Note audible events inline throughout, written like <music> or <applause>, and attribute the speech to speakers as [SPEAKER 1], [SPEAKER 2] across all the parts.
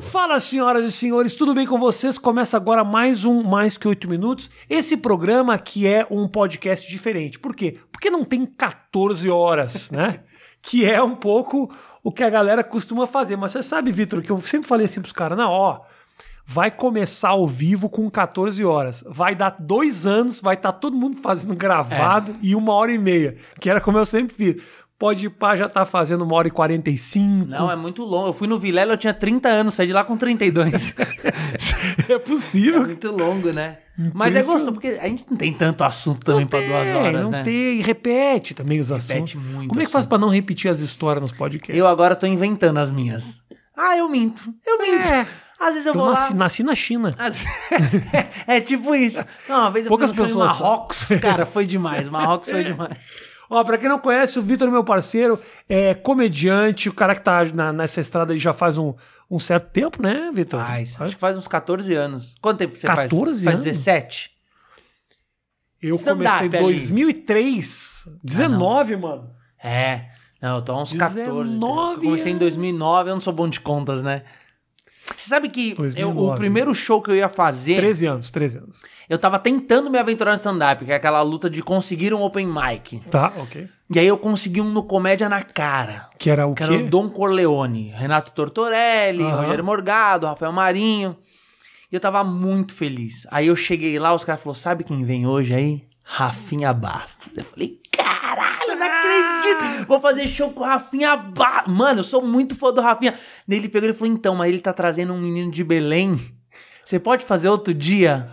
[SPEAKER 1] Fala, senhoras e senhores, tudo bem com vocês? Começa agora mais um Mais Que Oito Minutos. Esse programa que é um podcast diferente. Por quê? Porque não tem 14
[SPEAKER 2] <laughs>
[SPEAKER 1] horas, né? que é um pouco o que a galera costuma fazer. Mas você sabe, Vitor, que eu sempre falei assim pros caras, não, ó, vai começar ao vivo com 14 horas. Vai dar dois anos, vai estar todo mundo fazendo gravado
[SPEAKER 2] É.
[SPEAKER 1] e uma hora e meia, que era como eu sempre fiz. Pode ir pá, já tá fazendo uma hora e 45.
[SPEAKER 2] Não, é muito longo. Eu fui no Vilela, eu tinha 30 anos, saí de lá
[SPEAKER 1] <laughs>
[SPEAKER 2] com 32.
[SPEAKER 1] <laughs> é
[SPEAKER 2] é
[SPEAKER 1] possível.
[SPEAKER 2] muito longo, né? Mas é
[SPEAKER 1] Impressionante.
[SPEAKER 2] gostoso, porque a gente não tem tanto assunto também pra duas
[SPEAKER 1] É,
[SPEAKER 2] horas,
[SPEAKER 1] não
[SPEAKER 2] né?
[SPEAKER 1] tem, e repete também os assuntos.
[SPEAKER 2] Repete muito
[SPEAKER 1] Como é que faz pra não repetir as histórias nos podcasts?
[SPEAKER 2] Eu agora tô inventando as minhas. Ah, eu minto. Eu minto.
[SPEAKER 1] É.
[SPEAKER 2] Às vezes eu,
[SPEAKER 1] Eu
[SPEAKER 2] vou lá.
[SPEAKER 1] nasci, nasci na China.
[SPEAKER 2] Às- <laughs> é tipo isso. Não, uma vez eu
[SPEAKER 1] Poucas
[SPEAKER 2] fui no show
[SPEAKER 1] pessoas
[SPEAKER 2] em Marrocos. Cara, foi demais. Marrocos foi demais.
[SPEAKER 1] <laughs> Ó, pra quem não conhece, o Vitor, meu parceiro, é comediante, o cara que tá na- nessa estrada aí já faz um, um certo tempo, né, Vitor?
[SPEAKER 2] Faz, acho que faz uns 14 anos. Quanto tempo você faz?
[SPEAKER 1] 14
[SPEAKER 2] Faz
[SPEAKER 1] anos?
[SPEAKER 2] 17?
[SPEAKER 1] Eu
[SPEAKER 2] stand-up
[SPEAKER 1] comecei em
[SPEAKER 2] ali. Ah,
[SPEAKER 1] 2003, 19, mano.
[SPEAKER 2] É. Não, eu tô há uns 14.
[SPEAKER 1] 19
[SPEAKER 2] Eu comecei em 2009, eu não sou bom de contas, né? Você sabe que eu-
[SPEAKER 1] 2009.
[SPEAKER 2] o primeiro show que eu ia fazer,
[SPEAKER 1] 13 anos, 13 anos.
[SPEAKER 2] eu tava tentando me aventurar no stand-up, que é aquela luta de conseguir um open mic.
[SPEAKER 1] Tá, ok.
[SPEAKER 2] E aí eu consegui um no Comédia na Cara.
[SPEAKER 1] Que era o
[SPEAKER 2] Que era o
[SPEAKER 1] quê?
[SPEAKER 2] Dom Corleone, Renato Tortorelli,
[SPEAKER 1] Aham.
[SPEAKER 2] Rogério Morgado, Rafael Marinho. E eu tava muito feliz. Aí eu cheguei lá, os caras falaram: sabe quem vem hoje aí? Rafinha Bastos. Eu falei, caralho, eu não
[SPEAKER 1] Ah.
[SPEAKER 2] acredito! Vou fazer show com o Rafinha Bastos. Mano, eu sou muito fã do Rafinha. Daí ele pegou e falou: então, mas ele tá trazendo um menino de Belém. Você pode fazer outro dia?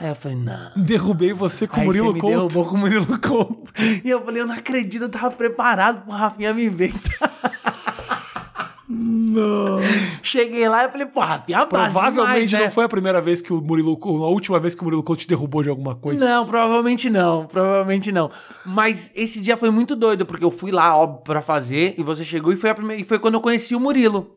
[SPEAKER 2] Aí eu falei, não.
[SPEAKER 1] Derrubei você com o
[SPEAKER 2] Aí
[SPEAKER 1] Murilo
[SPEAKER 2] você me
[SPEAKER 1] Couto.
[SPEAKER 2] derrubou com o Murilo Couto. E eu falei, eu não acredito, eu tava preparado pro Rafinha me inventar.
[SPEAKER 1] Não.
[SPEAKER 2] Cheguei lá e falei, pô, Rafinha Bastos
[SPEAKER 1] Provavelmente
[SPEAKER 2] demais,
[SPEAKER 1] não
[SPEAKER 2] né?
[SPEAKER 1] foi a primeira vez que o Murilo, Couto- a última vez que o Murilo Couto te derrubou de alguma coisa.
[SPEAKER 2] Não, provavelmente não, provavelmente não. Mas esse dia foi muito doido, porque eu fui lá, óbvio, pra fazer, e você chegou e foi a primeira. E foi quando eu conheci o Murilo.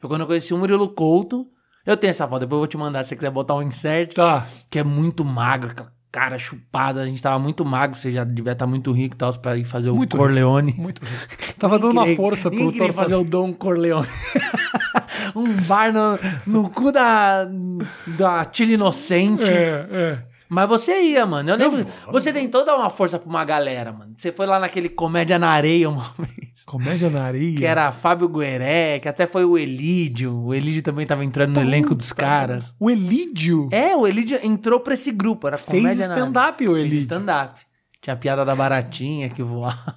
[SPEAKER 2] Foi quando eu conheci o Murilo Couto. Eu tenho essa foto, depois eu vou te mandar se você quiser botar um insert,
[SPEAKER 1] Tá.
[SPEAKER 2] que é muito magro, com a cara chupada. A gente tava muito magro, você já devia estar muito rico e tal, pra ir fazer o
[SPEAKER 1] Muito
[SPEAKER 2] Corleone.
[SPEAKER 1] <laughs> Muito. Tava dando uma
[SPEAKER 2] Ninguém-
[SPEAKER 1] força pro
[SPEAKER 2] ninguém queria
[SPEAKER 1] Tortorella.
[SPEAKER 2] fazer o Dom Corleone. um bar no, no cu da, da Tilly Inocente.
[SPEAKER 1] É, é.
[SPEAKER 2] Mas você ia, mano. Eu lembro.
[SPEAKER 1] vou.
[SPEAKER 2] você tentou dar uma força pra uma galera, mano. Você foi lá naquele Comédia na Areia uma <laughs> vez.
[SPEAKER 1] Comédia na areia.
[SPEAKER 2] Que era Fábio Gueré, que até foi o Elídio. O Elídio também tava entrando no elenco dos caras.
[SPEAKER 1] O Elídio
[SPEAKER 2] É, o Elídio entrou pra esse grupo. Era
[SPEAKER 1] fez
[SPEAKER 2] Comédia na Areia.
[SPEAKER 1] stand-up, o
[SPEAKER 2] Fez
[SPEAKER 1] Elídio.
[SPEAKER 2] stand-up. Tinha a piada da baratinha
[SPEAKER 1] <laughs>
[SPEAKER 2] que voava.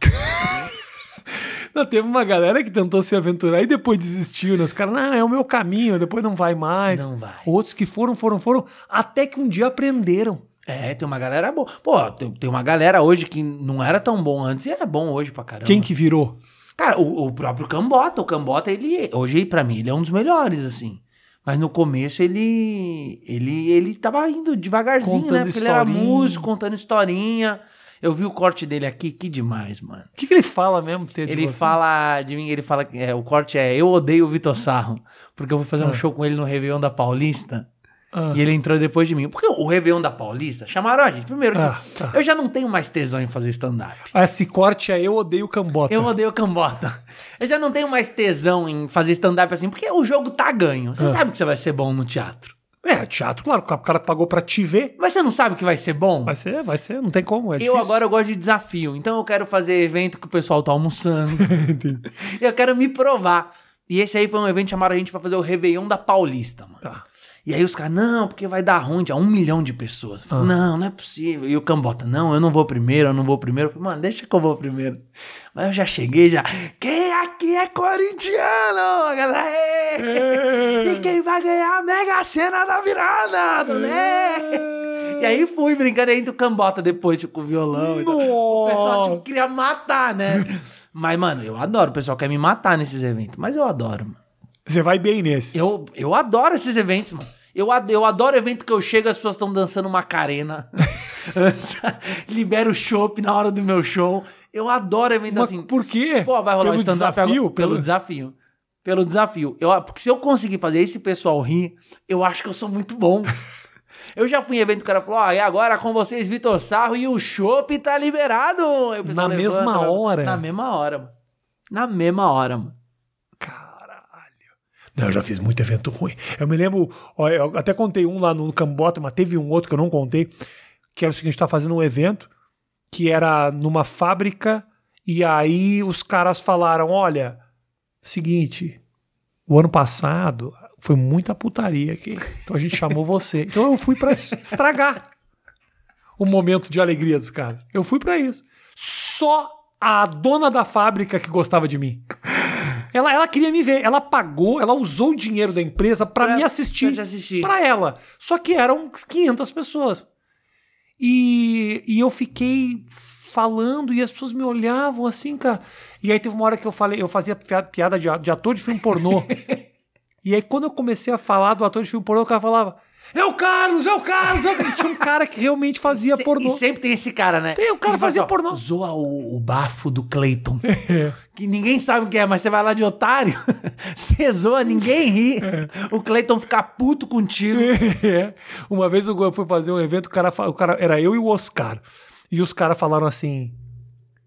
[SPEAKER 1] Não, teve uma galera que tentou se aventurar e depois desistiu, né? Os caras, não, é o meu caminho, depois não vai mais.
[SPEAKER 2] Não vai.
[SPEAKER 1] Outros que foram, foram, foram, até que um dia aprenderam.
[SPEAKER 2] É, tem uma galera boa. Pô, tem, tem uma galera hoje que não era tão bom antes e é bom hoje pra caramba.
[SPEAKER 1] Quem que virou?
[SPEAKER 2] Cara, o, o próprio Cambota, o Cambota, ele hoje pra mim ele é um dos melhores assim. Mas no começo ele ele ele tava indo devagarzinho,
[SPEAKER 1] Contando
[SPEAKER 2] né? Porque ele era
[SPEAKER 1] historinha.
[SPEAKER 2] músico, contando historinha. Eu vi o corte dele aqui, que demais, mano.
[SPEAKER 1] O que, que ele fala mesmo, Tê, de
[SPEAKER 2] Ele
[SPEAKER 1] você?
[SPEAKER 2] fala de mim, ele fala que é, o corte é eu odeio o Vitor Sarro, porque eu fui fazer um
[SPEAKER 1] Ah.
[SPEAKER 2] show com ele no Réveillon da Paulista
[SPEAKER 1] Ah,
[SPEAKER 2] e ele entrou depois de mim. Porque o Réveillon da Paulista chamaram a gente primeiro que
[SPEAKER 1] Ah, tá.
[SPEAKER 2] eu já não tenho mais tesão em fazer stand up.
[SPEAKER 1] Esse corte aí eu odeio cambota.
[SPEAKER 2] Eu odeio cambota. Eu já não tenho mais tesão em fazer stand-up assim, porque o jogo tá ganho. Você
[SPEAKER 1] Ah.
[SPEAKER 2] sabe que você vai ser bom no teatro.
[SPEAKER 1] É, teatro, claro, o cara pagou pra te ver.
[SPEAKER 2] Mas você não sabe que vai ser bom?
[SPEAKER 1] Vai ser, vai ser, não tem como. É
[SPEAKER 2] eu
[SPEAKER 1] difícil.
[SPEAKER 2] agora eu gosto de desafio. Então eu quero fazer evento que o pessoal
[SPEAKER 1] <laughs>
[SPEAKER 2] tá almoçando. eu quero me provar. E esse aí foi um evento que chamaram a gente pra fazer o Réveillon da Paulista, mano.
[SPEAKER 1] Tá.
[SPEAKER 2] E aí os caras, não, porque vai dar ruim, tinha um milhão de pessoas. Eu falei,
[SPEAKER 1] Ah.
[SPEAKER 2] Não, não é possível. E o Cambota, não, eu não vou primeiro, eu não vou primeiro. Eu falei, mano, deixa que eu vou primeiro. Mas eu já cheguei, já. Quem aqui é corintiano, galera?
[SPEAKER 1] É.
[SPEAKER 2] E quem vai ganhar a mega cena da virada?
[SPEAKER 1] É.
[SPEAKER 2] Né? E aí fui brincando aí do Cambota depois, tipo, com o violão. e tal. O pessoal, tipo, queria matar, né? Mas, mano, eu adoro. O pessoal quer me matar nesses eventos. Mas eu adoro, mano.
[SPEAKER 1] Você vai bem nesse.
[SPEAKER 2] Eu, eu adoro esses eventos, mano. Eu, ad- eu adoro evento que eu chego e as pessoas estão
[SPEAKER 1] <laughs>
[SPEAKER 2] dançando Macarena. Libero o chopp na hora do meu show. Eu adoro evento
[SPEAKER 1] Mas
[SPEAKER 2] assim.
[SPEAKER 1] por quê?
[SPEAKER 2] Pô, vai rolar
[SPEAKER 1] Pelo
[SPEAKER 2] um stand-up
[SPEAKER 1] desafio?
[SPEAKER 2] agora- Pelo, desafio. Pelo desafio. Eu, porque se eu conseguir fazer esse pessoal rir, eu acho que eu sou
[SPEAKER 1] <laughs>
[SPEAKER 2] muito bom. eu já fui em evento que o cara falou, ó, e agora com vocês, Vitor Sarro, e o chopp tá liberado. Aí o pessoal
[SPEAKER 1] Na mesma
[SPEAKER 2] vai-
[SPEAKER 1] hora?
[SPEAKER 2] Na mesma hora, mano. Na mesma hora, mano.
[SPEAKER 1] Caralho. Não, eu já fiz muito evento ruim. Eu me lembro, ó, eu até contei um lá no Cambota, mas teve um outro que eu não contei, que era o seguinte, tá fazendo um evento que era numa fábrica e aí os caras falaram, olha, seguinte, o ano passado foi muita putaria aqui, então a gente chamou você. Então eu fui pra es- estragar o momento de alegria dos caras. Eu fui pra isso. Só a dona da fábrica que gostava de mim. Ela, ela queria me ver. Ela pagou, ela usou o dinheiro da empresa pra
[SPEAKER 2] Pra-
[SPEAKER 1] me assistir.
[SPEAKER 2] pra te assistir.
[SPEAKER 1] Pra ela. Só que eram 500 pessoas. E, e eu fiquei falando e as pessoas me olhavam assim, cara. E aí teve uma hora que eu falei, eu fazia pia- piada de, a- de ator de filme pornô. e aí quando eu comecei a falar do ator de filme pornô, o cara falava: É o Carlos, é o Carlos! É o Carlos." Tinha um cara que realmente fazia
[SPEAKER 2] Se-
[SPEAKER 1] pornô.
[SPEAKER 2] E sempre tem esse cara, né?
[SPEAKER 1] Tem, o cara
[SPEAKER 2] Que fala
[SPEAKER 1] fazia
[SPEAKER 2] assim, ó,
[SPEAKER 1] pornô.
[SPEAKER 2] Zoa o, o bafo do Clayton. <laughs> Que ninguém sabe o que é, mas você vai lá de otário, <laughs> você zoa, ninguém
[SPEAKER 1] <laughs>
[SPEAKER 2] ri. O Clayton fica puto contigo.
[SPEAKER 1] É. Uma vez eu fui fazer um evento, o cara, fa- o cara era eu e o Oscar. E os caras falaram assim: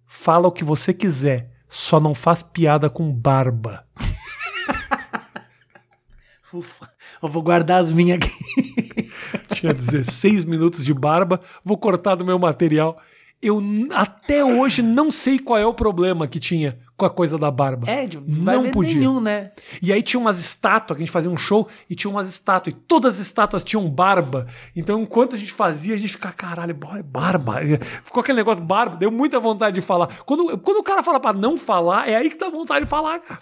[SPEAKER 1] fala o que você quiser, só não faz piada com barba. <laughs>
[SPEAKER 2] Ufa, eu vou guardar as minhas aqui.
[SPEAKER 1] <laughs> Tinha 16 minutos de barba, vou cortar do meu material. Eu n- até hoje não sei qual é o problema que tinha com a coisa da barba.
[SPEAKER 2] É, tipo,
[SPEAKER 1] Não
[SPEAKER 2] vai ver
[SPEAKER 1] podia.
[SPEAKER 2] nenhum, né?
[SPEAKER 1] E aí tinha umas estátuas, que a gente fazia um show e tinha umas estátuas, e todas as estátuas tinham barba. Então, enquanto a gente fazia, a gente ficava, caralho, bo- é barba. E Ficou aquele negócio barba, deu muita vontade de falar. Quando, quando o cara fala pra não falar, é aí que dá vontade de falar, cara.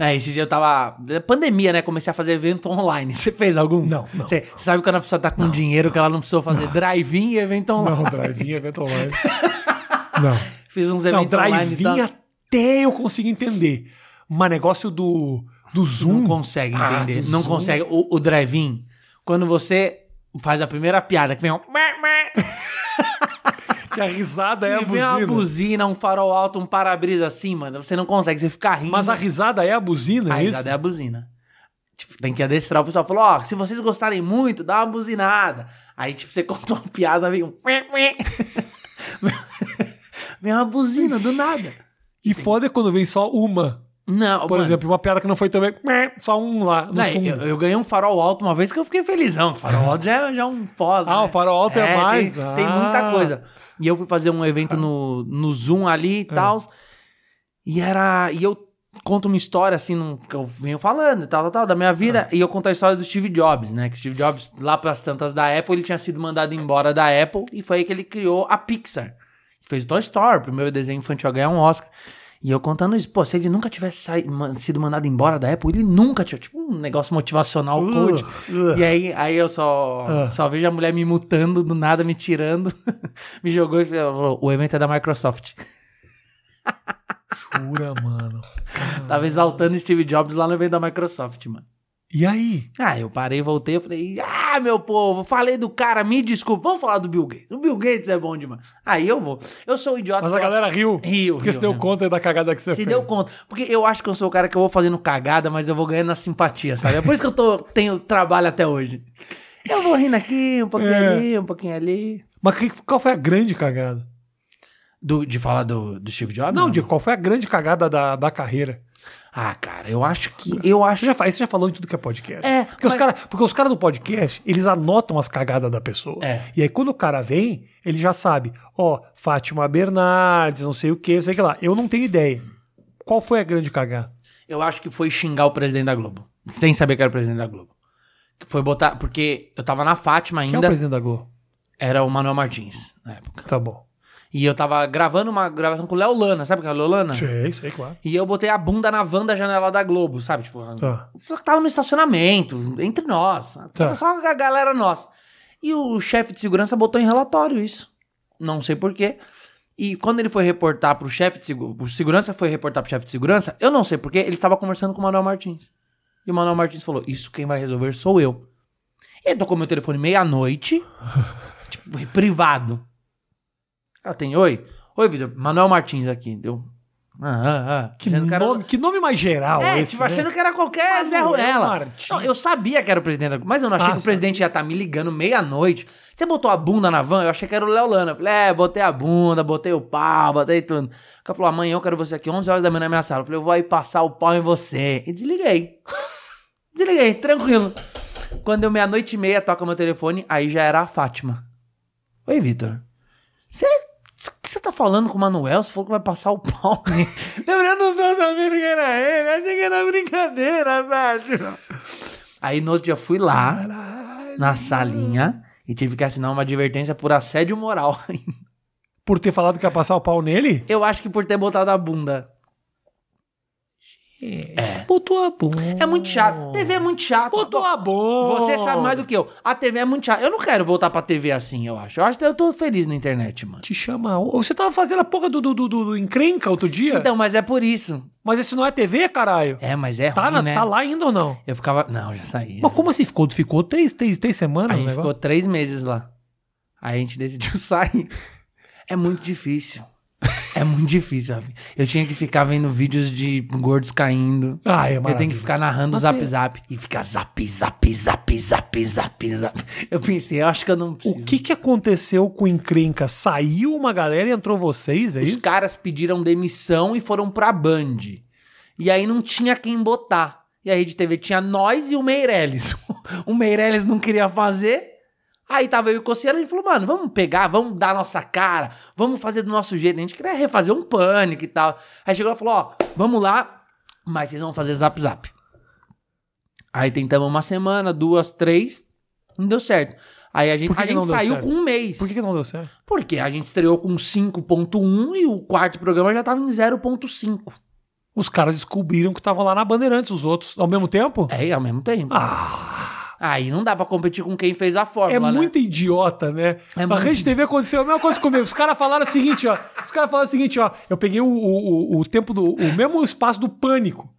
[SPEAKER 2] É, esse dia eu tava. Pandemia, né? Comecei a fazer evento online. Você fez algum?
[SPEAKER 1] Não, não.
[SPEAKER 2] Você você sabe quando a pessoa tá com dinheiro que ela não precisou fazer drive-in e evento online.
[SPEAKER 1] Não, drive-in, evento online. <laughs> Não.
[SPEAKER 2] Fiz uns
[SPEAKER 1] Não,
[SPEAKER 2] eventos tá online.
[SPEAKER 1] drive-in
[SPEAKER 2] e tal.
[SPEAKER 1] até eu consegui entender. Mas negócio do, do Zoom.
[SPEAKER 2] Não consegue
[SPEAKER 1] Ah,
[SPEAKER 2] entender.
[SPEAKER 1] do
[SPEAKER 2] não
[SPEAKER 1] Zoom.
[SPEAKER 2] consegue. O, o drive-in, quando você faz a primeira piada, que vem um. mé, mé,
[SPEAKER 1] Que a risada é a
[SPEAKER 2] e vem uma
[SPEAKER 1] buzina.
[SPEAKER 2] buzina, um farol alto, um para-brisa assim, mano. Você não consegue, você fica rindo.
[SPEAKER 1] Mas a risada é a buzina,
[SPEAKER 2] A
[SPEAKER 1] é
[SPEAKER 2] risada
[SPEAKER 1] isso?
[SPEAKER 2] é a buzina. Tipo, tem que adestrar o pessoal. Falou, ó, se vocês gostarem muito, dá uma buzinada. Aí, tipo, você <laughs> conta uma piada, vem um... mé, mé. <laughs> vem uma buzina, do nada.
[SPEAKER 1] E foda é quando vem só uma.
[SPEAKER 2] Não,
[SPEAKER 1] Por
[SPEAKER 2] mano,
[SPEAKER 1] exemplo, uma piada que não foi também. Só um lá. No
[SPEAKER 2] não,
[SPEAKER 1] fundo.
[SPEAKER 2] eu, eu ganhei um farol alto uma vez que eu fiquei felizão. Farol alto já, é- já é um pós,
[SPEAKER 1] Ah,
[SPEAKER 2] né?
[SPEAKER 1] o farol alto é,
[SPEAKER 2] É,
[SPEAKER 1] mais.
[SPEAKER 2] Tem,
[SPEAKER 1] Ah.
[SPEAKER 2] tem muita coisa. E eu fui fazer um evento no, no Zoom
[SPEAKER 1] É.
[SPEAKER 2] ali e tal. E era. E eu conto uma história, assim, num- que eu venho falando e tal, tal, tal, da minha vida.
[SPEAKER 1] É.
[SPEAKER 2] E eu conto a história do Steve Jobs, né? Que Steve Jobs, lá pras tantas da Apple, ele tinha sido mandado embora da Apple. E foi aí que ele criou a Pixar. Fez Toy Story, primeiro desenho infantil a ganhar um Oscar. E eu contando isso, pô, se ele nunca tivesse sai- man- sido mandado embora da Apple, ele nunca tinha, tipo, um negócio motivacional,
[SPEAKER 1] Uh,
[SPEAKER 2] coach.
[SPEAKER 1] uh.
[SPEAKER 2] E aí, aí eu só,
[SPEAKER 1] Ah.
[SPEAKER 2] só vejo a mulher me mutando, do nada, me tirando. <laughs> me jogou e falou, o evento é da Microsoft.
[SPEAKER 1] Jura, mano. Ah.
[SPEAKER 2] Tava exaltando Steve Jobs lá no evento da Microsoft, mano.
[SPEAKER 1] E aí?
[SPEAKER 2] Ah, eu parei, voltei, eu falei, ah, meu povo, falei do cara, me desculpa, vamos falar do Bill Gates. O Bill Gates é bom demais. Aí eu vou. Eu sou um idiota.
[SPEAKER 1] Mas a galera riu.
[SPEAKER 2] Rio,
[SPEAKER 1] Porque se deu conta da cagada que você
[SPEAKER 2] né? Se
[SPEAKER 1] fez.
[SPEAKER 2] deu conta. Porque eu acho que eu sou o cara que eu vou fazendo cagada, mas eu vou ganhando a simpatia, sabe? É por isso que eu tô, tenho trabalho até hoje. Eu vou rindo aqui, um pouquinho
[SPEAKER 1] É.
[SPEAKER 2] ali, um pouquinho ali.
[SPEAKER 1] Mas que- qual foi a grande cagada?
[SPEAKER 2] Do- de falar do, do Steve Jobs?
[SPEAKER 1] Não, de qual foi a grande cagada da, da carreira?
[SPEAKER 2] Ah, cara, eu acho que. Eu acho.
[SPEAKER 1] Você já, fa- isso você já falou em tudo que é podcast.
[SPEAKER 2] É,
[SPEAKER 1] Porque os
[SPEAKER 2] mas-
[SPEAKER 1] caras porque os cara do podcast, eles anotam as cagadas da pessoa.
[SPEAKER 2] É.
[SPEAKER 1] E aí quando o cara vem, ele já sabe. Ó, Fátima Bernardes, não sei o que, não sei o que lá. Eu não tenho ideia. Qual foi a grande cagada?
[SPEAKER 2] Eu acho que foi xingar o presidente da Globo. Sem saber que era o presidente da Globo. Que Foi botar. Porque eu tava na Fátima
[SPEAKER 1] Quem é o
[SPEAKER 2] ainda.
[SPEAKER 1] presidente da Globo?
[SPEAKER 2] era o Manuel Martins, na época.
[SPEAKER 1] Tá bom.
[SPEAKER 2] E eu tava gravando uma gravação com o Léo Lana, sabe quem é o Léo Lana?
[SPEAKER 1] É, isso aí, claro.
[SPEAKER 2] E eu botei a bunda na van da janela da Globo, sabe? Tipo,
[SPEAKER 1] Tá.
[SPEAKER 2] Só que tava no estacionamento, entre nós. Tava só a galera nossa. E o chefe de segurança botou em relatório isso. Não sei porquê. E quando ele foi reportar pro chefe de segurança, o segurança foi reportar pro chefe de segurança, eu não sei porquê, ele estava conversando com o Manuel Martins. E o Manuel Martins falou: Isso quem vai resolver sou eu. E ele tocou meu
[SPEAKER 1] <laughs>
[SPEAKER 2] telefone meia-noite, tipo, privado. Ela tem: Oi, oi, Vitor, Manuel Martins aqui. Deu. Ah, ah, ah.
[SPEAKER 1] Que
[SPEAKER 2] Achando
[SPEAKER 1] nome,
[SPEAKER 2] que era-
[SPEAKER 1] que nome mais geral
[SPEAKER 2] É,
[SPEAKER 1] esse,
[SPEAKER 2] tipo,
[SPEAKER 1] né? é
[SPEAKER 2] achando que era qualquer Zé
[SPEAKER 1] Manuel
[SPEAKER 2] Ruela.
[SPEAKER 1] Martins.
[SPEAKER 2] Não, eu sabia que era o presidente da... Mas eu não achei
[SPEAKER 1] Ah,
[SPEAKER 2] que o presidente já tá me ligando meia-noite. Você botou a bunda na van? Eu achei que era o Léo Lana. Eu Falei, é, botei a bunda, botei o pau, botei tudo. O cara falou, "Ah, amanhã eu quero você aqui 11 horas da manhã na minha sala. Eu falei, eu vou aí passar o pau em você. E desliguei. <laughs> desliguei, tranquilo. Quando eu meia-noite e meia toca meu telefone, aí já era a Fátima. Oi, Vitor. Você... O que você tá falando com o Manuel? Você falou que vai passar o pau
[SPEAKER 1] <laughs>
[SPEAKER 2] nele.
[SPEAKER 1] Lembrando os meus amigos que era ele, achei que era brincadeira, velho.
[SPEAKER 2] Aí no outro dia eu fui lá...
[SPEAKER 1] Caralho.
[SPEAKER 2] na salinha e tive que assinar uma advertência por assédio moral. <laughs>
[SPEAKER 1] Por ter falado que ia passar o pau nele?
[SPEAKER 2] Eu acho que por ter botado a bunda.
[SPEAKER 1] É. Botou a bunda.
[SPEAKER 2] É muito
[SPEAKER 1] Oh.
[SPEAKER 2] chato. TV é muito chato.
[SPEAKER 1] Botou a bunda.
[SPEAKER 2] Você sabe mais do que eu. A TV é muito chata. Eu não quero voltar pra TV assim, eu acho. Eu acho que eu tô feliz na internet, mano.
[SPEAKER 1] Te chama. Você tava fazendo a porra do, do, do, do- do encrenca outro dia?
[SPEAKER 2] Então, mas é por isso.
[SPEAKER 1] Mas isso não é TV, caralho?
[SPEAKER 2] É, mas é
[SPEAKER 1] tá,
[SPEAKER 2] ruim,
[SPEAKER 1] na-
[SPEAKER 2] né?
[SPEAKER 1] tá lá ainda ou não?
[SPEAKER 2] Eu ficava... Não, já saí.
[SPEAKER 1] Mas como é, assim ficou? Ficou três, três, três semanas
[SPEAKER 2] A
[SPEAKER 1] o
[SPEAKER 2] gente
[SPEAKER 1] negócio?
[SPEAKER 2] ficou três meses lá. Aí a gente decidiu <laughs> sair. É muito difícil. É muito difícil, Rafinha. Eu tinha que ficar vendo vídeos de gordos caindo.
[SPEAKER 1] Ah, é
[SPEAKER 2] Eu tenho
[SPEAKER 1] maravilha.
[SPEAKER 2] que ficar narrando o
[SPEAKER 1] Mas
[SPEAKER 2] zap
[SPEAKER 1] você-
[SPEAKER 2] zap. E ficar zap zap zap zap zap zap. Eu pensei, eu acho que eu não preciso.
[SPEAKER 1] O que que aconteceu com o encrenca? Saiu uma galera e entrou vocês, é
[SPEAKER 2] Os
[SPEAKER 1] isso?
[SPEAKER 2] caras pediram demissão e foram pra Band. E aí não tinha quem botar. E a Rede TV tinha nós e o Meirelles. <laughs> o Meirelles não queria fazer. Aí tava eu e o Coceiro, ele falou, mano, vamos pegar, vamos dar nossa cara, vamos fazer do nosso jeito. A gente queria refazer um pânico e tal. Aí chegou e falou, ó, vamos lá, mas vocês vão fazer zap zap. Aí tentamos uma semana, duas, três, não deu certo. Aí a gente,
[SPEAKER 1] Por que
[SPEAKER 2] a
[SPEAKER 1] que
[SPEAKER 2] gente
[SPEAKER 1] não deu
[SPEAKER 2] saiu
[SPEAKER 1] certo?
[SPEAKER 2] com um mês.
[SPEAKER 1] Por que, que não deu certo?
[SPEAKER 2] Porque a gente estreou com 5.1 e o quarto programa já tava em 0.5.
[SPEAKER 1] Os caras descobriram que estavam lá na Bandeirantes, os outros, ao mesmo tempo?
[SPEAKER 2] É, ao mesmo tempo.
[SPEAKER 1] Ah,
[SPEAKER 2] Aí não dá pra competir com quem fez a
[SPEAKER 1] é
[SPEAKER 2] fórmula, né?
[SPEAKER 1] muito idiota, né?
[SPEAKER 2] É
[SPEAKER 1] a
[SPEAKER 2] muito
[SPEAKER 1] Rede TV aconteceu a mesma coisa comigo. Os caras falaram o seguinte, ó. Os caras falaram o seguinte, ó. Eu peguei o, o, o- o tempo do. o mesmo espaço do pânico.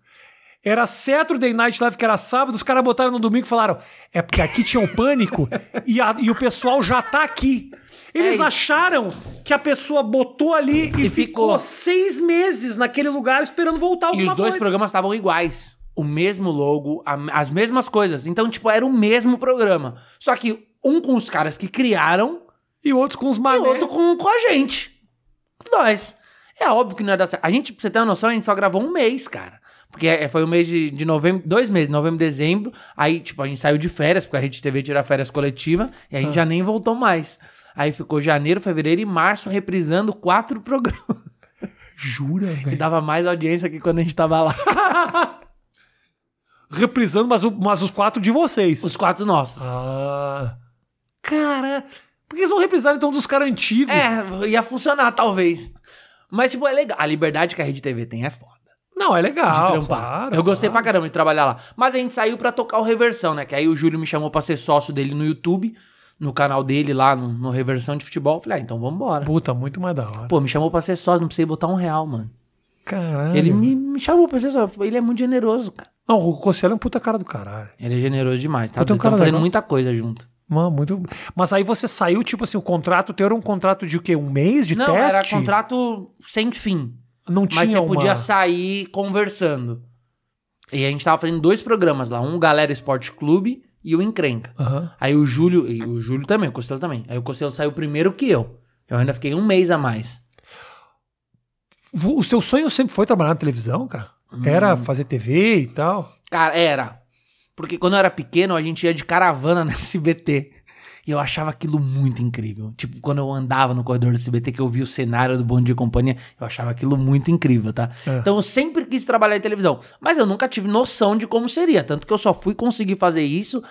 [SPEAKER 1] Era Saturday Night Live, que era sábado, os caras botaram no domingo e falaram: é porque aqui tinha o pânico e, a- e o pessoal já tá aqui.
[SPEAKER 2] É
[SPEAKER 1] Eles
[SPEAKER 2] isso.
[SPEAKER 1] acharam que a pessoa botou ali e, ficou.
[SPEAKER 2] E ficou.
[SPEAKER 1] seis meses naquele lugar esperando voltar
[SPEAKER 2] E
[SPEAKER 1] alguma
[SPEAKER 2] os dois
[SPEAKER 1] coisa.
[SPEAKER 2] programas estavam iguais. O mesmo logo, a- as mesmas coisas. Então, tipo, era o mesmo programa. Só que um com os caras que criaram
[SPEAKER 1] E outros com os
[SPEAKER 2] e
[SPEAKER 1] mané.
[SPEAKER 2] o outro com, com a gente. Nós. É óbvio que não ia dar certo. A gente, pra você ter uma noção, a gente só gravou um mês, cara. Porque é- foi o mês de, de novembro, dois meses, novembro, dezembro. Aí, tipo, a gente saiu de férias, porque a Rede TV tira férias coletiva, e a gente já nem voltou mais. Aí ficou janeiro, fevereiro e março reprisando quatro <laughs> programas.
[SPEAKER 1] Jura,
[SPEAKER 2] E
[SPEAKER 1] velho?
[SPEAKER 2] dava mais audiência que quando a gente tava lá.
[SPEAKER 1] Reprisando, mas, o- mas os quatro de vocês.
[SPEAKER 2] Os quatro nossos.
[SPEAKER 1] Ah. Cara, por que eles não reprisaram então dos caras antigos?
[SPEAKER 2] É, ia funcionar, talvez. Mas, tipo, é legal. A liberdade que a Rede TV tem é foda.
[SPEAKER 1] Não, é legal.
[SPEAKER 2] de trampar.
[SPEAKER 1] claro,
[SPEAKER 2] eu gostei
[SPEAKER 1] claro.
[SPEAKER 2] pra caramba de trabalhar lá. Mas a gente saiu pra tocar o Reversão, né? Que aí o Júlio me chamou pra ser sócio dele no YouTube, no canal dele lá, no, no Reversão de Futebol. Eu falei, ah, então vambora.
[SPEAKER 1] Puta, muito mais da hora.
[SPEAKER 2] Pô, me chamou pra ser sócio, não precisei botar um real, mano.
[SPEAKER 1] Caralho.
[SPEAKER 2] Ele me, me chamou pra ser sócio. Ele é muito generoso, cara.
[SPEAKER 1] Não, o Cossielo é um puta cara do caralho.
[SPEAKER 2] Ele é generoso demais,
[SPEAKER 1] Puta,
[SPEAKER 2] tá?
[SPEAKER 1] um
[SPEAKER 2] Estamos
[SPEAKER 1] cara
[SPEAKER 2] fazendo
[SPEAKER 1] legal.
[SPEAKER 2] muita coisa junto.
[SPEAKER 1] Mano, muito... Mas aí você saiu, tipo assim, o contrato teu era um contrato de o quê? Um mês de
[SPEAKER 2] não, era
[SPEAKER 1] teste?
[SPEAKER 2] contrato sem fim.
[SPEAKER 1] Não tinha
[SPEAKER 2] Mas você
[SPEAKER 1] uma...
[SPEAKER 2] podia sair conversando. E a gente tava fazendo dois programas lá. Um Galera Esporte Clube e o Encrenca.
[SPEAKER 1] Aham.
[SPEAKER 2] Aí o Júlio, e o Júlio também, o Costello também. Aí o Costello saiu primeiro que eu. Eu ainda fiquei um mês a mais.
[SPEAKER 1] Vo- O seu sonho sempre foi trabalhar na televisão, cara?
[SPEAKER 2] Hum.
[SPEAKER 1] Era fazer TV e tal?
[SPEAKER 2] Cara, era. Porque quando eu era pequeno, a gente ia de caravana <laughs> na SBT. E eu achava aquilo muito incrível. Tipo, quando eu andava no corredor do SBT, que eu via o cenário do Bom Dia e Companhia, eu achava aquilo muito incrível, tá?
[SPEAKER 1] É.
[SPEAKER 2] Então eu sempre quis trabalhar em televisão. Mas eu nunca tive noção de como seria. Tanto que eu só fui conseguir fazer isso.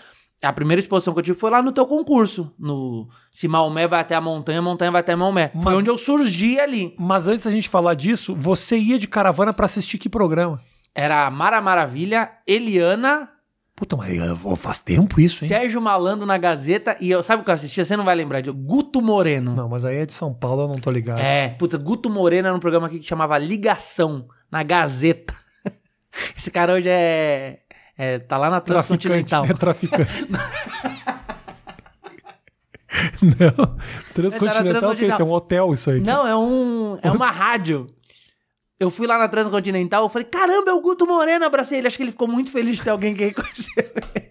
[SPEAKER 2] A primeira exposição que eu tive foi lá no teu concurso. No Se Maomé vai até a montanha, montanha vai até Maomé. Foi
[SPEAKER 1] Mas-
[SPEAKER 2] onde eu surgi ali.
[SPEAKER 1] Mas antes da gente falar disso, você ia de caravana pra assistir que programa?
[SPEAKER 2] Era a Mara Maravilha, Eliana,
[SPEAKER 1] Puta, mas eh, faz tempo isso, hein?
[SPEAKER 2] Sérgio Malandro na Gazeta e eu, sabe o que eu assistia? Você não vai lembrar de Guto Moreno.
[SPEAKER 1] Não, mas aí é de São Paulo, eu não tô ligado.
[SPEAKER 2] Uhum. É, putz, Guto Moreno era um programa aqui que chamava Ligação na Gazeta. <laughs> Esse cara hoje é, é tá lá na
[SPEAKER 1] traficante.
[SPEAKER 2] Transcontinental.
[SPEAKER 1] É traficante. não. Transcontinental é o quê? Isso é um hotel, isso aí.
[SPEAKER 2] Não, é um é uma rádio. Eu fui lá na Transcontinental, eu falei, caramba, é o Guto Moreno, abracei ele. Acho que ele ficou muito feliz de ter alguém que reconheceu ele.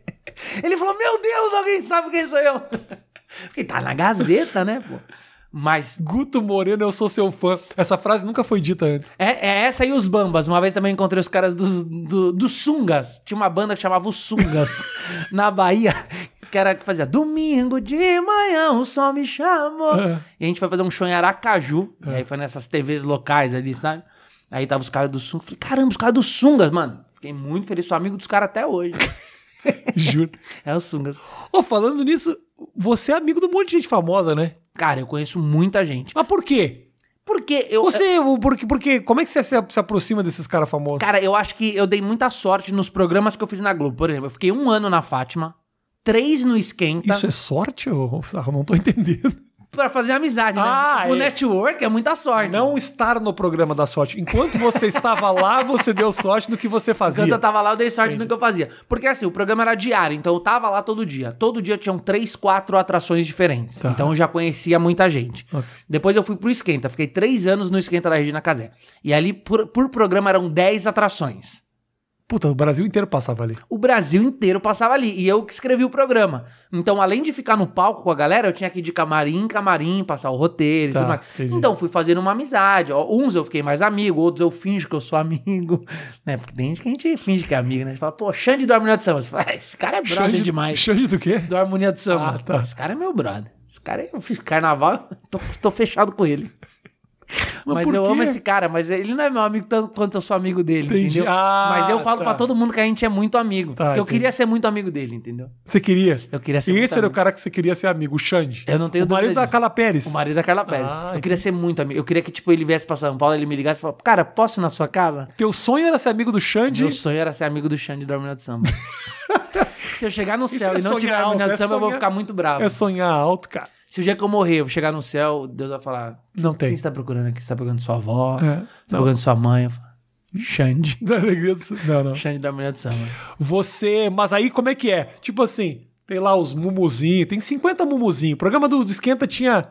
[SPEAKER 2] Ele falou, meu Deus, alguém sabe quem sou eu. <laughs> Porque tá na Gazeta, né, pô? Mas
[SPEAKER 1] Guto Moreno, eu sou seu fã. Essa frase nunca foi dita antes.
[SPEAKER 2] é, é essa e os Bambas. Uma vez também encontrei os caras dos, do- dos Sungas. Tinha uma banda que chamava os Sungas, <laughs> na Bahia, que era que fazia domingo de manhã, o sol me chamou.
[SPEAKER 1] É.
[SPEAKER 2] E a gente foi fazer um show em Aracaju. E aí foi nessas TVs locais ali, sabe? Aí tava os caras dos Sungas. Falei, caramba, os caras dos Sungas, mano. Fiquei muito feliz. Sou amigo dos caras até
[SPEAKER 1] <laughs>
[SPEAKER 2] hoje.
[SPEAKER 1] Juro.
[SPEAKER 2] é os Sungas.
[SPEAKER 1] Ô, falando nisso, você é amigo de um monte de gente famosa, né?
[SPEAKER 2] Cara, eu conheço muita gente.
[SPEAKER 1] Mas por quê?
[SPEAKER 2] Porque eu.
[SPEAKER 1] Você, porque, porque, como é que você se se aproxima desses caras famosos?
[SPEAKER 2] Cara, eu acho que eu dei muita sorte nos programas que eu fiz na Globo. Por exemplo, eu fiquei um ano na Fátima, três no Esquenta,
[SPEAKER 1] Isso é sorte, ô Sarro? Não tô entendendo.
[SPEAKER 2] pra fazer amizade, né?
[SPEAKER 1] Ah,
[SPEAKER 2] o
[SPEAKER 1] é.
[SPEAKER 2] network é muita sorte.
[SPEAKER 1] Não estar no programa da sorte. Enquanto você estava lá, você deu sorte no que você fazia.
[SPEAKER 2] Enquanto eu tava lá, eu dei sorte no que eu fazia. Porque assim, o programa era diário, então eu tava lá todo dia. Todo dia tinham três, quatro atrações diferentes.
[SPEAKER 1] Tá.
[SPEAKER 2] Então eu já conhecia muita gente.
[SPEAKER 1] Ok.
[SPEAKER 2] Depois eu fui pro Esquenta, fiquei três anos no Esquenta da Regina Casé. E ali, por, por programa, eram dez atrações.
[SPEAKER 1] Puta, o Brasil inteiro passava ali.
[SPEAKER 2] o Brasil inteiro passava ali. E eu que escrevi o programa. Então, além de ficar no palco com a galera, eu tinha que ir de camarim em camarim, passar o roteiro
[SPEAKER 1] Tá,
[SPEAKER 2] e tudo mais.
[SPEAKER 1] entendi.
[SPEAKER 2] Então, fui fazendo uma amizade. Ó, Uns eu fiquei mais amigo, outros eu finjo que eu sou amigo. <laughs> Né? Porque tem gente que a gente finge que é amigo, né? A gente fala, pô, Xande do Harmonia do Samba. Você fala, "Ah, esse cara é brother
[SPEAKER 1] Xande-
[SPEAKER 2] demais.
[SPEAKER 1] Xande do quê?
[SPEAKER 2] Do Harmonia do Samba.
[SPEAKER 1] Ah, tá.
[SPEAKER 2] Esse cara é meu brother. Esse cara, é- eu fiz carnaval, <laughs> tô, tô fechado com ele.
[SPEAKER 1] Mas
[SPEAKER 2] Mas
[SPEAKER 1] por
[SPEAKER 2] eu amo
[SPEAKER 1] quê?
[SPEAKER 2] esse cara, mas ele não é meu amigo tanto quanto eu sou amigo dele,
[SPEAKER 1] Entendi.
[SPEAKER 2] entendeu?
[SPEAKER 1] Ah,
[SPEAKER 2] mas eu falo
[SPEAKER 1] tá.
[SPEAKER 2] pra todo mundo que a gente é muito amigo.
[SPEAKER 1] Tá,
[SPEAKER 2] porque eu
[SPEAKER 1] entendi.
[SPEAKER 2] queria ser muito amigo dele, entendeu?
[SPEAKER 1] Você queria?
[SPEAKER 2] Eu queria ser
[SPEAKER 1] E
[SPEAKER 2] muito
[SPEAKER 1] esse era o
[SPEAKER 2] amigo.
[SPEAKER 1] cara que você queria ser amigo, o Xande.
[SPEAKER 2] é um Eu não tenho
[SPEAKER 1] O marido
[SPEAKER 2] dúvida
[SPEAKER 1] da
[SPEAKER 2] disso.
[SPEAKER 1] Carla Pérez.
[SPEAKER 2] O marido da Carla Pérez.
[SPEAKER 1] Ah,
[SPEAKER 2] eu queria ser muito amigo. Eu queria que, tipo, ele viesse pra São Paulo, ele me ligasse e falasse, cara, posso ir na sua casa?
[SPEAKER 1] Teu sonho era ser amigo do Xande?
[SPEAKER 2] Meu sonho era ser amigo do Xande do Harmonia
[SPEAKER 1] <laughs>
[SPEAKER 2] do Samba. Se eu chegar no céu
[SPEAKER 1] é
[SPEAKER 2] e não
[SPEAKER 1] sonhar
[SPEAKER 2] tiver
[SPEAKER 1] alto,
[SPEAKER 2] Harmonia do
[SPEAKER 1] é
[SPEAKER 2] Samba, eu vou
[SPEAKER 1] sonhar-
[SPEAKER 2] ficar muito bravo.
[SPEAKER 1] É sonhar alto, cara. <laughs>
[SPEAKER 2] Se o dia que eu morrer, eu chegar no céu, Deus vai falar:
[SPEAKER 1] Não
[SPEAKER 2] quem
[SPEAKER 1] tem.
[SPEAKER 2] você tá procurando aqui? Você tá procurando sua avó?
[SPEAKER 1] É,
[SPEAKER 2] Você tá
[SPEAKER 1] não. Hum?
[SPEAKER 2] procurando sua mãe? Eu falo, Xande.
[SPEAKER 1] Da alegria do Senhor. Não, não.
[SPEAKER 2] Xande da mulher de samba.
[SPEAKER 1] Você. Mas aí como é que é? Tipo assim, tem lá os mumuzinhos, tem 50 mumuzinhos. O programa do, do Esquenta tinha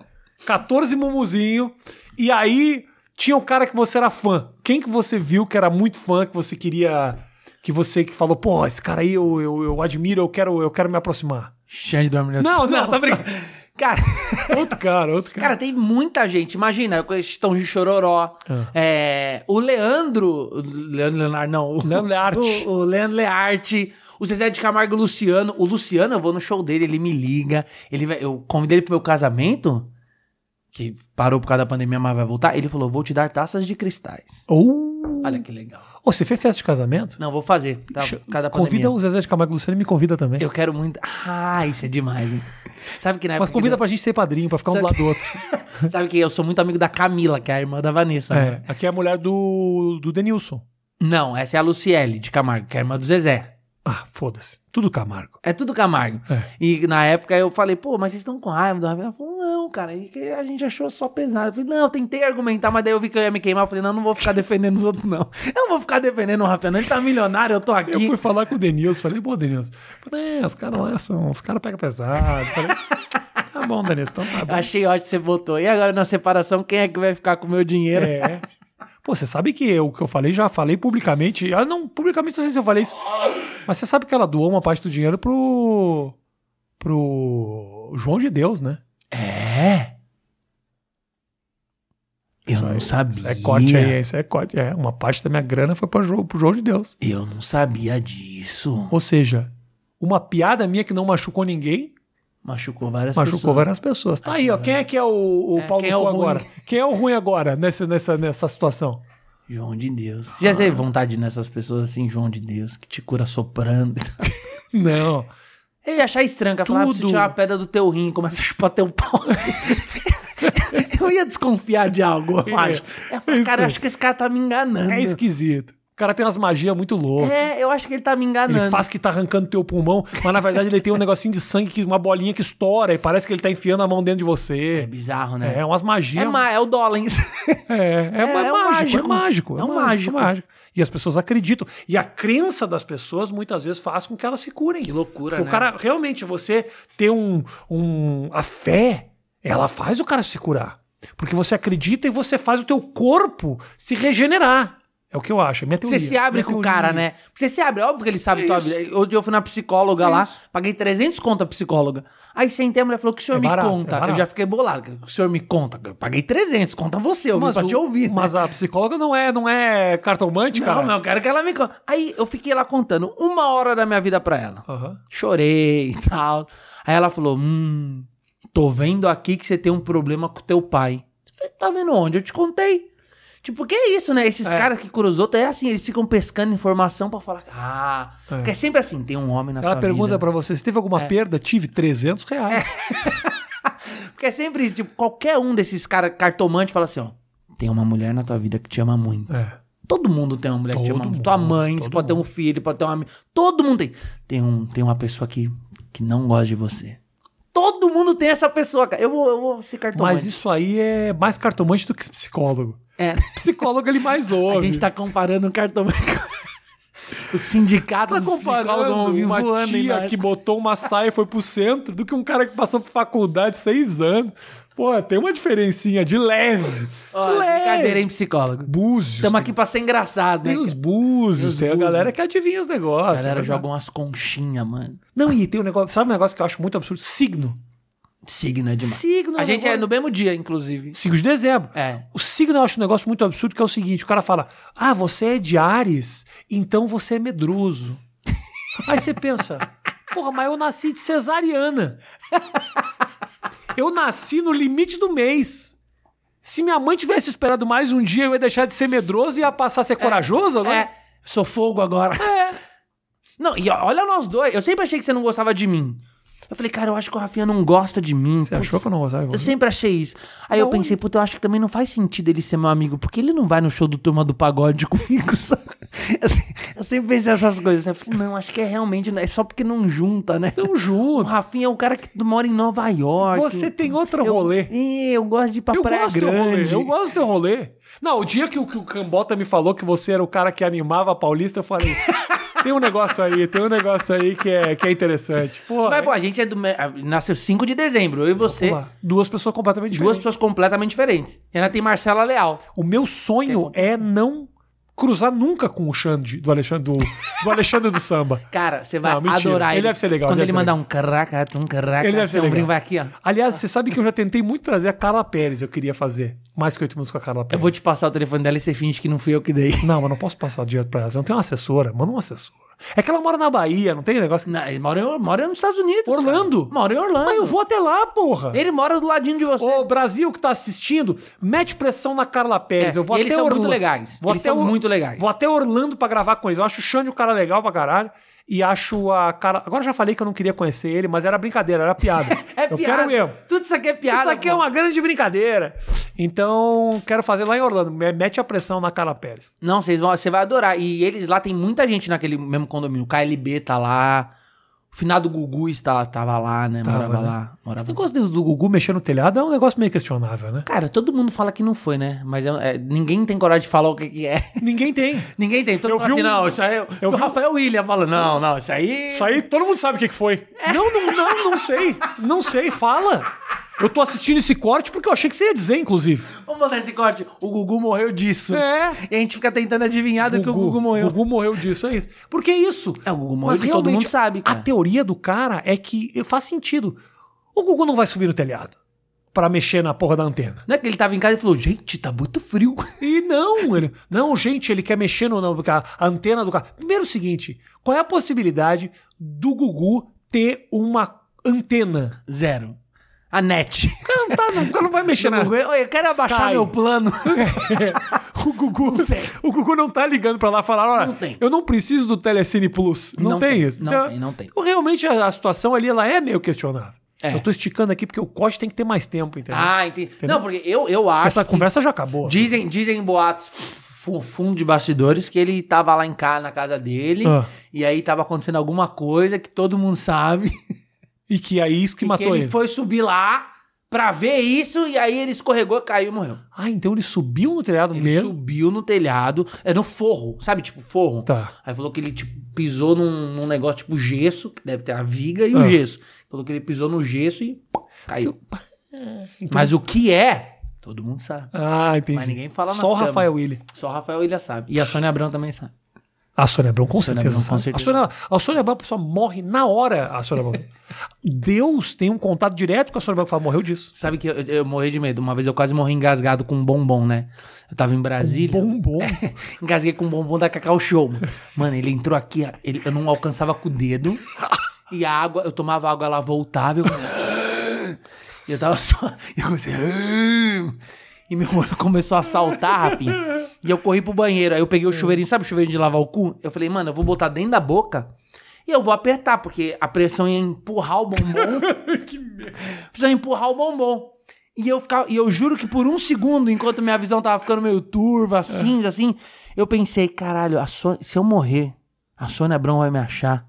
[SPEAKER 1] 14 mumuzinhos. E aí tinha um cara que você era fã. Quem que você viu que era muito fã, que você queria. Que você que falou, pô, esse cara aí eu, eu, eu admiro, eu quero, eu quero me aproximar.
[SPEAKER 2] Xande da mulher de
[SPEAKER 1] Não,
[SPEAKER 2] samba.
[SPEAKER 1] não.
[SPEAKER 2] tá brincando. Cara,
[SPEAKER 1] <laughs> Outro cara, outro cara.
[SPEAKER 2] cara, tem muita gente. Imagina, eu conheço Estão de Chororó.
[SPEAKER 1] Ah.
[SPEAKER 2] É, o Leandro. o Leandro Leonardo, não. O,
[SPEAKER 1] Leandro Learte.
[SPEAKER 2] O, o Leandro Learte. O Zezé de Camargo e o Luciano. O Luciano, eu vou no show dele, ele me liga. Ele vai, eu convidei ele pro meu casamento, que parou por causa da pandemia, mas vai voltar. Ele falou: vou te dar taças de cristais.
[SPEAKER 1] Ou.
[SPEAKER 2] Olha que legal.
[SPEAKER 1] Ô, você fez festa de casamento?
[SPEAKER 2] Não, vou fazer. Tá, por causa da
[SPEAKER 1] convida
[SPEAKER 2] pandemia.
[SPEAKER 1] o Zezé de Camargo e Luciano e me convida também.
[SPEAKER 2] Eu quero muito. Ah, isso é demais, hein? Sabe que na
[SPEAKER 1] Mas
[SPEAKER 2] época.
[SPEAKER 1] convida pra gente ser padrinho, pra ficar um do
[SPEAKER 2] Só
[SPEAKER 1] lado do outro.
[SPEAKER 2] que... Sabe que eu sou muito amigo da Camila, que é a irmã da Vanessa. né?
[SPEAKER 1] É, aqui é a mulher do, do Denilson.
[SPEAKER 2] Não, essa é a Luciele de Camargo, que é a irmã do Zezé.
[SPEAKER 1] Ah, foda-se. Tudo Camargo.
[SPEAKER 2] É tudo Camargo.
[SPEAKER 1] É.
[SPEAKER 2] E na época eu falei, pô, mas vocês estão com raiva do Rafael? Ela falou, não, cara, é que a gente achou só pesado. Eu falei, não, eu tentei argumentar, mas daí eu vi que eu ia me queimar. Eu falei, não, não vou ficar defendendo os outros, não. <laughs> Eu não vou ficar defendendo o Rafael, não. Ele tá milionário, eu tô
[SPEAKER 1] Eu
[SPEAKER 2] aqui.
[SPEAKER 1] fui falar com o Denilson, falei, pô, Denilson, falei, é, os caras lá são, os caras pegam pesado. Falei, tá bom, Denilson, então tá bom.
[SPEAKER 2] Achei ótimo que você botou. E agora na separação, quem é que vai ficar com o meu dinheiro?
[SPEAKER 1] É. Pô, você sabe que eu- o que eu falei, já falei publicamente. Ah, não, publicamente não sei se eu falei isso. Mas você sabe que ela doou uma parte do dinheiro pro. pro. João de Deus, né?
[SPEAKER 2] É? Eu
[SPEAKER 1] Isso
[SPEAKER 2] não
[SPEAKER 1] aí,
[SPEAKER 2] sabia.
[SPEAKER 1] Isso é corte aí, isso é corte. É, uma parte da minha grana foi pra Jo- pro João de Deus.
[SPEAKER 2] Eu não sabia disso.
[SPEAKER 1] Ou seja, uma piada minha que não machucou ninguém,
[SPEAKER 2] Machucou várias
[SPEAKER 1] machucou
[SPEAKER 2] pessoas.
[SPEAKER 1] várias pessoas. Tá aí, ó. Quem é que é o, o
[SPEAKER 2] É,
[SPEAKER 1] pau
[SPEAKER 2] quem
[SPEAKER 1] no
[SPEAKER 2] é
[SPEAKER 1] cu
[SPEAKER 2] o ruim?
[SPEAKER 1] agora? Quem é o ruim agora nessa, nessa, nessa situação?
[SPEAKER 2] João de Deus. Ah. Já teve vontade nessas pessoas assim, João de Deus, que te cura soprando.
[SPEAKER 1] Não.
[SPEAKER 2] <laughs> Ele ia achar estranho, que ia falar, ah, preciso
[SPEAKER 1] Tudo.
[SPEAKER 2] tirar uma pedra do teu rim, começa a chupar teu pau. <laughs> eu ia desconfiar de algo, eu acho. Eu <laughs> ia falar,
[SPEAKER 1] É isso
[SPEAKER 2] cara,
[SPEAKER 1] que-
[SPEAKER 2] eu acho que esse cara tá me enganando.
[SPEAKER 1] É esquisito. O cara tem umas magias muito loucas.
[SPEAKER 2] É, eu acho que ele tá me enganando.
[SPEAKER 1] Ele faz que tá arrancando teu pulmão, mas na verdade ele tem um negocinho de sangue, que uma bolinha que estoura e parece que ele tá enfiando a mão dentro de
[SPEAKER 2] É
[SPEAKER 1] você.
[SPEAKER 2] bizarro, né?
[SPEAKER 1] É, umas
[SPEAKER 2] É,
[SPEAKER 1] magias.
[SPEAKER 2] ma- é o Dolens.
[SPEAKER 1] É, é,
[SPEAKER 2] é
[SPEAKER 1] é
[SPEAKER 2] um
[SPEAKER 1] mágico, é
[SPEAKER 2] mágico.
[SPEAKER 1] mágico.
[SPEAKER 2] É um mágico.
[SPEAKER 1] é mágico. E as pessoas acreditam. E a crença das pessoas muitas vezes faz com que elas se curem.
[SPEAKER 2] que loucura, <laughs>
[SPEAKER 1] Porque
[SPEAKER 2] né?
[SPEAKER 1] o cara, realmente, você ter um, um. A fé, ela faz o cara se curar. Porque você acredita e você faz o teu corpo se regenerar. É o que eu acho, é minha teoria.
[SPEAKER 2] Você se abre
[SPEAKER 1] Minha
[SPEAKER 2] com o
[SPEAKER 1] teoria.
[SPEAKER 2] cara, né? Você se abre, óbvio que ele sabe
[SPEAKER 1] É
[SPEAKER 2] tua
[SPEAKER 1] isso.
[SPEAKER 2] vida. Outro dia eu fui na psicóloga
[SPEAKER 1] É
[SPEAKER 2] lá,
[SPEAKER 1] isso.
[SPEAKER 2] paguei 300 conto a psicóloga. Aí sentei, a mulher falou, o que o senhor
[SPEAKER 1] É
[SPEAKER 2] me
[SPEAKER 1] barato, é
[SPEAKER 2] conta? eu
[SPEAKER 1] barato.
[SPEAKER 2] já fiquei bolado. O senhor me conta? Eu paguei 300, conta você, eu vim pra
[SPEAKER 1] o-
[SPEAKER 2] te ouvir. né?
[SPEAKER 1] Mas a psicóloga não é, não é cartomante,
[SPEAKER 2] <laughs> não,
[SPEAKER 1] cara.
[SPEAKER 2] mas eu quero que ela me conte. Aí eu fiquei lá contando uma hora da minha vida pra ela.
[SPEAKER 1] Aham.
[SPEAKER 2] Chorei e tal. Aí ela falou, hum, tô vendo aqui que você tem um problema com teu pai. Eu falei, Tá vendo onde? Eu te contei. Tipo, que é isso, né? Esses
[SPEAKER 1] É.
[SPEAKER 2] caras que cruzou, é assim, eles ficam pescando informação pra falar, ah...
[SPEAKER 1] É.
[SPEAKER 2] Porque é sempre assim, tem um homem na
[SPEAKER 1] Ela
[SPEAKER 2] sua
[SPEAKER 1] pergunta
[SPEAKER 2] vida. É.
[SPEAKER 1] pra você, se teve alguma perda? Tive 300 reais.
[SPEAKER 2] Porque é sempre isso, tipo, qualquer um desses caras cartomante fala assim, ó. Tem uma mulher na tua vida que te ama muito.
[SPEAKER 1] É.
[SPEAKER 2] Todo mundo tem uma mulher que te
[SPEAKER 1] Todo
[SPEAKER 2] ama muito. Tua
[SPEAKER 1] mundo,
[SPEAKER 2] mãe, você
[SPEAKER 1] todo
[SPEAKER 2] pode ter um filho, pode ter uma amiga. Todo mundo tem. Tem, um, tem uma pessoa que, que não gosta de você. Todo mundo tem essa pessoa, cara. Eu vou, eu vou ser cartomante.
[SPEAKER 1] Mas isso aí é mais cartomante do que psicólogo. <laughs>
[SPEAKER 2] É.
[SPEAKER 1] Psicólogo ele mais ouve.
[SPEAKER 2] A gente tá comparando o cartomante com- <laughs> O sindicato
[SPEAKER 1] tá
[SPEAKER 2] dos
[SPEAKER 1] comparando
[SPEAKER 2] psicólogos vivo
[SPEAKER 1] uma
[SPEAKER 2] voando em
[SPEAKER 1] tia
[SPEAKER 2] nós.
[SPEAKER 1] que botou uma saia e foi pro centro do que um cara que passou por faculdade seis anos. Pô, tem uma diferencinha de leve.
[SPEAKER 2] Ó,
[SPEAKER 1] de leve.
[SPEAKER 2] brincadeira, hein, psicólogo?
[SPEAKER 1] Búzios.
[SPEAKER 2] Estamos aqui pra ser engraçado, né?
[SPEAKER 1] Tem os
[SPEAKER 2] cara?
[SPEAKER 1] búzios,
[SPEAKER 2] Os
[SPEAKER 1] tem a
[SPEAKER 2] búzios.
[SPEAKER 1] galera que adivinha os
[SPEAKER 2] A
[SPEAKER 1] negócios.
[SPEAKER 2] galera
[SPEAKER 1] né?
[SPEAKER 2] joga um- umas conchinhas, mano.
[SPEAKER 1] Não, e tem um negócio. Sabe um negócio que eu acho muito absurdo? Signo.
[SPEAKER 2] Signo é demais.
[SPEAKER 1] Signo.
[SPEAKER 2] A gente é
[SPEAKER 1] negócio-
[SPEAKER 2] no mesmo dia, inclusive.
[SPEAKER 1] 5 de dezembro.
[SPEAKER 2] É.
[SPEAKER 1] O signo eu acho um negócio muito absurdo, que é o seguinte: o cara fala, ah, você é de Ares, então você é medroso. <laughs> Aí você pensa, porra, mas eu nasci de cesariana. <laughs> Eu nasci no limite do mês. Se minha mãe tivesse esperado mais um dia, eu ia deixar de ser medroso e ia passar a ser corajoso agora?
[SPEAKER 2] É. Sou fogo agora. É. Não, e olha nós dois. Eu sempre achei que você não gostava de mim. Eu falei, cara, eu acho que o Rafinha não gosta de mim.
[SPEAKER 1] Você achou que eu não gostava?
[SPEAKER 2] Eu sempre achei isso. Aí eu
[SPEAKER 1] Não.
[SPEAKER 2] pensei, puta, eu acho que também não faz sentido ele ser meu amigo, porque ele não vai no show do Turma do Pagode <laughs> comigo. sabe? Eu, se- eu sempre pensei essas coisas. né? Eu falei, não, acho que é realmente. É só porque não junta, né?
[SPEAKER 1] Tamo
[SPEAKER 2] O
[SPEAKER 1] junto.
[SPEAKER 2] Rafinha é um cara que mora em Nova York.
[SPEAKER 1] Você tem outro
[SPEAKER 2] eu,
[SPEAKER 1] rolê.
[SPEAKER 2] Ih, Eu gosto de ir pra
[SPEAKER 1] Eu
[SPEAKER 2] Praia
[SPEAKER 1] gosto do
[SPEAKER 2] Grande.
[SPEAKER 1] rolê, eu gosto do rolê. Não, o dia que o, que o Cambota me falou que você era o cara que animava a Paulista, eu
[SPEAKER 2] <laughs>
[SPEAKER 1] falei, tem um negócio aí, tem um negócio aí que é, que é interessante. Pô,
[SPEAKER 2] Mas,
[SPEAKER 1] é-
[SPEAKER 2] pô, a gente é do. me- ah, Nasceu 5 de dezembro, eu e você.
[SPEAKER 1] vamos lá. duas pessoas completamente
[SPEAKER 2] Duas
[SPEAKER 1] diferentes.
[SPEAKER 2] pessoas completamente diferentes. Renata e Marcela Leal.
[SPEAKER 1] O meu sonho é não cruzar nunca com o Xande, do Alexandre do, do, Alexandre do Samba.
[SPEAKER 2] Cara, você vai
[SPEAKER 1] Não, mentira.
[SPEAKER 2] adorar
[SPEAKER 1] Ele
[SPEAKER 2] ele.
[SPEAKER 1] deve ser legal,
[SPEAKER 2] Quando
[SPEAKER 1] ele
[SPEAKER 2] ele,
[SPEAKER 1] deve ser
[SPEAKER 2] mandar um caraca, um caraca,
[SPEAKER 1] Ele deve ser
[SPEAKER 2] seu
[SPEAKER 1] legal.
[SPEAKER 2] ombrinho vai aqui, ó.
[SPEAKER 1] Aliás, você sabe que eu já tentei muito trazer a Carla Pérez, eu queria fazer mais que oito minutos com a Carla
[SPEAKER 2] Eu
[SPEAKER 1] Pérez.
[SPEAKER 2] vou te passar o telefone dela e você finge que não fui eu que dei. <laughs>
[SPEAKER 1] Não, mas não posso passar direto pra ela. Você não tem uma assessora, manda uma assessora. É que ela mora na Bahia, não tem negócio que...
[SPEAKER 2] Não, ele mora, em- mora nos Estados Unidos. cara.
[SPEAKER 1] Orlando?
[SPEAKER 2] Mora em Orlando.
[SPEAKER 1] Mas eu vou até lá, porra.
[SPEAKER 2] Ele mora do ladinho de você.
[SPEAKER 1] Ô, Brasil que tá assistindo, mete pressão na Carla Pérez.
[SPEAKER 2] É,
[SPEAKER 1] eu vou
[SPEAKER 2] e eles
[SPEAKER 1] até
[SPEAKER 2] são
[SPEAKER 1] Orlando.
[SPEAKER 2] muito legais.
[SPEAKER 1] Vou
[SPEAKER 2] Eles
[SPEAKER 1] até
[SPEAKER 2] são
[SPEAKER 1] Or-
[SPEAKER 2] muito legais.
[SPEAKER 1] Vou até Orlando pra gravar com eles. Eu acho o Xande um cara legal pra caralho. E acho a Carla. Agora eu já falei que eu não queria conhecer ele, mas era brincadeira, era piada.
[SPEAKER 2] <laughs> É
[SPEAKER 1] eu
[SPEAKER 2] piada.
[SPEAKER 1] quero mesmo.
[SPEAKER 2] Tudo isso aqui é piada.
[SPEAKER 1] Isso aqui é
[SPEAKER 2] pô.
[SPEAKER 1] uma grande brincadeira. Então, quero fazer lá em Orlando. Me- Mete a pressão na Carla Pérez.
[SPEAKER 2] Não, vocês vão, você vai adorar. E eles lá tem muita gente naquele mesmo condomínio. O KLB tá lá. O finado Gugu está, tava lá, né?
[SPEAKER 1] Tava,
[SPEAKER 2] morava
[SPEAKER 1] né?
[SPEAKER 2] lá.
[SPEAKER 1] Esse
[SPEAKER 2] Morava lá.
[SPEAKER 1] negócio do do Gugu mexer no telhado é um negócio meio questionável, né?
[SPEAKER 2] Cara, todo mundo fala que não foi, né? Mas eu- é, ninguém tem coragem de falar o que, que é.
[SPEAKER 1] Ninguém tem.
[SPEAKER 2] <laughs> Ninguém tem. Todo
[SPEAKER 1] Eu
[SPEAKER 2] mundo fala
[SPEAKER 1] vi
[SPEAKER 2] assim,
[SPEAKER 1] um-
[SPEAKER 2] não, isso aí.
[SPEAKER 1] eu
[SPEAKER 2] o
[SPEAKER 1] vi um-
[SPEAKER 2] Rafael William fala, não, não, isso aí.
[SPEAKER 1] Isso aí todo mundo sabe o que que foi. Não, não, não, não sei. Não sei, fala. Eu tô assistindo esse corte porque eu achei que você ia dizer, inclusive.
[SPEAKER 2] Vamos botar esse corte. O Gugu morreu disso.
[SPEAKER 1] É.
[SPEAKER 2] E a gente fica tentando adivinhar do que o Gugu morreu.
[SPEAKER 1] Gugu morreu disso, é isso. Porque é isso.
[SPEAKER 2] É, o Gugu morreu
[SPEAKER 1] Mas
[SPEAKER 2] que todo
[SPEAKER 1] realmente,
[SPEAKER 2] mundo sabe,
[SPEAKER 1] A
[SPEAKER 2] cara.
[SPEAKER 1] teoria do cara é que faz sentido. O Gugu não vai subir no telhado pra mexer na porra da antena.
[SPEAKER 2] Não é que ele tava em casa e falou, gente, tá muito frio. <laughs>
[SPEAKER 1] E não, ele, não, gente, ele quer mexer no, no- a antena do carro. Primeiro o seguinte, qual é a possibilidade do Gugu ter uma antena?
[SPEAKER 2] Zero.
[SPEAKER 1] <laughs>
[SPEAKER 2] A net.
[SPEAKER 1] O cara não, tá, não, o cara não vai mexer
[SPEAKER 2] <laughs>
[SPEAKER 1] na...
[SPEAKER 2] Gugu, Oi, eu quero abaixar
[SPEAKER 1] Sky. É. <laughs>
[SPEAKER 2] meu plano.
[SPEAKER 1] O
[SPEAKER 2] <laughs>
[SPEAKER 1] Gugu, <laughs> o Gugu não tá ligando pra lá e falar, olha,
[SPEAKER 2] Não tem.
[SPEAKER 1] eu não preciso do Telecine Plus. Não,
[SPEAKER 2] Não
[SPEAKER 1] tem,
[SPEAKER 2] tem,
[SPEAKER 1] isso.
[SPEAKER 2] não tem, não tem.
[SPEAKER 1] então, Realmente a, a situação ali, ela é meio questionável.
[SPEAKER 2] É.
[SPEAKER 1] Eu tô esticando aqui porque o corte tem que ter mais tempo, entendeu?
[SPEAKER 2] Ah, entendi. Não, porque eu, eu acho.
[SPEAKER 1] Essa
[SPEAKER 2] que-
[SPEAKER 1] conversa já acabou.
[SPEAKER 2] Dizem, dizem boatos fu- fundo de bastidores que ele tava lá em casa, na casa dele,
[SPEAKER 1] Ah.
[SPEAKER 2] e aí tava acontecendo alguma coisa que todo mundo sabe.
[SPEAKER 1] E que aí isso que
[SPEAKER 2] e <laughs> que
[SPEAKER 1] matou
[SPEAKER 2] ele,
[SPEAKER 1] ele.
[SPEAKER 2] foi subir lá pra ver isso, e aí ele escorregou, caiu e morreu.
[SPEAKER 1] Ah, então ele subiu no telhado
[SPEAKER 2] Ele
[SPEAKER 1] mesmo?
[SPEAKER 2] subiu no telhado, é no forro, sabe? Tipo, forro.
[SPEAKER 1] Tá.
[SPEAKER 2] Aí falou que ele tipo, pisou num, num negócio tipo gesso, que deve ter a viga e
[SPEAKER 1] Ah.
[SPEAKER 2] o gesso. Falou que ele pisou no gesso e pá, caiu.
[SPEAKER 1] Então-
[SPEAKER 2] Mas o que é, Todo mundo sabe.
[SPEAKER 1] Ah, entendi.
[SPEAKER 2] Mas ninguém fala nas
[SPEAKER 1] Só o
[SPEAKER 2] câmeras.
[SPEAKER 1] Rafael Willi.
[SPEAKER 2] Só o Rafael Ilha sabe. E a Sônia Abrão também sabe.
[SPEAKER 1] A Sônia Abrão, com
[SPEAKER 2] Sônia
[SPEAKER 1] certeza.
[SPEAKER 2] Abrão, com
[SPEAKER 1] sabe.
[SPEAKER 2] certeza.
[SPEAKER 1] A, Sônia, a Sônia Abrão só morre na hora. A Sônia
[SPEAKER 2] <laughs>
[SPEAKER 1] Abrão. Deus tem um contato direto com a Sônia Abrão que fala, morreu disso.
[SPEAKER 2] Sabe que eu, eu morri de medo. Uma vez eu quase morri engasgado com um bombom, né? Eu tava em Brasília. <laughs>
[SPEAKER 1] Bombom.
[SPEAKER 2] Engasguei com um bombom da Cacau Show. Mano, ele entrou aqui, ele- eu não alcançava com o dedo. E a água, eu tomava água, ela voltava. Eu, "Ah." e eu tava só. E eu comecei. "Ah." E meu olho começou a saltar, rapinho. E eu corri pro banheiro. Aí eu peguei o chuveirinho, sabe o chuveirinho de lavar o cu? Eu falei, mano, eu vou botar dentro da boca. E eu vou apertar, porque a pressão ia empurrar o bombom. precisava empurrar o bombom. E eu, ficava, e eu juro que por um segundo, enquanto minha visão tava ficando meio turva, cinza, assim, eu pensei, caralho, a Sônia- se eu morrer, a Sônia Abrão vai me achar.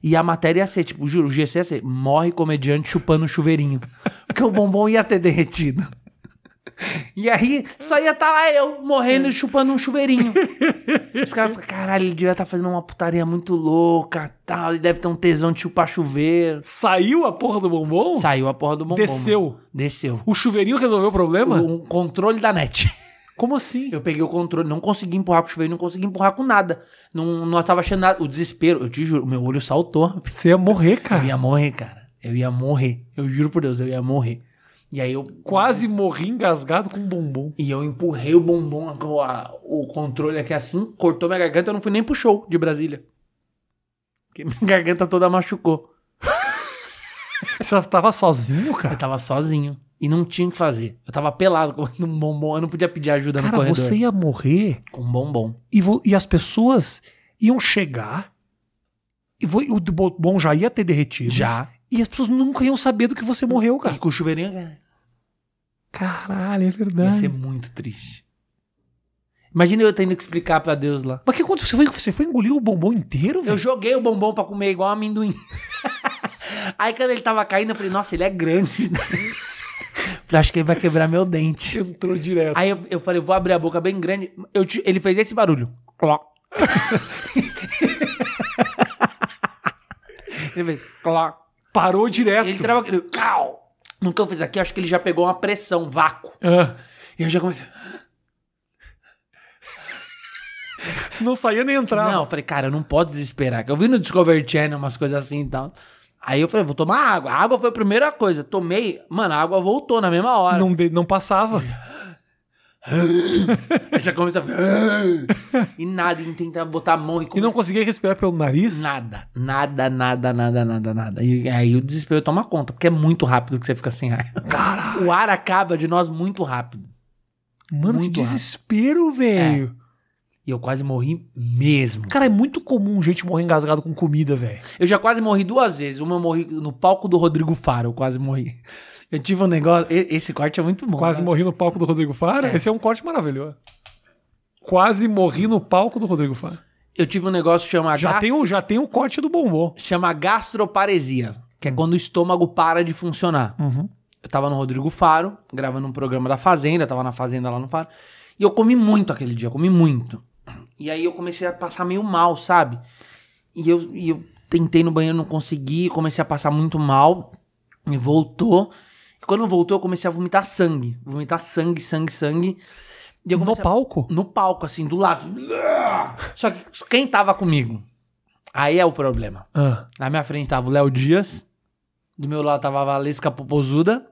[SPEAKER 2] E a matéria ia ser, tipo, juro, o GC ia ser, morre comediante chupando um chuveirinho. Porque o bombom ia ter derretido. E aí, só ia estar lá eu, morrendo e chupando um chuveirinho. Os caras ficam, caralho, ele devia estar fazendo uma putaria muito louca, tal, ele deve ter um tesão de chupar chuveiro.
[SPEAKER 1] Saiu a porra do bombom?
[SPEAKER 2] Saiu a porra do bombom.
[SPEAKER 1] Desceu.
[SPEAKER 2] mano. Desceu.
[SPEAKER 1] O chuveirinho resolveu o problema?
[SPEAKER 2] Um controle da net. <laughs>
[SPEAKER 1] Como assim?
[SPEAKER 2] Eu peguei o controle, não consegui empurrar com o chuveiro, não consegui empurrar com nada. Não, não tava achando nada. O desespero, eu te juro, meu olho saltou.
[SPEAKER 1] Você ia morrer,
[SPEAKER 2] Eu
[SPEAKER 1] cara.
[SPEAKER 2] ia morrer, cara. Eu ia morrer. Eu juro por Deus, eu ia morrer. E aí eu.
[SPEAKER 1] Quase morri engasgado com um bombom.
[SPEAKER 2] E eu empurrei o bombom, a- o controle aqui assim, cortou minha garganta, eu não fui nem pro show de Brasília. Porque minha <laughs> garganta toda machucou.
[SPEAKER 1] Você tava sozinho,
[SPEAKER 2] Eu
[SPEAKER 1] cara?
[SPEAKER 2] tava sozinho. E não tinha o que fazer. Eu tava pelado com um bombom, eu não podia pedir ajuda no
[SPEAKER 1] Cara,
[SPEAKER 2] corredor.
[SPEAKER 1] você ia morrer
[SPEAKER 2] Com um bombom.
[SPEAKER 1] e, vo- e as pessoas iam chegar e vo- o do bombom já ia ter derretido.
[SPEAKER 2] Já.
[SPEAKER 1] E as pessoas nunca iam saber do que você morreu,
[SPEAKER 2] E
[SPEAKER 1] cara.
[SPEAKER 2] com o chuveirinho. cara,
[SPEAKER 1] Caralho, é
[SPEAKER 2] Ia
[SPEAKER 1] verdade.
[SPEAKER 2] ser muito triste. Imagina eu tendo que explicar pra Deus lá.
[SPEAKER 1] Mas o que aconteceu? Você foi, você foi engolir o bombom inteiro,
[SPEAKER 2] Eu
[SPEAKER 1] velho?
[SPEAKER 2] joguei o bombom pra comer igual amendoim. <laughs> Aí quando ele tava caindo, eu falei, nossa, ele é grande. <laughs> falei, acho que ele vai quebrar meu dente.
[SPEAKER 1] Entrou direto.
[SPEAKER 2] Aí eu, eu falei, vou abrir a boca bem grande. Eu te- ele fez esse barulho. Cloc. ele fez cloc.
[SPEAKER 1] Parou direto.
[SPEAKER 2] Ele trava aquele. Cau! Nunca eu fiz aqui, acho que ele já pegou uma pressão, um vácuo.
[SPEAKER 1] Ah,
[SPEAKER 2] E eu já comecei.
[SPEAKER 1] não saía nem entrava.
[SPEAKER 2] Não, eu falei, cara, eu não posso desesperar. que Eu vi no Discovery Channel umas coisas assim e tal. Aí eu falei, vou tomar água. A água foi a primeira coisa. Tomei, mano, a água voltou na mesma hora.
[SPEAKER 1] Não, de- não passava.
[SPEAKER 2] Aí já começou a. "Ah!" e nada, e tentar botar a mão e
[SPEAKER 1] E não conseguia respirar pelo nariz.
[SPEAKER 2] Nada, nada, nada, nada, nada, nada. E aí o desespero toma conta, porque é muito rápido que você fica sem ar.
[SPEAKER 1] Caralho.
[SPEAKER 2] O ar acaba de nós muito rápido.
[SPEAKER 1] Mano,
[SPEAKER 2] Muito
[SPEAKER 1] que desespero, velho.
[SPEAKER 2] E eu quase morri mesmo.
[SPEAKER 1] Cara, é muito comum gente morrer engasgado com comida, velho.
[SPEAKER 2] Eu já quase morri duas vezes. Uma eu morri no palco do Rodrigo Faro, eu quase morri. Eu tive um negócio. e- Esse corte é muito bom.
[SPEAKER 1] Quase
[SPEAKER 2] né?
[SPEAKER 1] morri no palco do Rodrigo Faro. Esse é um corte maravilhoso. Quase morri no palco do Rodrigo Faro.
[SPEAKER 2] Eu tive um negócio chamado
[SPEAKER 1] Já tem, o, já tem o corte do bombom.
[SPEAKER 2] chama gastroparesia,
[SPEAKER 1] Hum.
[SPEAKER 2] que é quando o estômago para de funcionar.
[SPEAKER 1] Uhum.
[SPEAKER 2] Eu tava no Rodrigo Faro, gravando um programa da Fazenda, tava na Fazenda lá no Faro. E eu comi muito aquele dia, eu comi muito. E aí eu comecei a passar meio mal, sabe? E eu, e eu tentei no banheiro, não consegui, comecei a passar muito mal. E voltou. E quando voltou, eu comecei a vomitar sangue. Vomitar sangue, sangue, sangue. E eu
[SPEAKER 1] No
[SPEAKER 2] comecei a-
[SPEAKER 1] palco?
[SPEAKER 2] no palco, assim, do lado. Só que quem tava comigo? Aí é o problema.
[SPEAKER 1] Ah.
[SPEAKER 2] Na minha frente tava o Léo Dias. Do meu lado tava a Valesca Popozuda.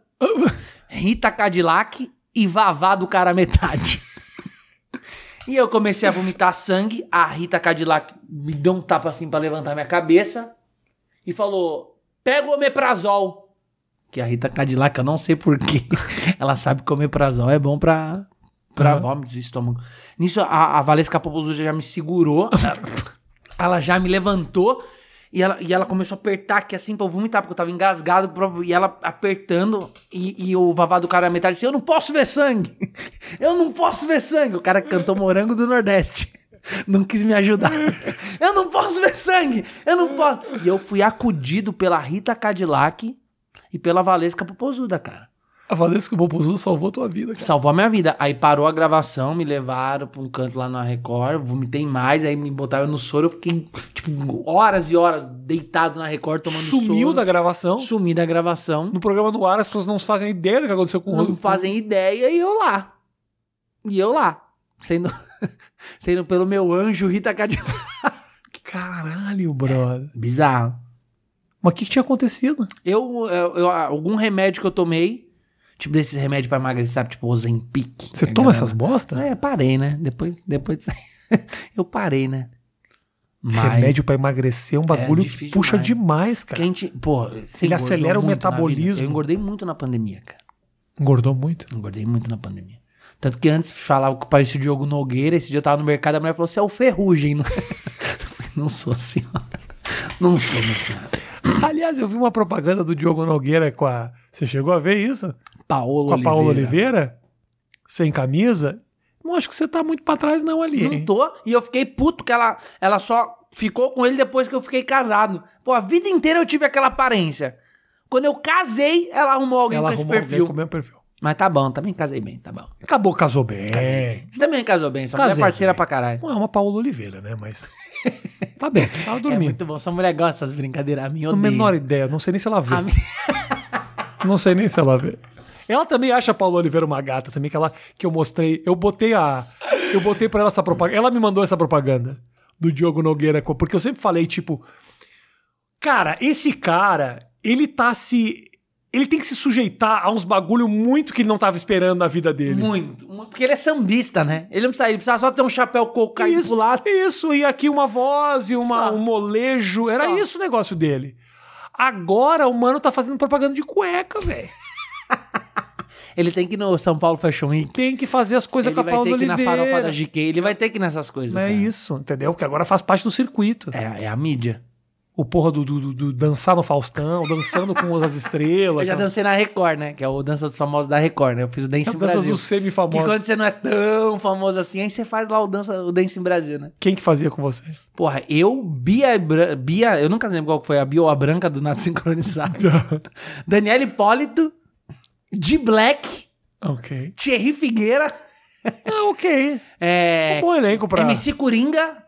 [SPEAKER 2] Rita Cadillac e Vavá do cara à metade. e eu comecei a vomitar sangue. A Rita Cadillac me deu um tapa assim pra levantar minha cabeça. E falou: pega o omeprazol. Que a Rita Cadillac, eu não sei porquê. <laughs> Ela sabe que o omeprazol é bom pra, pra
[SPEAKER 1] Aham.
[SPEAKER 2] vômitos e estômago. Nisso, a, a Valesca Popozuda já me segurou. ela já me levantou. E ela, e ela começou a apertar aqui assim pra eu vomitar, porque eu tava engasgado. pra- E ela apertando. E, e o vavá do cara na metade disse: Eu não posso ver sangue! <laughs> Eu não posso ver sangue! O cara cantou Morango do Nordeste. <laughs> Não quis me ajudar. <laughs> Eu não posso ver sangue! Eu não posso. E eu fui acudido pela Rita Cadillac e pela Valesca Popozuda, cara.
[SPEAKER 1] A Valesca Popozuda salvou tua vida, cara.
[SPEAKER 2] Salvou a minha vida. Aí parou a gravação, me levaram pra um canto lá na Record, vomitei mais, aí me botaram no soro, eu fiquei, tipo, horas e horas deitado na Record tomando
[SPEAKER 1] Sumiu
[SPEAKER 2] soro.
[SPEAKER 1] da gravação.
[SPEAKER 2] Sumi da gravação.
[SPEAKER 1] No programa do ar, as pessoas não fazem ideia do que aconteceu com o
[SPEAKER 2] Não
[SPEAKER 1] Rodrigo.
[SPEAKER 2] fazem ideia, e eu lá. E eu lá. Sendo, <laughs> sendo pelo meu anjo Rita Cadillac.
[SPEAKER 1] Caralho, brother.
[SPEAKER 2] Bizarro.
[SPEAKER 1] Mas o que, que tinha acontecido?
[SPEAKER 2] Eu, eu- eu- algum remédio que eu tomei, tipo desses remédios pra emagrecer, sabe? Tipo Ozempic.
[SPEAKER 1] Você
[SPEAKER 2] tá
[SPEAKER 1] toma
[SPEAKER 2] ligado?
[SPEAKER 1] essas bostas?
[SPEAKER 2] É, parei, né? Depois, depois disso aí, <laughs> eu parei, né? Mas
[SPEAKER 1] Remédio pra emagrecer é um bagulho que
[SPEAKER 2] difícil
[SPEAKER 1] puxa
[SPEAKER 2] demais.
[SPEAKER 1] demais,
[SPEAKER 2] que
[SPEAKER 1] cara.
[SPEAKER 2] a gente, pô, você
[SPEAKER 1] Ele
[SPEAKER 2] engordou
[SPEAKER 1] acelera o
[SPEAKER 2] muito na
[SPEAKER 1] metabolismo.
[SPEAKER 2] vida. Eu engordei muito na pandemia, cara.
[SPEAKER 1] Engordou muito.
[SPEAKER 2] Engordei muito na pandemia. Tanto que antes falava que parecia o Diogo Nogueira, esse dia eu tava no mercado, a mulher falou, você é o ferrugem. <laughs> Não, Eu falei, não sou, senhora. Não sou, minha senhora.
[SPEAKER 1] Aliás, eu vi uma propaganda do Diogo Nogueira com a. Você chegou a ver isso?
[SPEAKER 2] Paola
[SPEAKER 1] Com a
[SPEAKER 2] Oliveira.
[SPEAKER 1] Paola Oliveira? Sem camisa? Não acho que você tá muito pra trás, não, ali.
[SPEAKER 2] Não
[SPEAKER 1] hein?
[SPEAKER 2] tô. E eu fiquei puto que ela, ela só ficou com ele depois que eu fiquei casado. Pô, a vida inteira eu tive aquela aparência. Quando eu casei, ela arrumou alguém
[SPEAKER 1] Ela
[SPEAKER 2] com esse
[SPEAKER 1] arrumou alguém
[SPEAKER 2] perfil.
[SPEAKER 1] com o mesmo perfil.
[SPEAKER 2] Mas tá bom, também casei bem, tá bom.
[SPEAKER 1] Acabou, casou bem.
[SPEAKER 2] Você também casou bem, sua mulher
[SPEAKER 1] Casei
[SPEAKER 2] é parceira
[SPEAKER 1] bem.
[SPEAKER 2] pra caralho.
[SPEAKER 1] Não é uma Paola Oliveira, né? Mas. <laughs> tá bem, tava
[SPEAKER 2] É
[SPEAKER 1] dormindo.
[SPEAKER 2] muito bom, sua mulher gosta dessas brincadeiras. A
[SPEAKER 1] Não
[SPEAKER 2] minha
[SPEAKER 1] tenho
[SPEAKER 2] odeia.
[SPEAKER 1] a menor ideia, não sei nem se ela vê.
[SPEAKER 2] A mi-
[SPEAKER 1] Não sei nem se ela vê. Ela também acha a Paula Oliveira uma gata também, que, ela, que eu mostrei. Eu botei a. Eu botei pra ela essa propaganda. Ela me mandou essa propaganda do Diogo Nogueira, co- porque eu sempre falei, tipo. Cara, esse cara, ele tá se. Ele tem que se sujeitar a uns bagulho muito que ele não tava esperando na vida dele.
[SPEAKER 2] Muito. muito. Porque ele é sambista, né? Ele não precisa, ele precisa só ter um chapéu coco caído
[SPEAKER 1] isso,
[SPEAKER 2] pro lado.
[SPEAKER 1] Isso, e aqui uma voz e uma,
[SPEAKER 2] Só.
[SPEAKER 1] um molejo. Era
[SPEAKER 2] Só.
[SPEAKER 1] isso o negócio dele. Agora o mano tá fazendo propaganda de cueca, velho.
[SPEAKER 2] Ele tem que ir no São Paulo Fashion Week.
[SPEAKER 1] Tem que fazer as coisas
[SPEAKER 2] Ele
[SPEAKER 1] com a
[SPEAKER 2] vai
[SPEAKER 1] Paula
[SPEAKER 2] ter que ir
[SPEAKER 1] Oliveira.
[SPEAKER 2] na farofa da GK, ele vai ter que ir nessas coisas.
[SPEAKER 1] É
[SPEAKER 2] cara.
[SPEAKER 1] isso, entendeu? Porque agora faz parte do circuito.
[SPEAKER 2] É, é a mídia.
[SPEAKER 1] O porra do, do- do- do dançar no Faustão, dançando com as estrelas.
[SPEAKER 2] Eu já
[SPEAKER 1] aquela-
[SPEAKER 2] dancei na Record, né? Que é o Dança dos Famosos da Record, né? Eu fiz o Dance
[SPEAKER 1] aquelas
[SPEAKER 2] em
[SPEAKER 1] danças
[SPEAKER 2] Brasil.
[SPEAKER 1] do
[SPEAKER 2] Que
[SPEAKER 1] semi-famoso.
[SPEAKER 2] quando você não é tão famoso assim, aí você faz lá o, dança, o Dance em Brasil, né?
[SPEAKER 1] Quem que fazia com você?
[SPEAKER 2] Porra, eu, Bia, Bra- Bia eu nunca lembro qual que foi, a Bia ou a Branca do
[SPEAKER 1] <laughs>
[SPEAKER 2] Nato Sincronizado. Daniela Hipólito, Di Black,
[SPEAKER 1] Ah, ok.
[SPEAKER 2] Thierry Figueira,
[SPEAKER 1] Ah, ok.
[SPEAKER 2] é,
[SPEAKER 1] Um bom elenco pra...
[SPEAKER 2] MC Coringa,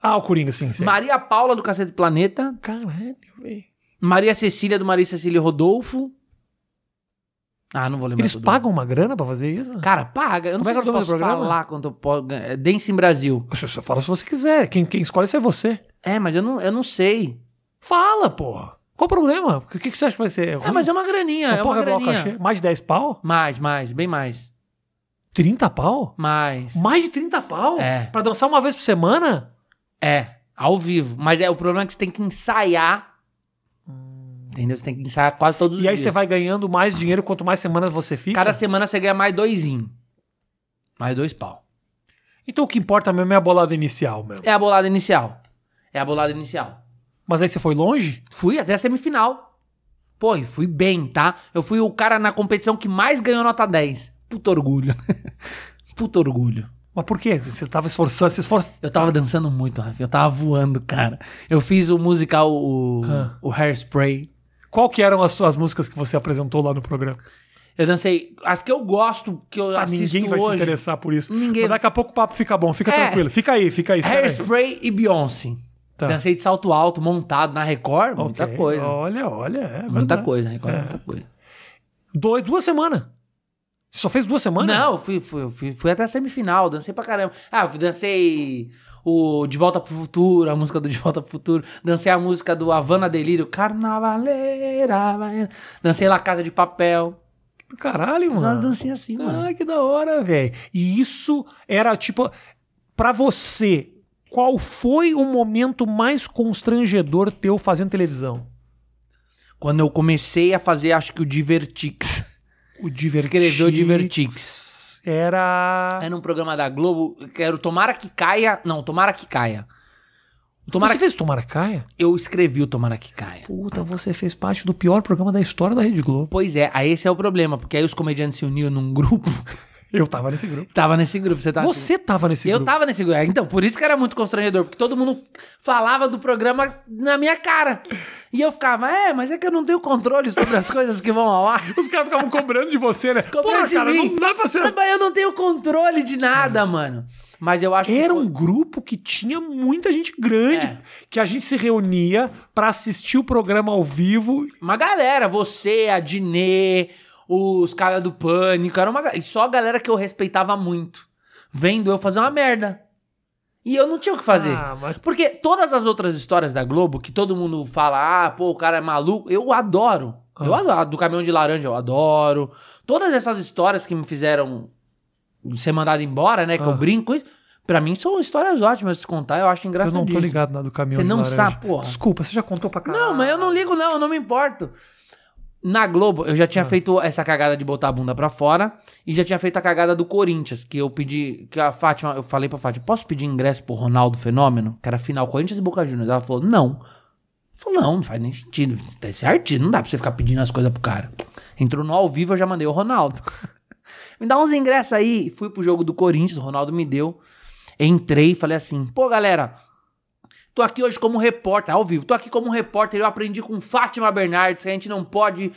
[SPEAKER 1] Ah, o Coringa, sim, sim.
[SPEAKER 2] Maria Paula do Cacete Planeta,
[SPEAKER 1] Caralho, velho.
[SPEAKER 2] Maria Cecília do Maria Cecília Rodolfo. Ah, não vou lembrar
[SPEAKER 1] Eles
[SPEAKER 2] todo
[SPEAKER 1] pagam uma grana pra fazer isso?
[SPEAKER 2] Cara, paga. Eu não
[SPEAKER 1] Como é que
[SPEAKER 2] sei
[SPEAKER 1] é
[SPEAKER 2] se eu
[SPEAKER 1] o nome
[SPEAKER 2] posso
[SPEAKER 1] do programa?
[SPEAKER 2] falar quanto eu posso ganhar. É Dance em Brasil.
[SPEAKER 1] Você só fala se você quiser. Quem, quem escolhe isso é você.
[SPEAKER 2] É, mas eu não, eu não sei.
[SPEAKER 1] Fala, porra. Qual o problema? O que, que você acha que vai ser?
[SPEAKER 2] É, mas é uma graninha, é uma graninha.
[SPEAKER 1] Mais de 10 pau?
[SPEAKER 2] Mais, mais, bem mais.
[SPEAKER 1] 30 pau?
[SPEAKER 2] Mais.
[SPEAKER 1] Mais de 30 pau?
[SPEAKER 2] É.
[SPEAKER 1] Pra dançar uma vez por semana?
[SPEAKER 2] É, ao vivo. Mas é o problema é que você tem que ensaiar. Entendeu? Você tem que ensaiar quase todos os
[SPEAKER 1] Hum. E aí
[SPEAKER 2] dias. assim-
[SPEAKER 1] você vai ganhando mais dinheiro quanto mais semanas você fica.
[SPEAKER 2] Cada semana você ganha mais doisinho. Mais dois pau.
[SPEAKER 1] Então o que importa mesmo é a bolada inicial mesmo.
[SPEAKER 2] É a bolada inicial. É a bolada inicial.
[SPEAKER 1] Mas aí você foi longe?
[SPEAKER 2] Fui até a semifinal. Pô, e fui bem, tá? Eu fui o cara na competição que mais ganhou nota 10. Puto orgulho. <laughs> Puto orgulho.
[SPEAKER 1] Mas por quê? Você tava esforçando, se esforçando.
[SPEAKER 2] Eu tava dançando muito, Rafa. Eu tava voando, cara. Eu fiz o musical, o,
[SPEAKER 1] Ah.
[SPEAKER 2] o Hairspray.
[SPEAKER 1] Qual que eram as suas músicas que você apresentou lá no programa?
[SPEAKER 2] Eu dancei as que eu gosto, que eu
[SPEAKER 1] Ah,
[SPEAKER 2] assisto
[SPEAKER 1] ninguém vai se
[SPEAKER 2] hoje.
[SPEAKER 1] interessar por isso.
[SPEAKER 2] Ninguém-
[SPEAKER 1] Mas daqui a pouco o papo fica bom, fica
[SPEAKER 2] É.
[SPEAKER 1] tranquilo. Fica aí, fica aí. espera aí.
[SPEAKER 2] Hairspray e Beyoncé.
[SPEAKER 1] Tá.
[SPEAKER 2] Dancei de salto alto, montado na Record. Muita
[SPEAKER 1] Ok.
[SPEAKER 2] coisa.
[SPEAKER 1] Olha, olha. é
[SPEAKER 2] Muita
[SPEAKER 1] verdade.
[SPEAKER 2] coisa, Record,
[SPEAKER 1] É.
[SPEAKER 2] muita coisa.
[SPEAKER 1] Dois, duas semanas. Você só fez duas semanas?
[SPEAKER 2] Não, fui, fui, fui, fui até a semifinal, dancei pra caramba. Ah, eu dancei o De Volta pro Futuro, a música do De Volta pro Futuro. Dancei a música do Havana Delírio, Carnavaleira. vai- Dancei La Casa de Papel.
[SPEAKER 1] Caralho,
[SPEAKER 2] Fiz umas
[SPEAKER 1] mano.
[SPEAKER 2] dancinhas assim, mano.
[SPEAKER 1] Ah, que da hora, velho. E isso era tipo. Pra você, qual foi o momento mais constrangedor teu fazendo televisão?
[SPEAKER 2] Quando eu comecei a fazer, acho que o Divertix.
[SPEAKER 1] O Divertix.
[SPEAKER 2] Escreveu Divertix.
[SPEAKER 1] Era.
[SPEAKER 2] Era um programa da Globo, que era o Tomara que Caia. Não, Tomara que Caia. O Tomara
[SPEAKER 1] Você fez Tomara Caia?
[SPEAKER 2] que... Eu escrevi o Tomara que Caia.
[SPEAKER 1] Puta, você fez parte do pior programa da história da Rede Globo.
[SPEAKER 2] Pois é, aí esse é o problema, porque aí os comediantes se uniam num grupo <laughs>
[SPEAKER 1] Eu tava nesse grupo.
[SPEAKER 2] Tava nesse grupo, você tava.
[SPEAKER 1] Você tava nesse
[SPEAKER 2] Tá eu
[SPEAKER 1] grupo.
[SPEAKER 2] tava nesse grupo. É, Então, por isso que era muito constrangedor, porque todo mundo falava do programa na minha cara. E eu ficava, é, mas é que eu não tenho controle sobre as <laughs> coisas que vão ao ar.
[SPEAKER 1] Os caras ficavam cobrando de você, né? Pô,
[SPEAKER 2] tá Cobrando de
[SPEAKER 1] cara,
[SPEAKER 2] mim.
[SPEAKER 1] não dá pra ser assim.
[SPEAKER 2] Mas eu não tenho controle de nada, mano. Mas eu acho que
[SPEAKER 1] Era
[SPEAKER 2] foi-
[SPEAKER 1] um grupo que tinha muita gente grande,
[SPEAKER 2] É.
[SPEAKER 1] que a gente se reunia pra assistir o programa ao vivo.
[SPEAKER 2] uma galera, você, a Dinê, os caras do Pânico, era uma ga- e só a galera que eu respeitava muito, vendo eu fazer uma merda. E eu não tinha o que fazer.
[SPEAKER 1] Ah, mas-
[SPEAKER 2] Porque todas as outras histórias da Globo, que todo mundo fala, ah, pô, o cara é maluco, eu adoro. Eu
[SPEAKER 1] Ah.
[SPEAKER 2] adoro. A Do caminhão de laranja, eu adoro. Todas essas histórias que me fizeram ser mandado embora, né? Que eu
[SPEAKER 1] Ah.
[SPEAKER 2] brinco. Pra mim são histórias ótimas de se contar, eu acho
[SPEAKER 1] eu
[SPEAKER 2] engraçadíssimo.
[SPEAKER 1] não tô ligado nada do caminhão
[SPEAKER 2] Você
[SPEAKER 1] de
[SPEAKER 2] não
[SPEAKER 1] laranja.
[SPEAKER 2] sabe, porra.
[SPEAKER 1] Desculpa, você já contou pra caralho.
[SPEAKER 2] Não, mas eu não ligo, não, eu não me importo. Na Globo, eu já
[SPEAKER 1] Ah.
[SPEAKER 2] tinha feito essa cagada de botar a bunda pra fora e já tinha feito a cagada do Corinthians, que eu pedi, que a Fátima, eu falei pra Fátima, posso pedir ingresso pro Ronaldo Fenômeno? Que era final Corinthians e Boca Juniors. Ela falou, não. Eu falei, não, não faz nem sentido. Você é artista, não dá pra você ficar pedindo as coisas pro cara. Entrou no ao vivo, eu já mandei o Ronaldo. me dá uns ingressos aí. Fui pro jogo do Corinthians, o Ronaldo me deu. Entrei e falei assim, pô galera, Tô aqui hoje como repórter, ao vivo. Tô aqui como repórter. Eu aprendi com Fátima Bernardes que a gente não pode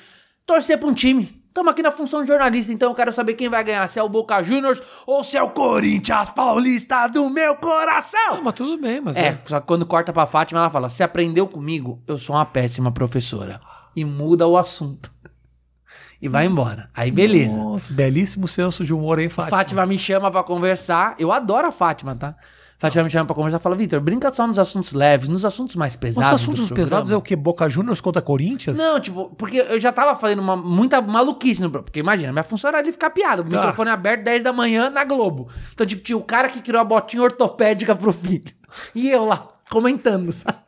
[SPEAKER 2] torcer pra um time. Tamo aqui na função de jornalista, então eu quero saber quem vai ganhar, se é o Boca Juniors ou se é o Corinthians Paulista do meu
[SPEAKER 1] Ah,
[SPEAKER 2] coração.
[SPEAKER 1] mas tudo bem, mas
[SPEAKER 2] É, só que quando corta pra Fátima, ela fala: se aprendeu comigo, eu sou uma péssima professora. E muda o assunto. <laughs> E vai embora. Aí beleza.
[SPEAKER 1] Nossa, belíssimo senso de humor, hein, Fátima?
[SPEAKER 2] Fátima me chama pra conversar. Eu adoro a Fátima, tá? Fátima me chama pra conversar. Fala, Vitor, brinca só nos assuntos leves, nos assuntos mais
[SPEAKER 1] Os
[SPEAKER 2] pesados.
[SPEAKER 1] assuntos
[SPEAKER 2] do
[SPEAKER 1] pesados é
[SPEAKER 2] programa."
[SPEAKER 1] o que? Boca Juniors contra Corinthians?
[SPEAKER 2] Não, tipo, porque eu já tava fazendo uma, muita maluquice no. pro- Porque imagina, minha função era ali ficar piada. O
[SPEAKER 1] Tá.
[SPEAKER 2] microfone aberto 10 da manhã na Globo. Então, tipo, tinha o cara que criou a botinha ortopédica pro filho. E eu lá, comentando, sabe?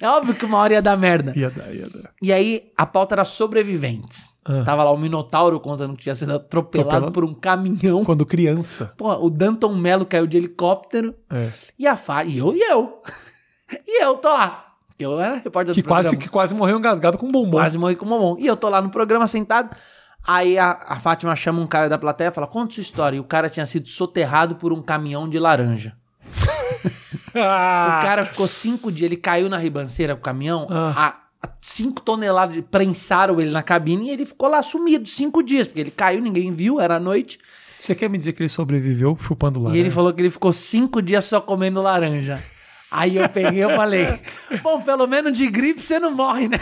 [SPEAKER 2] É óbvio que uma hora ia dar merda.
[SPEAKER 1] Ia dar, ia dar.
[SPEAKER 2] E aí, a pauta era sobreviventes.
[SPEAKER 1] Ah.
[SPEAKER 2] Tava lá o Minotauro contando que tinha sido atropelado,
[SPEAKER 1] Atropelado?
[SPEAKER 2] por um caminhão.
[SPEAKER 1] Quando criança.
[SPEAKER 2] Pô, o Danton Mello caiu de helicóptero.
[SPEAKER 1] É.
[SPEAKER 2] E a Fá, e eu, e eu. <laughs> E eu tô lá. Eu era repórter
[SPEAKER 1] Que
[SPEAKER 2] do
[SPEAKER 1] quase,
[SPEAKER 2] programa.
[SPEAKER 1] que quase morreu engasgado com um bombom. <laughs>
[SPEAKER 2] Quase morri com o Momon. E eu tô lá no programa sentado. Aí a, a Fátima chama um cara da plateia e fala: Conta sua história. E o cara tinha sido soterrado por um caminhão de laranja.
[SPEAKER 1] Ah,
[SPEAKER 2] O cara ficou cinco dias, ele caiu na ribanceira com o caminhão,
[SPEAKER 1] Ah.
[SPEAKER 2] a, a cinco toneladas de prensaram ele na cabine e ele ficou lá sumido cinco dias, porque ele caiu, ninguém viu, era noite.
[SPEAKER 1] Você quer me dizer que ele sobreviveu chupando lá?
[SPEAKER 2] E ele falou que ele ficou cinco dias só comendo laranja. Aí eu peguei e falei: Bom, pelo menos de gripe você não morre, né?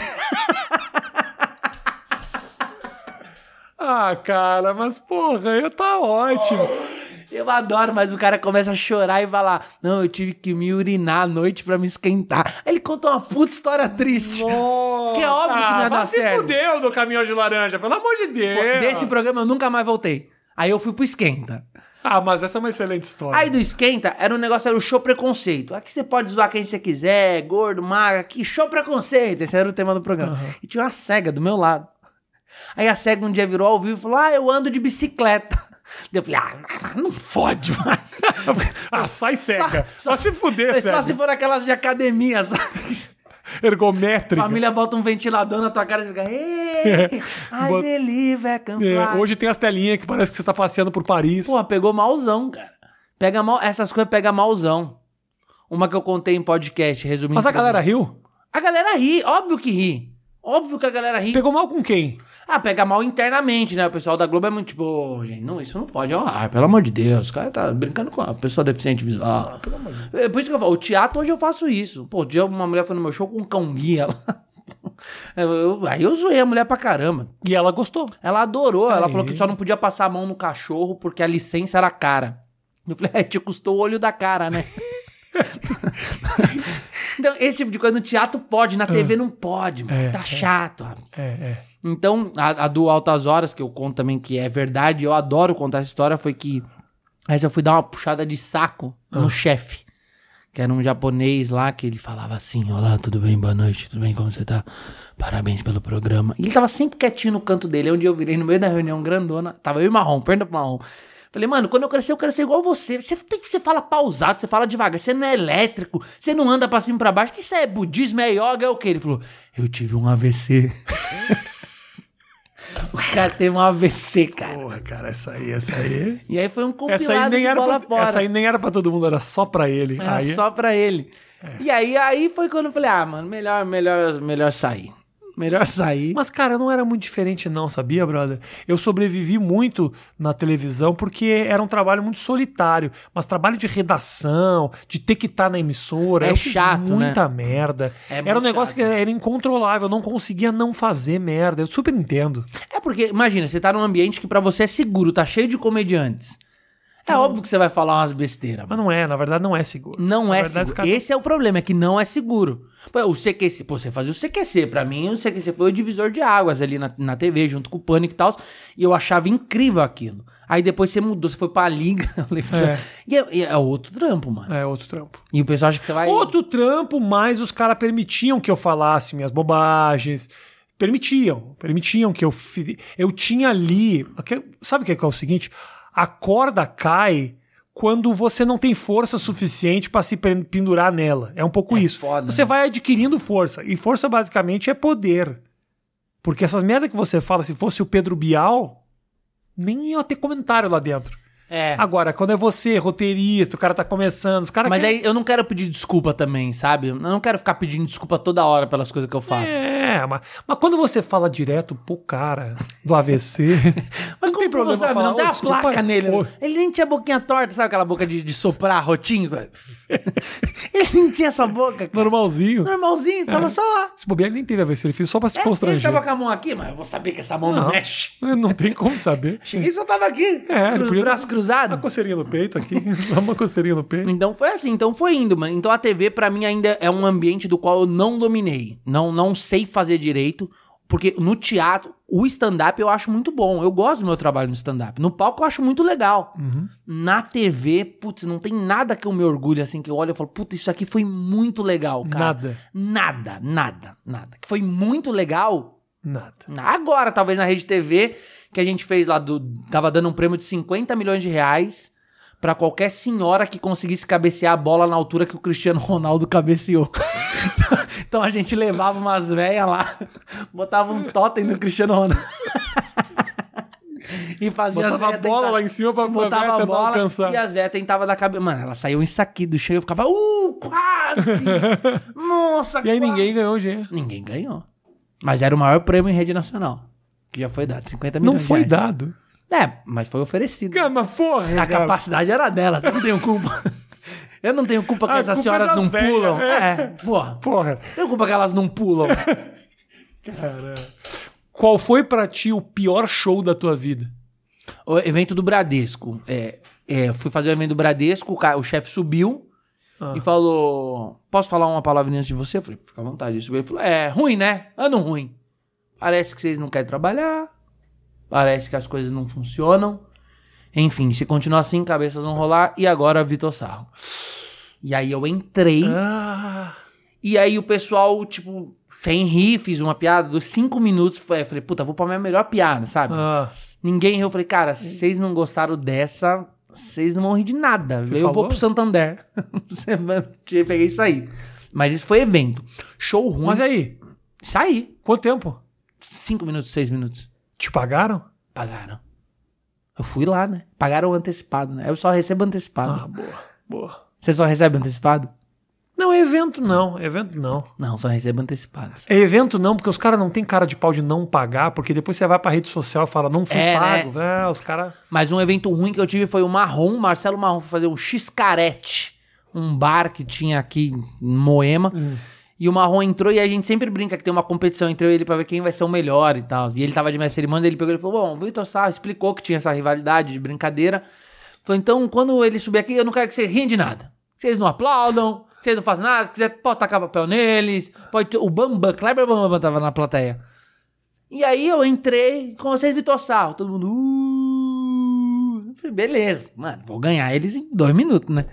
[SPEAKER 1] Ah, cara, mas porra, eu tá ótimo.
[SPEAKER 2] Eu adoro, mas o cara começa a chorar e falar: Não, eu tive que me urinar à noite pra me esquentar. Aí ele conta uma puta história triste.
[SPEAKER 1] Nossa. Ah,
[SPEAKER 2] Que é óbvio que não
[SPEAKER 1] vai
[SPEAKER 2] ia dar
[SPEAKER 1] se
[SPEAKER 2] certo.
[SPEAKER 1] fudeu do caminhão de laranja, pelo amor de
[SPEAKER 2] Pô,
[SPEAKER 1] Deus.
[SPEAKER 2] Desse programa eu nunca mais voltei. Aí eu fui pro Esquenta.
[SPEAKER 1] Ah, mas essa é uma excelente história.
[SPEAKER 2] Aí do Esquenta era um negócio, era o show preconceito. Aqui você pode zoar quem você quiser, gordo, magro, aqui, show preconceito. Esse era o tema do programa.
[SPEAKER 1] Aham.
[SPEAKER 2] E tinha uma cega do meu lado. Aí a cega um dia virou ao vivo e falou: Ah, eu ando de bicicleta. Daí Eu falei, ah, não fode, mano.
[SPEAKER 1] <laughs> ah, sai <laughs> cega. Só,
[SPEAKER 2] só-
[SPEAKER 1] se fuder,
[SPEAKER 2] Só
[SPEAKER 1] cega.
[SPEAKER 2] se for aquelas de academia, sabe?
[SPEAKER 1] Ergométrica.
[SPEAKER 2] Família bota um ventilador na tua cara e fica.
[SPEAKER 1] <laughs>
[SPEAKER 2] "Ei, I
[SPEAKER 1] É. Bota-
[SPEAKER 2] believe I can
[SPEAKER 1] É,
[SPEAKER 2] fly."
[SPEAKER 1] hoje tem as telinhas que parece que você tá passeando por Paris.
[SPEAKER 2] Pô, pegou malzão, cara. Pega mal... Essas coisas pega malzão. Uma que eu contei em podcast, resumindo.
[SPEAKER 1] mas a
[SPEAKER 2] pra
[SPEAKER 1] galera
[SPEAKER 2] mim.
[SPEAKER 1] riu?
[SPEAKER 2] A galera ri, óbvio que ri. Óbvio que a galera ri.
[SPEAKER 1] Pegou mal com quem?
[SPEAKER 2] Ah, pega mal internamente, né? O pessoal da Globo é muito tipo, "Ô, gente, não, isso não pode. ó, Ah, pelo amor de Deus, o cara tá brincando com a pessoa deficiente
[SPEAKER 1] Ah,
[SPEAKER 2] visual. É por isso que eu falo, o teatro hoje eu faço isso. Pô, dia uma mulher foi no meu show com um cão guia lá. <laughs> Eu- eu- aí eu zoei a mulher pra caramba.
[SPEAKER 1] E ela gostou.
[SPEAKER 2] Ela adorou, ela
[SPEAKER 1] Aí.
[SPEAKER 2] falou que só não podia passar a mão no cachorro porque a licença era cara. Eu falei, é, te custou o olho da
[SPEAKER 1] <laughs>
[SPEAKER 2] cara, né? então, esse tipo de coisa no teatro pode, na TV não pode, mano.
[SPEAKER 1] É,
[SPEAKER 2] tá
[SPEAKER 1] é.
[SPEAKER 2] chato. ó.
[SPEAKER 1] É, é.
[SPEAKER 2] Então, a, a do Altas Horas, que eu conto também que é verdade, eu adoro contar essa história, foi que aí eu fui dar uma puxada de saco
[SPEAKER 1] Ah.
[SPEAKER 2] no chefe, que era um japonês lá, que ele falava assim, olá, tudo bem, boa noite, tudo bem, como você tá? Parabéns pelo programa. E ele tava sempre quietinho no canto dele, é onde eu virei no meio da reunião grandona, tava eu e o Marrom, perna pro Marrom. Falei, mano, quando eu crescer, eu quero ser igual você. Você, tem, você fala pausado, você fala devagar, você não é elétrico, você não anda pra cima e pra baixo. Que isso é budismo, é yoga, é o quê? Ele falou, eu tive um AVC. <laughs> O cara teve um AVC, cara.
[SPEAKER 1] Porra, cara, essa aí, essa aí.
[SPEAKER 2] E aí foi um compilado
[SPEAKER 1] Essa aí, nem
[SPEAKER 2] de
[SPEAKER 1] era
[SPEAKER 2] bola
[SPEAKER 1] pra,
[SPEAKER 2] fora.
[SPEAKER 1] essa aí nem era pra todo mundo, era só pra ele.
[SPEAKER 2] Era
[SPEAKER 1] aí, É.
[SPEAKER 2] só pra ele. E aí, aí foi quando eu falei, ah, mano, melhor, melhor, melhor sair. Melhor sair.
[SPEAKER 1] Mas, cara, não era muito diferente, não, sabia, brother? Eu sobrevivi muito na televisão porque era um trabalho muito solitário. Mas trabalho de redação, de ter que estar na emissora,
[SPEAKER 2] É
[SPEAKER 1] eu fiz
[SPEAKER 2] chato, né?
[SPEAKER 1] muita merda.
[SPEAKER 2] É
[SPEAKER 1] era
[SPEAKER 2] muito
[SPEAKER 1] um negócio
[SPEAKER 2] chato.
[SPEAKER 1] que era incontrolável, eu não conseguia não fazer merda. Eu super entendo.
[SPEAKER 2] É porque, imagina, você tá num ambiente que pra você é seguro, tá cheio de comediantes. É óbvio que você vai falar umas besteiras, mano.
[SPEAKER 1] Mas não é, na verdade, não é seguro.
[SPEAKER 2] Não
[SPEAKER 1] Na
[SPEAKER 2] é
[SPEAKER 1] verdade,
[SPEAKER 2] seguro.
[SPEAKER 1] os caras-
[SPEAKER 2] Esse é o problema, é que não é seguro. Pô, O CQC, pô, você fazia o CQC. Pra mim, o CQC foi o divisor de águas ali na, na TV, junto com o Pânico e tal. E eu achava incrível aquilo. Aí depois você mudou, você foi pra Liga. <laughs> eu lembro que
[SPEAKER 1] É.
[SPEAKER 2] você- E é, e é outro trampo, mano.
[SPEAKER 1] É outro trampo.
[SPEAKER 2] E o pessoal acha que você vai...
[SPEAKER 1] Outro trampo, mas os caras permitiam que eu falasse minhas bobagens. Permitiam, permitiam que eu fiz. Eu tinha ali. que- Sabe o que é, que é o seguinte? A corda cai quando você não tem força suficiente pra se pen- pendurar nela. É um pouco
[SPEAKER 2] É
[SPEAKER 1] isso.
[SPEAKER 2] foda,
[SPEAKER 1] você
[SPEAKER 2] né?
[SPEAKER 1] vai adquirindo força. E força basicamente é poder. Porque essas merdas que você fala, se fosse o Pedro Bial, nem ia ter comentário lá dentro.
[SPEAKER 2] É.
[SPEAKER 1] Agora, quando é você, roteirista, o cara tá começando, os caras
[SPEAKER 2] Mas
[SPEAKER 1] querem-
[SPEAKER 2] daí eu não quero pedir desculpa também, sabe? Eu não quero ficar pedindo desculpa toda hora pelas coisas que eu faço.
[SPEAKER 1] É, mas, mas quando você fala direto pro cara do AVC.
[SPEAKER 2] Mas
[SPEAKER 1] não tem
[SPEAKER 2] como
[SPEAKER 1] problema
[SPEAKER 2] você sabe,
[SPEAKER 1] falar,
[SPEAKER 2] não tem
[SPEAKER 1] "Ô,
[SPEAKER 2] uma
[SPEAKER 1] desculpa,
[SPEAKER 2] placa nele. né?"
[SPEAKER 1] ô."
[SPEAKER 2] Ele nem tinha boquinha torta, sabe aquela boca de, de soprar rotinho? <laughs> ele nem tinha essa boca. cara.
[SPEAKER 1] normalzinho. É.
[SPEAKER 2] Normalzinho, tava só lá.
[SPEAKER 1] Esse bobear ele nem teve AVC, ele fez só pra se
[SPEAKER 2] É, ele
[SPEAKER 1] constranger.
[SPEAKER 2] tava com a mão aqui, mas eu vou saber que essa mão não,
[SPEAKER 1] Não.
[SPEAKER 2] mexe.
[SPEAKER 1] Não tem como saber.
[SPEAKER 2] Cheguei e só tava aqui,
[SPEAKER 1] É, ele
[SPEAKER 2] cru,
[SPEAKER 1] podia-
[SPEAKER 2] braço cruzado.
[SPEAKER 1] Uma coceirinha no peito aqui, <laughs> só uma coceirinha no peito.
[SPEAKER 2] Então foi assim, então foi indo, mano. Então a TV pra mim ainda é um ambiente do qual eu não dominei, não não sei fazer direito, porque no teatro, o stand up eu acho muito bom. Eu gosto do meu trabalho no stand up. No palco eu acho muito legal.
[SPEAKER 1] Uhum.
[SPEAKER 2] Na TV, putz, não tem nada que eu me orgulho assim que eu olho e falo, putz, isso aqui foi muito legal, cara.
[SPEAKER 1] Nada,
[SPEAKER 2] Nada, nada, nada. Que foi muito legal,
[SPEAKER 1] nada.
[SPEAKER 2] Tá. Agora, talvez na Rede TV, que a gente fez lá do. Tava dando um prêmio de 50 milhões de reais pra qualquer senhora que conseguisse cabecear a bola na altura que o Cristiano Ronaldo cabeceou. <laughs> Então- então a gente levava umas velhas lá, <laughs> botava um totem do Cristiano Ronaldo. <laughs> e fazia as
[SPEAKER 1] Botava a
[SPEAKER 2] véias
[SPEAKER 1] bola
[SPEAKER 2] tentar-
[SPEAKER 1] lá em cima pra pra
[SPEAKER 2] Botava
[SPEAKER 1] tentar
[SPEAKER 2] a bola
[SPEAKER 1] alcançar.
[SPEAKER 2] e as velhas tentavam dar cabeça. Mano, ela saiu isso aqui do chão e eu ficava, uh, quase!
[SPEAKER 1] <laughs>
[SPEAKER 2] Nossa,
[SPEAKER 1] E aí
[SPEAKER 2] quase!
[SPEAKER 1] ninguém ganhou dinheiro.
[SPEAKER 2] Ninguém ganhou. Mas era o maior prêmio em rede nacional. Que já foi dado, 50
[SPEAKER 1] Não
[SPEAKER 2] milhões de
[SPEAKER 1] foi
[SPEAKER 2] reais.
[SPEAKER 1] dado.
[SPEAKER 2] É, mas foi oferecido.
[SPEAKER 1] Gama, porra!
[SPEAKER 2] a
[SPEAKER 1] cara.
[SPEAKER 2] capacidade era dela, eu não tenho culpa. <laughs> Eu não tenho culpa que
[SPEAKER 1] A culpa
[SPEAKER 2] essas
[SPEAKER 1] é
[SPEAKER 2] senhoras
[SPEAKER 1] das
[SPEAKER 2] não
[SPEAKER 1] velhas,
[SPEAKER 2] pulam.
[SPEAKER 1] é.
[SPEAKER 2] É, porra.
[SPEAKER 1] Porra.
[SPEAKER 2] Eu tenho culpa que elas não pulam.
[SPEAKER 1] Cara. Qual foi pra ti o pior show da tua vida?
[SPEAKER 2] o evento do Bradesco. É, é, fui fazer o evento do Bradesco, o, ca- o chefe subiu
[SPEAKER 1] Ah.
[SPEAKER 2] e falou: Posso falar uma palavrinha antes de você? Eu falei, fica à vontade. Ele subiu, ele falou: É, ruim, né? Ano ruim. Parece que vocês não querem trabalhar. Parece que as coisas não funcionam. Enfim, se continuar assim, cabeças vão rolar. E agora, Vitor Sarro. E aí eu entrei.
[SPEAKER 1] Ah.
[SPEAKER 2] E aí o pessoal, tipo, sem rir, fiz uma piada dos cinco minutos. foi- Falei, puta, vou pra minha melhor piada, sabe?
[SPEAKER 1] Ah.
[SPEAKER 2] Ninguém riu. Eu falei,
[SPEAKER 1] É.
[SPEAKER 2] cara, se vocês não gostaram dessa, vocês não vão rir de nada. eu
[SPEAKER 1] falou?
[SPEAKER 2] vou pro Santander. <laughs> Você vai- eu Peguei isso aí. Mas isso foi evento. Show ruim.
[SPEAKER 1] Mas é- aí,
[SPEAKER 2] Saí.
[SPEAKER 1] quanto tempo?
[SPEAKER 2] Cinco minutos, seis minutos.
[SPEAKER 1] Te pagaram?
[SPEAKER 2] Pagaram. Eu fui lá, né? Pagaram antecipado, né? Eu só recebo antecipado.
[SPEAKER 1] Ah, boa, boa.
[SPEAKER 2] Você só recebe antecipado?
[SPEAKER 1] Não, é evento não, é evento não.
[SPEAKER 2] Não, só recebo antecipado.
[SPEAKER 1] É evento não, porque os caras não tem cara de pau de não pagar, porque depois você vai pra rede social e fala, não fui
[SPEAKER 2] É,
[SPEAKER 1] pago. Ah, os caras.
[SPEAKER 2] Mas um evento ruim que eu tive foi o Marrom, Marcelo Marrom, foi fazer um Xcarete, um bar que tinha aqui em Moema. E o Marrom entrou e a gente sempre brinca que tem uma competição entre eu e ele pra ver quem vai ser o melhor e tal. E ele tava de mestre cerimônia, ele pegou e falou: Bom, o Vitor Sarro explicou que tinha essa rivalidade de brincadeira. Falou: Então, quando ele subir aqui, eu não quero que vocês riem de nada. Vocês não aplaudam, vocês não fazem nada. Se quiser, pode tacar papel neles. Pode ter... O Bambam, Kleber Bambam tava na plateia. E aí eu entrei com vocês, Vitor Sarro. Todo mundo. "Uh". Eu falei, beleza, mano, vou ganhar eles em dois minutos, né?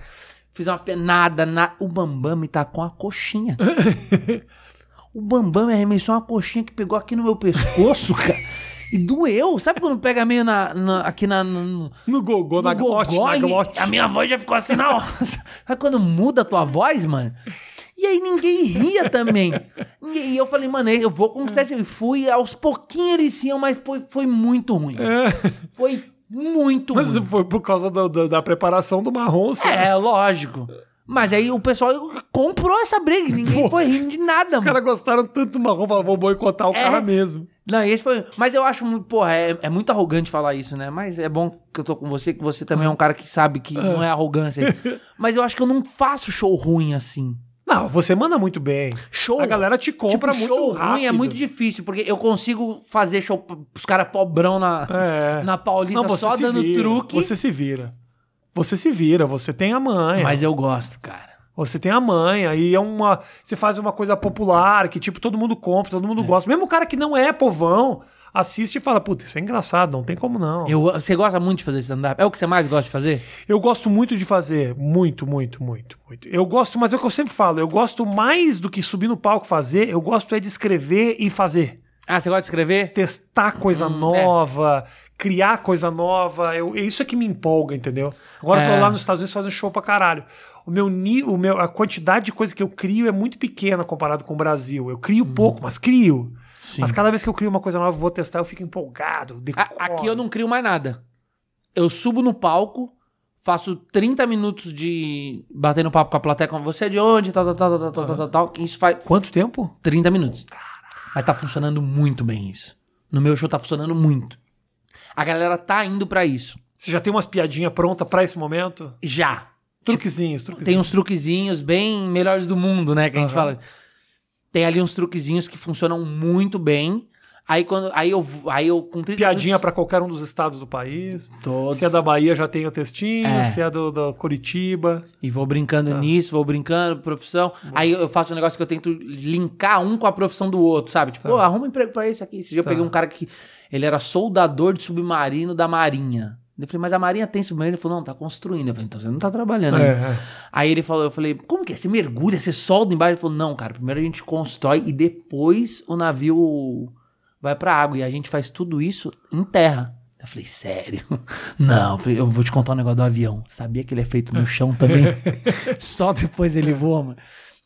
[SPEAKER 2] Fiz uma penada. Na... O Bambam me tacou uma coxinha. o Bambam me arremessou uma coxinha que pegou aqui no meu pescoço, <laughs> cara. E doeu. Sabe quando pega meio na, na- aqui na, no,
[SPEAKER 1] No gogô, na
[SPEAKER 2] no gogó
[SPEAKER 1] glote, na
[SPEAKER 2] e
[SPEAKER 1] glote.
[SPEAKER 2] A minha voz já ficou assim
[SPEAKER 1] <laughs>
[SPEAKER 2] na hora. Sabe quando muda a tua voz, mano? E aí ninguém ria também. E, e eu falei, mano, eu vou conquistar esse. E fui, aos pouquinhos eles iam, mas foi, foi muito ruim. Foi muito
[SPEAKER 1] É. Mas
[SPEAKER 2] ruim.
[SPEAKER 1] foi por causa do- do- da preparação do marrom. Assim,
[SPEAKER 2] É, lógico. Mas aí o pessoal comprou essa briga, e ninguém foi rindo de nada,
[SPEAKER 1] Os
[SPEAKER 2] mano.
[SPEAKER 1] caras gostaram tanto do marrom, falaram, vou boicotar o
[SPEAKER 2] É.
[SPEAKER 1] cara mesmo.
[SPEAKER 2] Não, esse foi. Mas eu acho, muito- porra, é, é muito arrogante falar isso, né? Mas é bom que eu tô com você, que você também é um cara que sabe que não é
[SPEAKER 1] <laughs>
[SPEAKER 2] arrogância. Mas eu acho que eu não faço show ruim assim.
[SPEAKER 1] Não, você manda muito bem.
[SPEAKER 2] Show
[SPEAKER 1] A galera te compra
[SPEAKER 2] tipo,
[SPEAKER 1] muito
[SPEAKER 2] show
[SPEAKER 1] rápido.
[SPEAKER 2] ruim é muito difícil, porque eu consigo fazer show p- pros caras pobrão na,
[SPEAKER 1] É.
[SPEAKER 2] na Paulista
[SPEAKER 1] Não, você
[SPEAKER 2] só
[SPEAKER 1] se
[SPEAKER 2] dando
[SPEAKER 1] vira,
[SPEAKER 2] truque.
[SPEAKER 1] Você se vira. Você se vira, você tem a manha.
[SPEAKER 2] Mas eu gosto, cara.
[SPEAKER 1] Você tem a manha e é uma. Você faz uma coisa popular que, tipo, todo mundo compra, todo mundo gosta. Mesmo o cara que não é povão assiste e fala: Puta, isso é engraçado, não tem como não.
[SPEAKER 2] Eu, você gosta muito de fazer stand-up? É o que você mais gosta de fazer?
[SPEAKER 1] Eu gosto muito de fazer. Muito, muito, muito, muito. Eu gosto, mas é o que eu sempre falo: eu gosto mais do que subir no palco fazer, eu gosto é de escrever e fazer.
[SPEAKER 2] Ah, você gosta de escrever?
[SPEAKER 1] Testar coisa
[SPEAKER 2] Uhum, é.
[SPEAKER 1] nova, criar coisa nova. Eu, isso é que me empolga, entendeu? Agora que eu
[SPEAKER 2] É.
[SPEAKER 1] tô lá nos Estados Unidos fazendo show pra caralho. O meu, ni- o meu, a quantidade de coisa que eu crio é muito pequena comparado com o Brasil. Eu crio pouco, mas crio.
[SPEAKER 2] Uhum. Sim.
[SPEAKER 1] Mas cada vez que eu crio uma coisa nova, eu vou testar, eu fico empolgado. decoro.
[SPEAKER 2] A- aqui eu não crio mais nada. Eu subo no palco, faço 30 minutos de batendo papo com a plateia, como você é de onde, tal, tal, tal, tal, tal, tal, tal, tal. que Isso faz
[SPEAKER 1] Quanto tempo?
[SPEAKER 2] 30 minutos. Mas tá funcionando muito bem isso. No meu show tá funcionando muito. A galera tá indo pra isso.
[SPEAKER 1] Você já tem umas piadinhas prontas pra esse momento?
[SPEAKER 2] Já.
[SPEAKER 1] Truquezinhos, truquezinhos.
[SPEAKER 2] Tem uns truquezinhos bem melhores do mundo, né? Que a gente
[SPEAKER 1] Aham.
[SPEAKER 2] fala. Tem ali uns truquezinhos que funcionam muito bem. Aí quando. Aí eu. Aí eu com 30
[SPEAKER 1] Piadinha
[SPEAKER 2] minutos,
[SPEAKER 1] pra qualquer um dos estados do país.
[SPEAKER 2] todos.
[SPEAKER 1] Se é da Bahia, já tem o textinho.
[SPEAKER 2] É.
[SPEAKER 1] Se é do, do Curitiba.
[SPEAKER 2] E vou brincando
[SPEAKER 1] Tá.
[SPEAKER 2] nisso, vou brincando, profissão. Aí eu faço um negócio que eu tento linkar um com a profissão do outro, sabe? Tipo, pô, arruma um emprego pra esse aqui. Esse dia eu
[SPEAKER 1] Tá.
[SPEAKER 2] peguei um cara que. Ele era soldador de submarino da Marinha. Eu falei, mas a Marinha tem submarino? Ele falou, não, tá construindo. Eu falei, então você não tá trabalhando ainda.
[SPEAKER 1] É, é.
[SPEAKER 2] Aí ele falou, eu falei, como que é? Você mergulha, você solda embaixo? Ele falou, não, cara, primeiro a gente constrói e depois o navio vai pra água. E a gente faz tudo isso em terra. Eu falei, sério? <laughs> Não, eu, falei, eu vou te contar um negócio do avião. Sabia que ele é feito no chão
[SPEAKER 1] <laughs>
[SPEAKER 2] também? <laughs> Só depois ele voa, mano.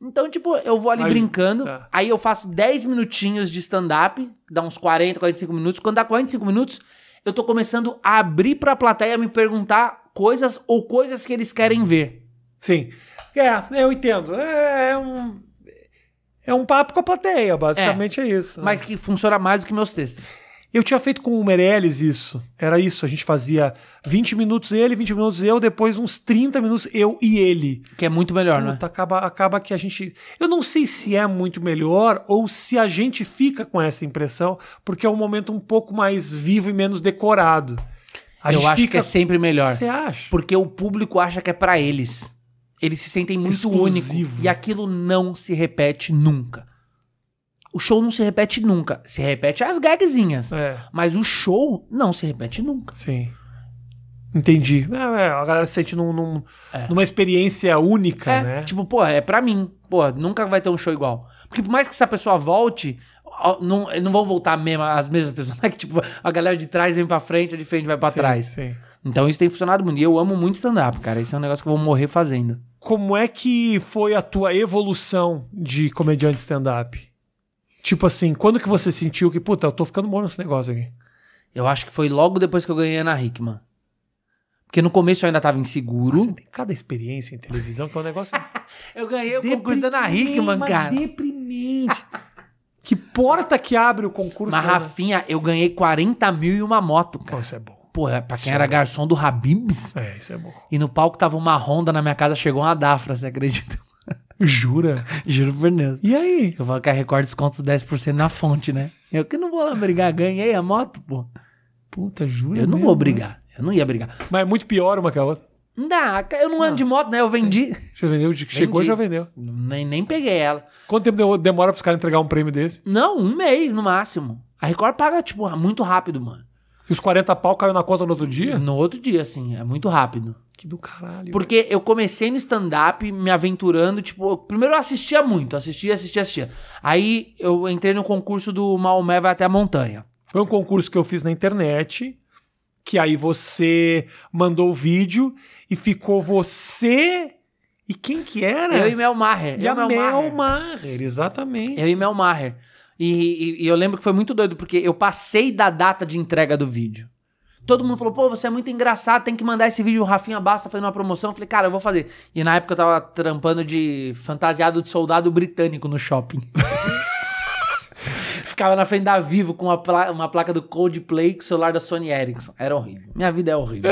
[SPEAKER 2] Então, tipo, eu vou ali
[SPEAKER 1] Aí,
[SPEAKER 2] brincando,
[SPEAKER 1] tá.
[SPEAKER 2] aí eu faço 10 minutinhos de stand-up, dá uns 40, 45 minutos. Quando dá 45 minutos, eu tô começando a abrir pra plateia me perguntar coisas ou coisas que eles querem ver.
[SPEAKER 1] Sim. É, eu entendo. É, é um. É um papo com a plateia, basicamente é, isso. né?
[SPEAKER 2] mas que funciona mais do que meus textos.
[SPEAKER 1] eu tinha feito com o Meirelles isso. Era isso. A gente fazia 20 minutos ele, 20 minutos eu, depois uns 30 minutos eu e ele.
[SPEAKER 2] Que é muito melhor, né?
[SPEAKER 1] Puta, acaba, acaba que a gente. Eu não sei se é muito melhor ou se a gente fica com essa impressão, porque é um momento um pouco mais vivo e menos decorado. A
[SPEAKER 2] Eu
[SPEAKER 1] gente
[SPEAKER 2] acho
[SPEAKER 1] fica-
[SPEAKER 2] que é sempre melhor.
[SPEAKER 1] Você acha?
[SPEAKER 2] Porque o público acha que é pra eles. Eles se sentem muito
[SPEAKER 1] Exclusivo.
[SPEAKER 2] único. E aquilo não se repete nunca. O show não se repete nunca. Se repete as gagzinhas.
[SPEAKER 1] É,
[SPEAKER 2] Mas o show não se repete nunca.
[SPEAKER 1] sim. Entendi. É, é, a galera se sente num- num-
[SPEAKER 2] É.
[SPEAKER 1] numa experiência única,
[SPEAKER 2] É,
[SPEAKER 1] né?
[SPEAKER 2] tipo, pô, é pra mim. Pô, nunca vai ter um show igual. Porque por mais que essa pessoa volte, ó, não, não vão voltar mesmo, as mesmas pessoas. <laughs> Não é que, tipo, a galera de trás vem pra frente, a de frente vai pra
[SPEAKER 1] Sim,
[SPEAKER 2] trás.
[SPEAKER 1] sim.
[SPEAKER 2] Então isso tem funcionado muito. E eu amo muito stand-up, cara. Isso é um negócio que eu vou morrer fazendo.
[SPEAKER 1] Como é que foi a tua evolução de comediante stand-up? Tipo assim, quando que você sentiu que, puta, eu tô ficando bom nesse negócio aqui?
[SPEAKER 2] Eu acho que foi logo depois que eu ganhei a Ana Hickman. Porque no começo eu ainda tava inseguro.
[SPEAKER 1] Você tem cada experiência em televisão que é um negócio.
[SPEAKER 2] <laughs> Eu ganhei o concurso
[SPEAKER 1] Deprimente,
[SPEAKER 2] da Ana Hickman,
[SPEAKER 1] mas
[SPEAKER 2] cara.
[SPEAKER 1] Deprimente. que porta que abre o concurso?
[SPEAKER 2] Mas,
[SPEAKER 1] da Ana-
[SPEAKER 2] Rafinha, eu ganhei 40 mil e uma moto,
[SPEAKER 1] Pô,
[SPEAKER 2] cara.
[SPEAKER 1] isso é bom.
[SPEAKER 2] Porra, pra quem
[SPEAKER 1] Sim.
[SPEAKER 2] era garçom do Habibs.
[SPEAKER 1] É, isso é bom.
[SPEAKER 2] E no palco tava uma Honda na minha casa, chegou uma Dafra, você acredita?
[SPEAKER 1] Jura?
[SPEAKER 2] <laughs> Juro por Deus.
[SPEAKER 1] E aí?
[SPEAKER 2] Eu falo que a Record descontos 10% na fonte, né? Eu que não vou lá brigar, ganhei a moto, pô.
[SPEAKER 1] Puta, jura?
[SPEAKER 2] Eu não
[SPEAKER 1] mesmo?
[SPEAKER 2] vou brigar. Eu não ia brigar.
[SPEAKER 1] Mas é muito pior uma que a outra.
[SPEAKER 2] Não, eu não ando de moto, né? Eu vendi.
[SPEAKER 1] Já vendeu, de que chegou
[SPEAKER 2] Vendi.
[SPEAKER 1] já vendeu.
[SPEAKER 2] Nem, nem peguei ela.
[SPEAKER 1] Quanto tempo deu- demora pros caras entregar um prêmio desse?
[SPEAKER 2] Não, um mês no máximo. A Record paga, tipo, muito rápido, mano.
[SPEAKER 1] E os 40 pau caiu na conta no outro dia?
[SPEAKER 2] No outro dia, assim, é muito rápido.
[SPEAKER 1] Uhum. Que do caralho.
[SPEAKER 2] Porque eu comecei no stand-up, me aventurando, tipo, eu- primeiro eu assistia muito, assistia, assistia, assistia. Aí eu entrei no concurso do Maomé vai até a montanha.
[SPEAKER 1] Foi um concurso que eu fiz na internet, que aí você mandou o vídeo e ficou você E quem que era?
[SPEAKER 2] Eu e Mel Maher.
[SPEAKER 1] É. E É.
[SPEAKER 2] eu
[SPEAKER 1] a
[SPEAKER 2] Mel Maher.
[SPEAKER 1] Mel Maher, exatamente.
[SPEAKER 2] Eu e Mel Maher. E, e- e eu lembro que foi muito doido, porque eu passei da data de entrega do vídeo. Todo mundo falou, pô, você é muito engraçado, tem que mandar esse vídeo. O Rafinha Basta fazendo uma promoção. Eu falei, cara, eu vou fazer. E na época eu tava trampando de fantasiado de soldado britânico no shopping. Ficava na frente da Vivo com uma, pla- uma placa do Coldplay com o celular da Sony Ericsson. Era horrível. Minha vida é horrível.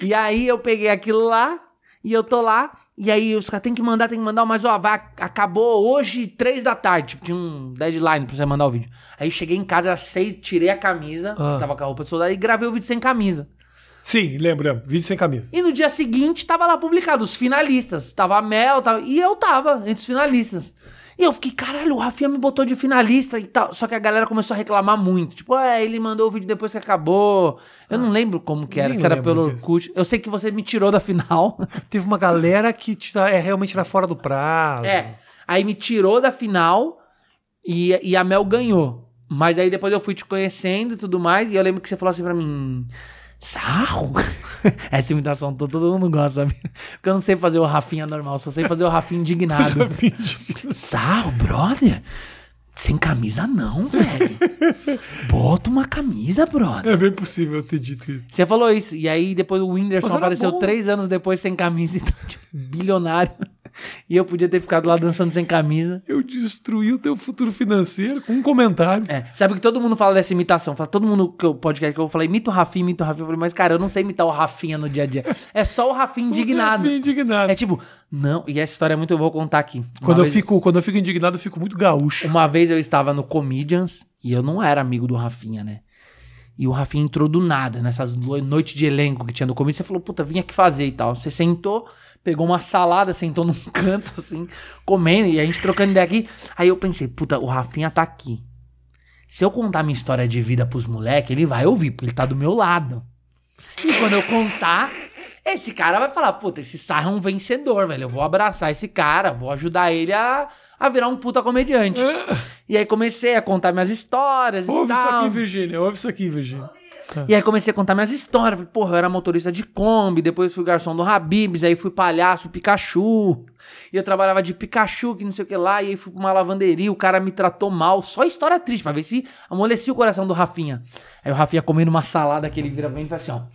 [SPEAKER 2] E aí eu peguei aquilo lá e eu tô lá. E aí os caras tem que mandar, tem que mandar, mas ó, vai, acabou hoje, três da tarde. Tipo, tinha um deadline pra você mandar o vídeo. Aí cheguei em casa, era seis, tirei a camisa,
[SPEAKER 1] Ah.
[SPEAKER 2] que tava com a roupa de soldado, e gravei o vídeo sem camisa.
[SPEAKER 1] Sim, lembro, lembro. Vídeo sem camisa.
[SPEAKER 2] E no dia seguinte tava lá publicado, os finalistas. Tava a Mel, tava... e eu tava entre os finalistas. E eu fiquei, caralho, o Rafinha me botou de finalista e tal. Só que a galera começou a reclamar muito. Tipo, é, ele mandou o vídeo depois que acabou. Eu não lembro como que
[SPEAKER 1] Ah.
[SPEAKER 2] era,
[SPEAKER 1] nem
[SPEAKER 2] se era
[SPEAKER 1] lembro
[SPEAKER 2] pelo
[SPEAKER 1] disso.
[SPEAKER 2] Orkut. Eu sei que você me tirou da final.
[SPEAKER 1] É, Teve uma galera que tira- é, realmente era fora do prazo. <laughs>
[SPEAKER 2] É. Aí me tirou da final e, e a Mel ganhou. Mas aí depois eu fui te conhecendo e tudo mais. E eu lembro que você falou assim pra mim: Sarro? <laughs> Essa imitação to- todo mundo gosta, sabe? Porque eu não sei fazer o Rafinha normal, só sei fazer o
[SPEAKER 1] <laughs>
[SPEAKER 2] Rafinha indignado. Sarro, brother? Sem camisa não, velho. Bota uma camisa, brother.
[SPEAKER 1] É bem possível eu ter dito isso.
[SPEAKER 2] Você falou isso. E aí depois o Whindersson
[SPEAKER 1] Mas era
[SPEAKER 2] apareceu
[SPEAKER 1] bom.
[SPEAKER 2] três anos depois sem camisa e tá tipo, bilionário. E eu podia ter ficado lá dançando sem camisa.
[SPEAKER 1] Eu destruí o teu futuro financeiro com um comentário.
[SPEAKER 2] É, sabe que todo mundo fala dessa imitação? Fala, todo mundo que eu podcast que eu falei, imita o Rafinha, imita o Rafinha. Eu falei, mas cara, eu não sei imitar o Rafinha no dia a dia. É só
[SPEAKER 1] <laughs>
[SPEAKER 2] o Rafinha indignado.
[SPEAKER 1] indignado.
[SPEAKER 2] É tipo, não, e essa história é muito, eu vou contar aqui. Uma
[SPEAKER 1] tipo, Quando eu,
[SPEAKER 2] vez-
[SPEAKER 1] fico, quando eu fico indignado, eu fico muito gaúcho.
[SPEAKER 2] Uma vez eu estava no Comedians e eu não era amigo do Rafinha, né? E o Rafinha entrou do nada nessas lo- noites de elenco que tinha no Comedians. Você falou, puta, vim aqui fazer e tal. Você sentou, pegou uma salada, sentou num <laughs> canto assim, comendo e a gente trocando ideia aqui. Aí eu pensei, puta, o Rafinha tá aqui. Se eu contar minha história de vida pros moleques, ele vai ouvir, porque ele tá do meu lado. E quando eu contar, esse cara vai falar, puta, esse sarro é um vencedor, velho. Eu vou abraçar esse cara, vou ajudar ele a, a virar um
[SPEAKER 1] <laughs>
[SPEAKER 2] puta comediante. E aí comecei a contar minhas histórias
[SPEAKER 1] Ouve
[SPEAKER 2] e
[SPEAKER 1] isso
[SPEAKER 2] tal.
[SPEAKER 1] aqui, Virgínia. Ouve isso aqui, <laughs> Virgínia.
[SPEAKER 2] É. E aí comecei a contar minhas histórias. Falei, Porra, eu era motorista de Kombi, depois fui garçom do Habibs, aí fui palhaço Pikachu. E eu trabalhava de Pikachu, que não sei o que lá, e aí fui pra uma lavanderia, o cara me tratou mal. Só história triste, pra ver se amolecia o coração do Rafinha. Aí o Rafinha comendo uma salada que ele vira pra mim e fala assim, ó.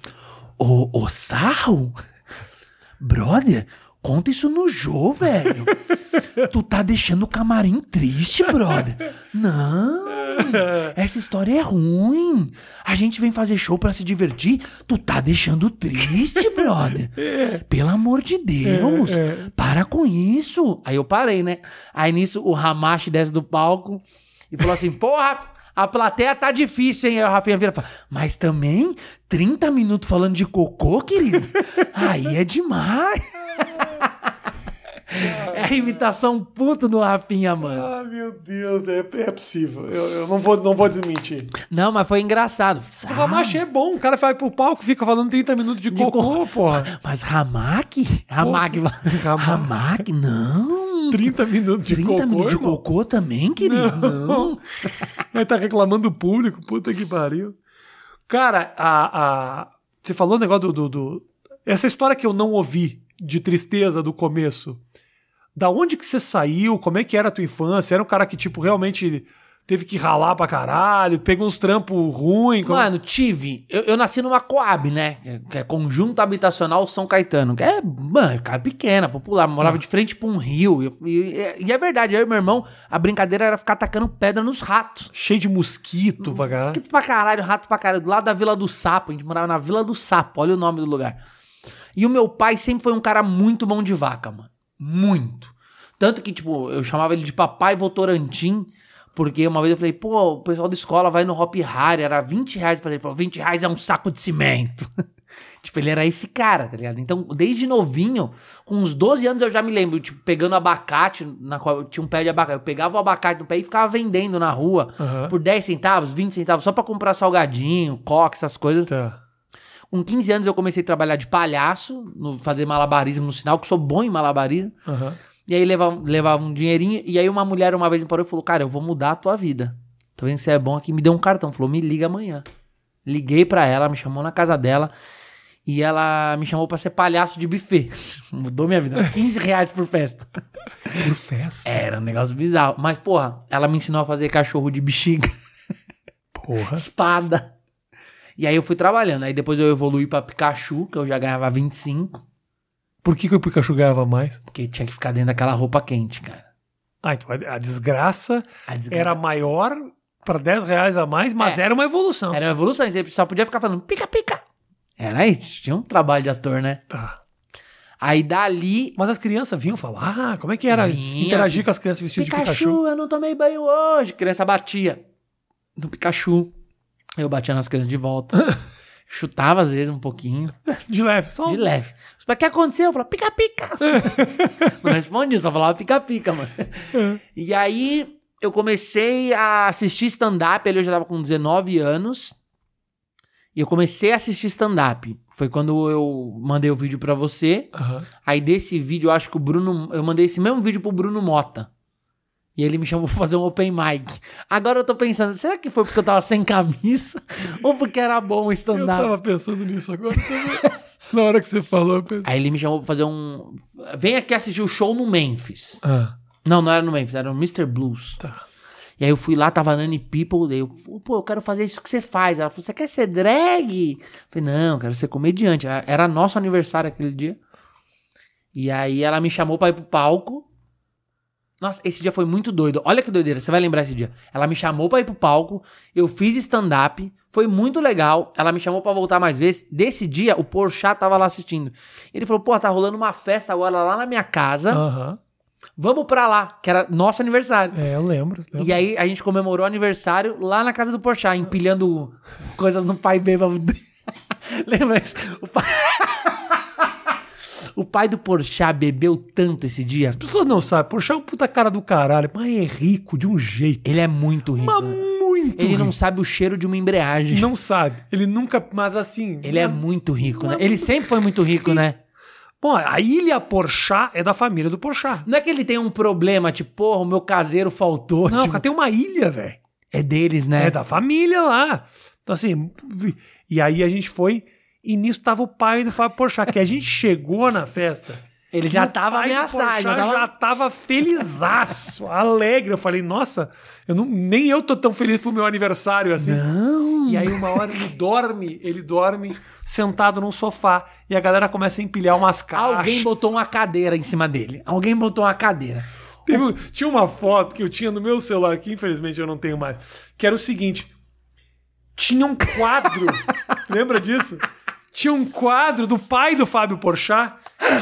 [SPEAKER 2] Ô, ô, sarro? Brother, conta isso no Jô, velho. tu tá deixando o camarim triste, brother. <laughs> Não, essa história é ruim. A gente vem fazer show pra se divertir. Tu tá deixando
[SPEAKER 1] <laughs>
[SPEAKER 2] triste, brother. Pelo amor de Deus,
[SPEAKER 1] É,
[SPEAKER 2] para com isso. Aí eu parei, né? Aí nisso o Hamashi desce do palco e falou assim: porra. A plateia tá difícil, hein? Aí o Rafinha vira e fala, mas também 30 minutos falando de cocô, querido? Aí é demais. <laughs> É a imitação puta do Rafinha, mano.
[SPEAKER 1] Ah, meu Deus, é, é possível. Eu, eu não, vou, não vou desmentir.
[SPEAKER 2] Não, mas foi engraçado.
[SPEAKER 1] O Ramache é bom. O cara vai pro palco, fica falando 30 minutos de, Ah, cocô, <laughs>
[SPEAKER 2] cocô.
[SPEAKER 1] porra.
[SPEAKER 2] Mas Hamak? Hamak.
[SPEAKER 1] Hamak.
[SPEAKER 2] Hamak, não.
[SPEAKER 1] 30 minutos de
[SPEAKER 2] 30
[SPEAKER 1] cocô,
[SPEAKER 2] minutos de
[SPEAKER 1] irmão.
[SPEAKER 2] cocô também, querido? Não.
[SPEAKER 1] Aí tá reclamando do público, puta que pariu. Cara, a, a- você falou o negócio do, do- do- Essa história que eu não ouvi de tristeza do começo. Da onde que você saiu? Como é que era a tua infância? Era um cara que, tipo, realmente teve que ralar pra caralho, pegou uns trampos ruins. como-
[SPEAKER 2] Mano, tive. Eu, eu nasci numa Coab, né? Que é- Que é Conjunto Habitacional São Caetano. Que é, mano, cara pequena, popular. Morava
[SPEAKER 1] Tá.
[SPEAKER 2] de frente pra um rio. E, e- e é verdade, eu e meu irmão, a brincadeira era ficar atacando pedra nos ratos.
[SPEAKER 1] Cheio de mosquito pra caralho.
[SPEAKER 2] Mosquito pra caralho, rato pra caralho. Do lado da Vila do Sapo. A gente morava na Vila do Sapo. Olha o nome do lugar. E o meu pai sempre foi um cara muito mão de vaca, mano. Muito. Tanto que, tipo, eu chamava ele de papai Votorantim. Porque uma vez eu falei, pô, o pessoal da escola vai no Hop Hari, era 20 reais pra ele. Ele falou, 20 reais é um saco de cimento. <laughs> tipo, ele era esse cara, tá ligado? Então, desde novinho, com uns 12 anos eu já me lembro, tipo, pegando abacate, na qual tinha um pé de abacate. Eu pegava o abacate no pé e ficava vendendo na rua
[SPEAKER 1] Aham.
[SPEAKER 2] por 10 centavos, 20 centavos, só pra comprar salgadinho, coca, essas coisas.
[SPEAKER 1] Tá.
[SPEAKER 2] Com 15 anos eu comecei a trabalhar de palhaço, no, fazer malabarismo no sinal, que eu sou bom em malabarismo.
[SPEAKER 1] Aham.
[SPEAKER 2] E aí levava, levava um dinheirinho, e aí uma mulher uma vez me parou e falou, cara, eu vou mudar a tua vida. Tô vendo que você é bom aqui. Me deu um cartão, falou, me liga amanhã. Liguei pra ela, me chamou na casa dela. E ela me chamou pra ser palhaço de buffet. <laughs> Mudou minha vida. 15 reais por festa.
[SPEAKER 1] Por festa.
[SPEAKER 2] Era um negócio bizarro. Mas, porra, ela me ensinou a fazer cachorro de bexiga,
[SPEAKER 1] Porra.
[SPEAKER 2] espada. E aí eu fui trabalhando. Aí depois eu evoluí pra Pikachu, que eu já ganhava 25.
[SPEAKER 1] Por que, que o Pikachu ganhava mais?
[SPEAKER 2] Porque tinha que ficar dentro daquela roupa quente, cara.
[SPEAKER 1] Ah, então a a desgraça
[SPEAKER 2] A desgraça-
[SPEAKER 1] era maior pra 10 reais a mais, mas
[SPEAKER 2] É.
[SPEAKER 1] era uma evolução.
[SPEAKER 2] Era uma evolução. Você só podia ficar falando pica-pica. Era isso. Tinha um trabalho de ator, né?
[SPEAKER 1] Tá.
[SPEAKER 2] Aí dali...
[SPEAKER 1] Mas as crianças vinham falar, ah, como é que era
[SPEAKER 2] Vinha.
[SPEAKER 1] interagir com as crianças vestidas
[SPEAKER 2] Pikachu,
[SPEAKER 1] de Pikachu?
[SPEAKER 2] eu não tomei banho hoje. Criança batia no Pikachu. Eu batia nas crianças
[SPEAKER 1] <laughs>
[SPEAKER 2] de volta. Chutava às vezes um pouquinho.
[SPEAKER 1] De leve, só
[SPEAKER 2] De
[SPEAKER 1] um-
[SPEAKER 2] leve. Os pais, o que aconteceu? Eu falava, pica-pica. não respondi, só falava pica-pica, mano. e aí, eu comecei a assistir stand-up, ali eu já tava com 19 anos. E eu comecei a assistir stand-up. Foi quando eu mandei o vídeo pra você.
[SPEAKER 1] Aham.
[SPEAKER 2] Aí desse vídeo, eu acho que o Bruno... Eu mandei esse mesmo vídeo pro Bruno Mota. E ele me chamou pra fazer um open mic. Agora eu tô pensando, será que foi porque eu tava sem camisa? <laughs> Ou porque era bom o
[SPEAKER 1] Eu
[SPEAKER 2] stand-up?
[SPEAKER 1] tava pensando nisso agora também. <laughs> Na hora que você falou, eu pensei.
[SPEAKER 2] Aí ele me chamou pra fazer um. Vem aqui assistir o show no Memphis.
[SPEAKER 1] Ah,
[SPEAKER 2] Não, não era no Memphis, era no Mr. Blues.
[SPEAKER 1] tá.
[SPEAKER 2] E aí eu fui lá, tava a Nanny People, daí eu, pô, eu quero fazer isso que você faz. Ela falou, você quer ser drag? Eu falei, não, eu quero ser comediante. Era nosso aniversário aquele dia. E aí ela me chamou pra ir pro palco. Nossa, esse dia foi muito doido. Olha que doideira, você vai lembrar esse dia. Ela me chamou pra ir pro palco, eu fiz stand-up, foi muito legal. Ela me chamou pra voltar mais vezes. Desse dia, o Porchat tava lá assistindo. Ele falou, pô, tá rolando uma festa agora lá na minha casa.
[SPEAKER 1] Aham.
[SPEAKER 2] Vamos pra lá, que era nosso aniversário.
[SPEAKER 1] É, eu lembro. lembro.
[SPEAKER 2] E aí a gente comemorou o aniversário lá na casa do Porchat, empilhando coisas no pai bêbado. <laughs> dele. Lembra isso? O pai... o pai do Porchat bebeu tanto esse dia.
[SPEAKER 1] As pessoas não sabem, Porchat é um puta cara do caralho, mas é rico de um jeito.
[SPEAKER 2] Ele é muito rico.
[SPEAKER 1] Mas
[SPEAKER 2] né?
[SPEAKER 1] muito
[SPEAKER 2] Ele não
[SPEAKER 1] rico.
[SPEAKER 2] sabe o cheiro de uma embreagem.
[SPEAKER 1] Não sabe. Ele nunca. Mas assim.
[SPEAKER 2] Ele é
[SPEAKER 1] né?
[SPEAKER 2] muito rico, né?
[SPEAKER 1] Mas-
[SPEAKER 2] Ele sempre foi muito rico, né?
[SPEAKER 1] Bom, a ilha Porchat é da família do Porchat.
[SPEAKER 2] Não é que ele tem um problema, tipo, porra, o meu caseiro faltou.
[SPEAKER 1] Não,
[SPEAKER 2] tipo,
[SPEAKER 1] cara, tem uma ilha, velho.
[SPEAKER 2] É deles, né?
[SPEAKER 1] É da família lá. Então, assim, e aí a gente foi, e nisso tava o pai do Fábio Porchat, que a
[SPEAKER 2] <laughs>
[SPEAKER 1] gente chegou na festa.
[SPEAKER 2] Ele já
[SPEAKER 1] e o
[SPEAKER 2] tava
[SPEAKER 1] pai do
[SPEAKER 2] ameaçado.
[SPEAKER 1] Porchat
[SPEAKER 2] Já tava...
[SPEAKER 1] já tava felizaço, <laughs> alegre. Eu falei, nossa, eu não, nem eu tô tão feliz pro meu aniversário assim.
[SPEAKER 2] Não.
[SPEAKER 1] E aí uma hora ele dorme, ele dorme sentado num sofá, e a galera começa a empilhar umas caixas.
[SPEAKER 2] Alguém botou uma cadeira em cima dele. Alguém botou uma cadeira.
[SPEAKER 1] Teve um- tinha uma foto que eu tinha no meu celular, que infelizmente eu não tenho mais, que era o seguinte: tinha um quadro, lembra disso? Tinha um quadro do pai do Fábio Porchat,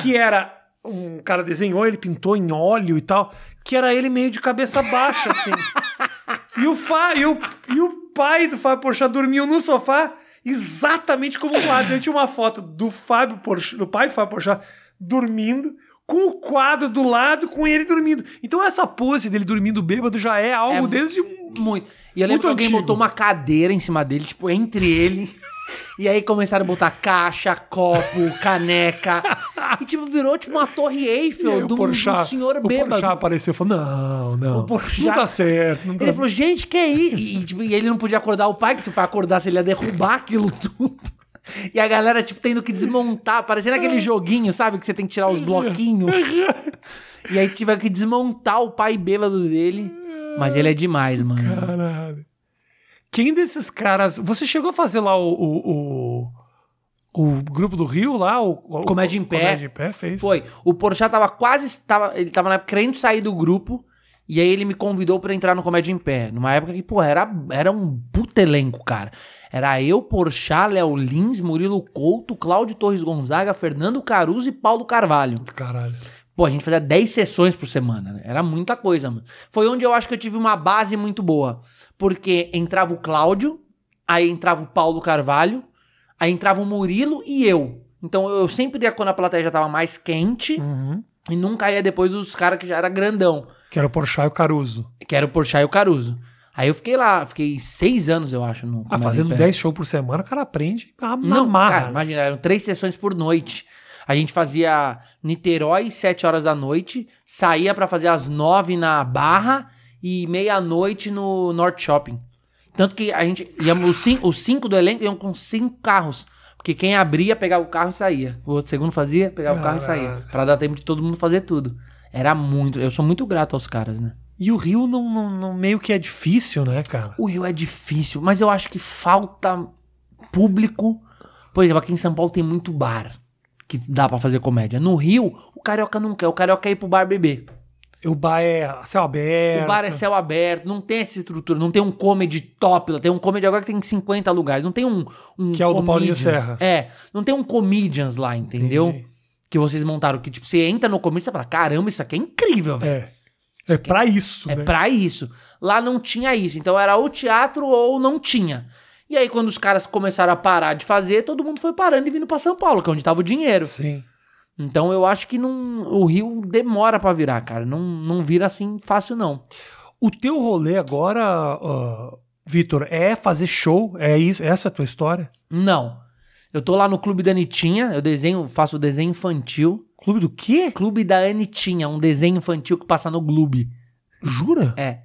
[SPEAKER 1] que era. Um cara desenhou, ele pintou em óleo e tal, que era ele meio de cabeça baixa, assim. E o, Fá, e, o, e o pai do Fábio Porchat dormiam no sofá exatamente como o quadro. Eu tinha uma foto do Fábio Porchat, do pai do Fábio Porchat dormindo, com o quadro do lado, com ele dormindo. Então essa pose dele dormindo bêbado já é algo
[SPEAKER 2] É
[SPEAKER 1] desde...
[SPEAKER 2] Muito. E eu lembro
[SPEAKER 1] Muito
[SPEAKER 2] que alguém
[SPEAKER 1] antigo.
[SPEAKER 2] botou uma cadeira em cima dele, tipo,
[SPEAKER 1] <laughs>
[SPEAKER 2] entre ele. E aí começaram a botar caixa, copo, caneca. E tipo, virou tipo uma torre
[SPEAKER 1] E aí
[SPEAKER 2] Eiffel
[SPEAKER 1] o
[SPEAKER 2] do,
[SPEAKER 1] Porchat-
[SPEAKER 2] do senhor
[SPEAKER 1] O
[SPEAKER 2] bêbado.
[SPEAKER 1] Porchat apareceu e falou, não, não,
[SPEAKER 2] O Porchat-
[SPEAKER 1] não tá certo. Não tá...
[SPEAKER 2] Ele falou, gente, que é isso? E, e, tipo, e ele não podia acordar o pai, que se o pai acordasse, ele ia derrubar aquilo <laughs> tudo. E a galera, tipo, tendo que desmontar, parecendo
[SPEAKER 1] É.
[SPEAKER 2] aquele joguinho, sabe? Que você tem que tirar os bloquinhos.
[SPEAKER 1] É.
[SPEAKER 2] E aí tiveram que desmontar o pai bêbado dele. Mas ele é demais, mano.
[SPEAKER 1] Caralho. Quem desses caras... Você chegou a fazer lá o... o, o... o grupo do Rio lá, o, o
[SPEAKER 2] Comédia em Pé.
[SPEAKER 1] Comédia em Pé fez.
[SPEAKER 2] Foi. O Porchat tava quase. Tava, ele tava né, querendo sair do grupo. E aí ele me convidou pra entrar no Comédia em Pé. Numa época que, pô, era, era um puto elenco, cara. Era eu, Porchat, Léo Lins, Murilo Couto, Cláudio Torres Gonzaga, Fernando Caruso e Paulo Carvalho.
[SPEAKER 1] Caralho.
[SPEAKER 2] Pô, a gente fazia 10 sessões por semana, né? Era muita coisa, mano. Foi onde eu acho que eu tive uma base muito boa. Porque entrava o Cláudio, aí entrava o Paulo Carvalho, aí entrava o Murilo e eu. Então eu sempre ia quando a plateia já tava mais quente
[SPEAKER 1] Uhum.
[SPEAKER 2] e nunca ia depois dos caras que já era grandão,
[SPEAKER 1] Que era o Porchat e o Caruso.
[SPEAKER 2] que era o Porchat e o Caruso. Aí eu fiquei lá, fiquei seis anos, eu acho. No
[SPEAKER 1] Ah,
[SPEAKER 2] Comédia
[SPEAKER 1] fazendo
[SPEAKER 2] em Pé.
[SPEAKER 1] 10 shows por semana, o cara aprende a
[SPEAKER 2] Não,
[SPEAKER 1] amarra.
[SPEAKER 2] cara, imagina, eram três sessões por noite. A gente fazia Niterói, sete horas da noite, saía pra fazer às nove na Barra e meia-noite no North Shopping. Tanto que a gente íamos, os cin- os cinco do elenco iam com cinco carros. Porque quem abria, pegava o carro e saía. O outro segundo fazia, pegava o carro e saía.
[SPEAKER 1] Caraca.
[SPEAKER 2] Pra dar tempo de todo mundo fazer tudo. Era muito. Eu sou muito grato aos caras, né?
[SPEAKER 1] E o Rio não, não- não- meio que é difícil, né, cara?
[SPEAKER 2] O Rio é difícil, mas eu acho que falta público. Por exemplo, aqui em São Paulo tem muito bar que dá pra fazer comédia. No Rio, o carioca não quer. O carioca quer ir pro bar beber.
[SPEAKER 1] O bar é céu aberto.
[SPEAKER 2] O bar é céu aberto, não tem essa estrutura, não tem um comedy top, lá tem um comedy agora que tem 50 lugares, não tem um, um
[SPEAKER 1] Que é o do Paulinho
[SPEAKER 2] comedians.
[SPEAKER 1] Serra.
[SPEAKER 2] É, não tem um comedians lá, entendeu?
[SPEAKER 1] Entendi.
[SPEAKER 2] Que vocês montaram, que tipo, você entra no comedy e você fala, caramba, isso aqui é incrível, velho.
[SPEAKER 1] É. É pra isso,
[SPEAKER 2] É
[SPEAKER 1] né?
[SPEAKER 2] pra isso. Lá não tinha isso. Então era ou teatro ou não tinha. E aí, quando os caras começaram a parar de fazer, todo mundo foi parando e vindo pra São Paulo, que é onde tava o dinheiro.
[SPEAKER 1] Sim.
[SPEAKER 2] Então eu acho que não, o Rio demora pra virar, cara. Não, não vira assim fácil, não.
[SPEAKER 1] O teu rolê agora, ó, Vitor, é fazer show? É isso? Essa é a tua história?
[SPEAKER 2] Não. Eu tô lá no Clube da Anitinha, eu desenho, faço desenho infantil.
[SPEAKER 1] Clube do quê?
[SPEAKER 2] Clube da Anitinha, um desenho infantil que passa no Globo.
[SPEAKER 1] Jura?
[SPEAKER 2] É.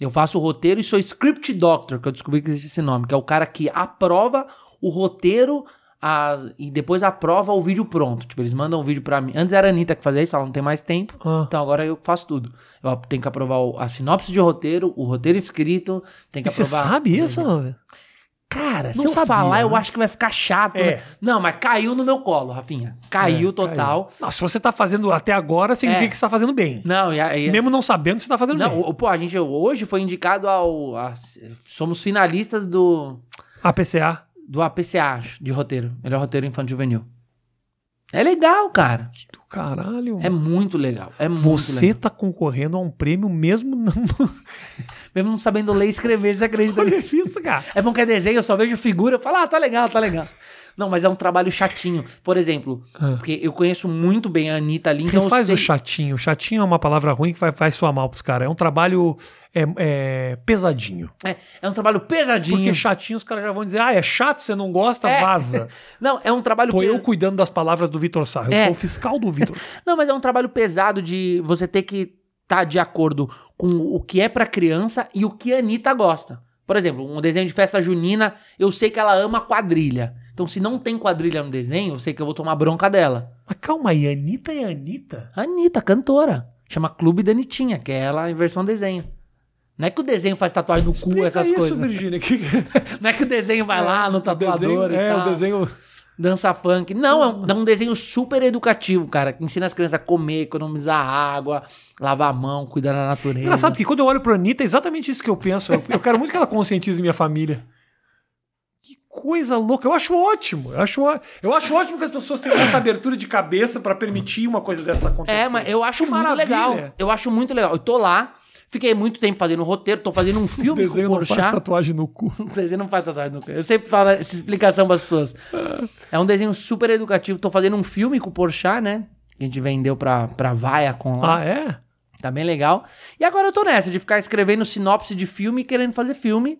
[SPEAKER 2] Eu faço o roteiro e sou script doctor, que eu descobri que existe esse nome, que é o cara que aprova o roteiro a- e depois aprova o vídeo pronto. Tipo, eles mandam o vídeo pra mim. Antes era a Anitta que fazia isso, ela não tem mais tempo.
[SPEAKER 1] Ah.
[SPEAKER 2] Então agora eu faço tudo. Eu tenho que aprovar o- a sinopse de roteiro, o roteiro escrito, tem que
[SPEAKER 1] E você
[SPEAKER 2] aprovar.
[SPEAKER 1] sabe isso? mano?
[SPEAKER 2] Cara, se
[SPEAKER 1] Não
[SPEAKER 2] eu
[SPEAKER 1] sabia,
[SPEAKER 2] falar, eu
[SPEAKER 1] né?
[SPEAKER 2] acho que vai ficar chato.
[SPEAKER 1] É.
[SPEAKER 2] né? Não, mas caiu no meu colo, Rafinha. Caiu
[SPEAKER 1] É,
[SPEAKER 2] total.
[SPEAKER 1] Não, se você tá fazendo até agora, significa
[SPEAKER 2] É.
[SPEAKER 1] que você tá fazendo bem.
[SPEAKER 2] Não, e aí.
[SPEAKER 1] Mesmo não sabendo, você tá fazendo
[SPEAKER 2] Não,
[SPEAKER 1] bem.
[SPEAKER 2] o- pô, a gente hoje foi indicado ao. a- somos finalistas do,
[SPEAKER 1] A PCA.
[SPEAKER 2] do APCA acho, de roteiro. Melhor roteiro infantil juvenil. É legal, cara.
[SPEAKER 1] Que do caralho.
[SPEAKER 2] É
[SPEAKER 1] mano.
[SPEAKER 2] muito legal. É muito
[SPEAKER 1] você
[SPEAKER 2] legal.
[SPEAKER 1] tá concorrendo a um prêmio mesmo não <laughs>
[SPEAKER 2] Mesmo não sabendo ler e escrever, você acredita
[SPEAKER 1] Olha
[SPEAKER 2] nisso?
[SPEAKER 1] isso, cara.
[SPEAKER 2] É bom que é desenho, eu só vejo figura, eu falo, ah, tá legal, tá legal. Não, mas é um trabalho chatinho. Por exemplo,
[SPEAKER 1] Ah.
[SPEAKER 2] porque eu conheço muito bem a Anitta ali, então
[SPEAKER 1] Quem
[SPEAKER 2] eu
[SPEAKER 1] faz
[SPEAKER 2] sei...
[SPEAKER 1] o chatinho? Chatinho é uma palavra ruim que vai, vai soar mal pros caras. É um trabalho é, é, pesadinho.
[SPEAKER 2] É, é um trabalho pesadinho.
[SPEAKER 1] Porque chatinho os caras já vão dizer, ah, é chato, você não gosta,
[SPEAKER 2] <laughs> É.
[SPEAKER 1] vaza.
[SPEAKER 2] Não, é um trabalho
[SPEAKER 1] Tô eu
[SPEAKER 2] pes-
[SPEAKER 1] cuidando das palavras do Vitor Sarro. Eu
[SPEAKER 2] É.
[SPEAKER 1] sou o fiscal do Vitor.
[SPEAKER 2] <laughs> Não, mas é um trabalho pesado de você ter que estar de acordo com o que é pra criança e o que a Anitta gosta. Por exemplo, um desenho de festa junina, eu sei que ela ama quadrilha. Então, se não tem quadrilha no desenho, eu sei que eu vou tomar bronca dela.
[SPEAKER 1] Mas calma aí, Anitta é Anitta?
[SPEAKER 2] A Anitta, cantora. Chama Clube da Anitinha, que é ela em versão desenho. Não é que o desenho faz tatuagem no cu,
[SPEAKER 1] Explica
[SPEAKER 2] essas
[SPEAKER 1] isso,
[SPEAKER 2] coisas.
[SPEAKER 1] Virgínia. Que...
[SPEAKER 2] Não é que o desenho
[SPEAKER 1] <laughs>
[SPEAKER 2] vai lá no
[SPEAKER 1] O
[SPEAKER 2] tatuador
[SPEAKER 1] desenho,
[SPEAKER 2] e
[SPEAKER 1] é,
[SPEAKER 2] tal.
[SPEAKER 1] o desenho...
[SPEAKER 2] Dança funk. Não, é um, é um desenho super educativo, cara. Que ensina as crianças a comer, economizar água, lavar a mão, cuidar da natureza.
[SPEAKER 1] Engraçado que quando eu olho pra Anitta, é exatamente isso que eu penso. Eu, eu quero muito que ela conscientize minha família. Que coisa louca. Eu acho ótimo. Eu acho, ó- eu acho ótimo que as pessoas tenham essa abertura de cabeça pra permitir uma coisa dessa acontecer.
[SPEAKER 2] É, mas eu acho muito
[SPEAKER 1] Maravilha.
[SPEAKER 2] legal. Eu acho muito legal. Eu tô lá, fiquei muito tempo fazendo roteiro, tô fazendo
[SPEAKER 1] <laughs>
[SPEAKER 2] um
[SPEAKER 1] O
[SPEAKER 2] filme com o
[SPEAKER 1] desenho não faz
[SPEAKER 2] Porchat.
[SPEAKER 1] tatuagem no cu.
[SPEAKER 2] O <laughs> desenho não faz tatuagem nunca. Eu sempre falo essa explicação pras pessoas.
[SPEAKER 1] Ah.
[SPEAKER 2] É um desenho super educativo. Tô fazendo um filme com o Porchat, né? Que a gente vendeu pra, pra Viacom lá.
[SPEAKER 1] Ah, é?
[SPEAKER 2] Tá bem legal. E agora eu tô nessa, de ficar escrevendo sinopse de filme e querendo fazer filme.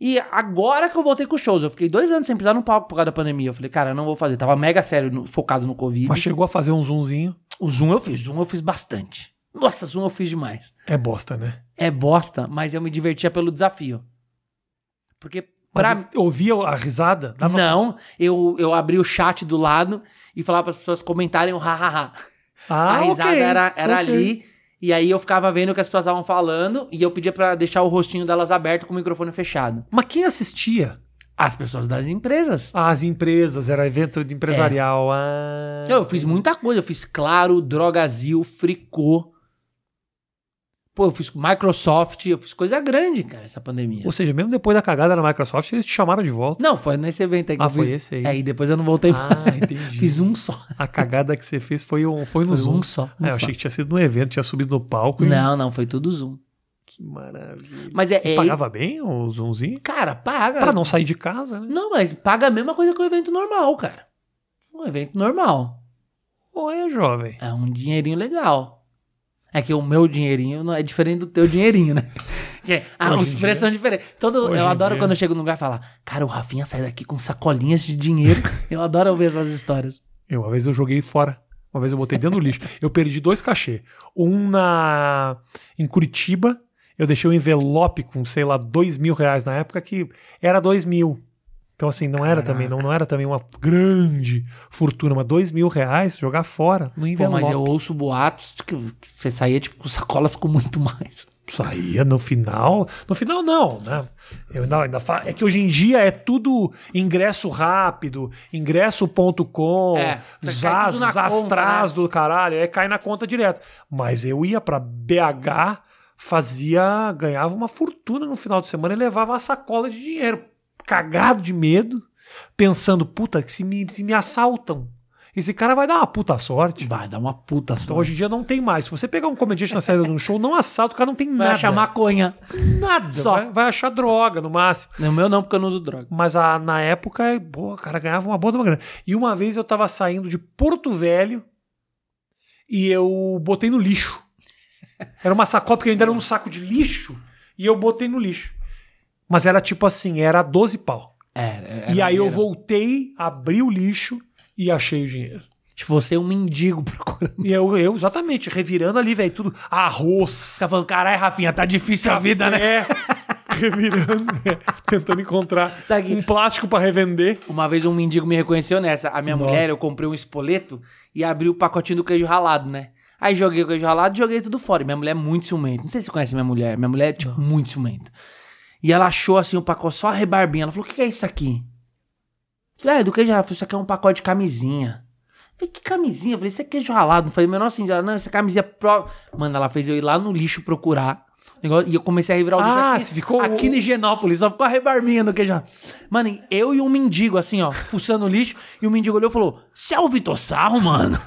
[SPEAKER 2] E agora que eu voltei com shows. Eu fiquei dois anos sem pisar no palco por causa da pandemia. Eu falei, cara, eu não vou fazer. Tava mega sério, no- focado no Covid.
[SPEAKER 1] Mas chegou a fazer um zoomzinho.
[SPEAKER 2] O Zoom eu fiz. Zoom eu fiz bastante. Nossa, Zoom eu fiz demais.
[SPEAKER 1] É bosta, né?
[SPEAKER 2] É bosta, mas eu me divertia pelo desafio. Porque pra
[SPEAKER 1] Mas ouvia a risada? Dava-
[SPEAKER 2] Não, eu, eu abri o chat do lado e falava para as pessoas comentarem o hahaha.
[SPEAKER 1] Ah,
[SPEAKER 2] a risada
[SPEAKER 1] ok,
[SPEAKER 2] era, era
[SPEAKER 1] ok.
[SPEAKER 2] ali. E aí eu ficava vendo o que as pessoas estavam falando e eu pedia pra deixar o rostinho delas aberto com o microfone fechado.
[SPEAKER 1] Mas quem assistia?
[SPEAKER 2] As pessoas das empresas.
[SPEAKER 1] As empresas, era evento de empresarial. Ah,
[SPEAKER 2] É. Eu fiz muita coisa. Eu fiz Claro, Drogazil, Fricô. Pô, eu fiz Microsoft. Eu fiz coisa grande, cara, essa pandemia.
[SPEAKER 1] Ou seja, mesmo depois da cagada na Microsoft, eles te chamaram de volta.
[SPEAKER 2] Não, foi nesse evento aí que
[SPEAKER 1] Ah,
[SPEAKER 2] eu
[SPEAKER 1] foi
[SPEAKER 2] fiz.
[SPEAKER 1] esse aí.
[SPEAKER 2] É, e depois eu não voltei.
[SPEAKER 1] <laughs> Ah,
[SPEAKER 2] <laughs> fiz
[SPEAKER 1] entendi.
[SPEAKER 2] um só.
[SPEAKER 1] a cagada que você fez foi, um, foi no
[SPEAKER 2] Foi
[SPEAKER 1] Zoom.
[SPEAKER 2] um só. um
[SPEAKER 1] Ah, eu
[SPEAKER 2] só.
[SPEAKER 1] achei um. que tinha sido no evento, tinha subido no palco. e-
[SPEAKER 2] Não, não, foi tudo Zoom.
[SPEAKER 1] Que maravilha.
[SPEAKER 2] Mas é.
[SPEAKER 1] E
[SPEAKER 2] é-
[SPEAKER 1] Pagava bem o Zoomzinho?
[SPEAKER 2] Cara, paga.
[SPEAKER 1] Pra não sair de casa, né?
[SPEAKER 2] Não, mas paga a mesma coisa que o evento normal, cara. Um evento normal.
[SPEAKER 1] Ou é jovem?
[SPEAKER 2] É um dinheirinho legal. É que o meu dinheirinho não é diferente do teu dinheirinho, né? <laughs> Que, ah,
[SPEAKER 1] Hoje
[SPEAKER 2] os
[SPEAKER 1] em
[SPEAKER 2] preços
[SPEAKER 1] dia-
[SPEAKER 2] são diferentes. Todo,
[SPEAKER 1] hoje em
[SPEAKER 2] eu adoro
[SPEAKER 1] dia.
[SPEAKER 2] quando eu chego num lugar e falar, cara, o Rafinha sai daqui com sacolinhas de dinheiro. <laughs> eu adoro ouvir essas histórias.
[SPEAKER 1] Eu, uma vez eu joguei fora. Uma vez eu botei dentro do
[SPEAKER 2] <laughs>
[SPEAKER 1] lixo. Eu perdi dois cachê. Um na em Curitiba. Eu deixei um envelope com, sei lá, dois mil reais na época, que era dois mil. Então, assim, não era também, não, não era também uma grande fortuna, mas dois mil reais jogar fora no
[SPEAKER 2] Pô,
[SPEAKER 1] envelope.
[SPEAKER 2] mas eu ouço boatos de que você saía tipo, com sacolas com muito mais.
[SPEAKER 1] Saía no final. No final, não, né? Eu ainda, ainda fa... É que hoje em dia é tudo ingresso rápido, ingresso.com,
[SPEAKER 2] É, cai
[SPEAKER 1] zaz,
[SPEAKER 2] tudo na
[SPEAKER 1] zaz,
[SPEAKER 2] conta,
[SPEAKER 1] traz do caralho, aí cai na conta direto. Mas eu ia pra BH, fazia, ganhava uma fortuna no final de semana e levava uma sacola de dinheiro, cagado de medo, pensando, puta, que se me, se me assaltam, esse cara vai dar uma puta sorte.
[SPEAKER 2] Vai dar uma puta
[SPEAKER 1] Então,
[SPEAKER 2] sorte.
[SPEAKER 1] hoje em dia não tem mais. Se você pegar um comediante na saída de um show, não assalta, o cara não tem
[SPEAKER 2] Vai
[SPEAKER 1] nada.
[SPEAKER 2] achar maconha.
[SPEAKER 1] nada.
[SPEAKER 2] Só.
[SPEAKER 1] Vai, vai achar droga, no máximo.
[SPEAKER 2] No meu não, porque eu não uso droga.
[SPEAKER 1] Mas a- na época, é, boa, o cara ganhava uma boa de uma grana. E uma vez eu tava saindo de Porto Velho e eu botei no lixo. Era uma sacola, porque ainda era um saco de lixo, e eu botei no lixo. Mas era tipo assim, era 12 pau.
[SPEAKER 2] É, é- é
[SPEAKER 1] e aí eu
[SPEAKER 2] maneiro.
[SPEAKER 1] voltei, abri o lixo e achei o dinheiro.
[SPEAKER 2] Tipo, você é um mendigo <laughs> procurando.
[SPEAKER 1] E eu, eu exatamente, revirando ali, velho, tudo. Arroz.
[SPEAKER 2] Tá falando, caralho, Rafinha, tá difícil a vida, né?
[SPEAKER 1] É. Revirando, é, tentando encontrar
[SPEAKER 2] Sabe-
[SPEAKER 1] um plástico pra revender.
[SPEAKER 2] Uma vez um mendigo me reconheceu nessa. A minha
[SPEAKER 1] Nossa.
[SPEAKER 2] mulher, eu comprei um espoleto e abri o pacotinho do queijo ralado, né? Aí joguei o queijo ralado e joguei tudo fora. E minha mulher é muito ciumenta. Não sei se você conhece minha mulher. Minha mulher é, tipo, muito ciumenta. E ela achou, assim, o pacote só a rebarbinha. Ela falou, o que que é isso aqui? Falei, ah, é do queijo ralado. Falei, isso aqui é um pacote de camisinha. Falei, que camisinha? Falei, isso é queijo ralado. Não falei, o menor sentido. Ela, não, isso é camisinha pro... Mano, ela fez eu ir lá no lixo procurar. o negócio, E eu comecei a revirar o lixo
[SPEAKER 1] Ah,
[SPEAKER 2] aqui,
[SPEAKER 1] você ficou-
[SPEAKER 2] aqui em Higienópolis, só ficou a rebarminha no queijo. Mano, e eu e um mendigo, assim, ó, fuçando o lixo, e o mendigo olhou e falou: Você é o Vitor Sarro, mano?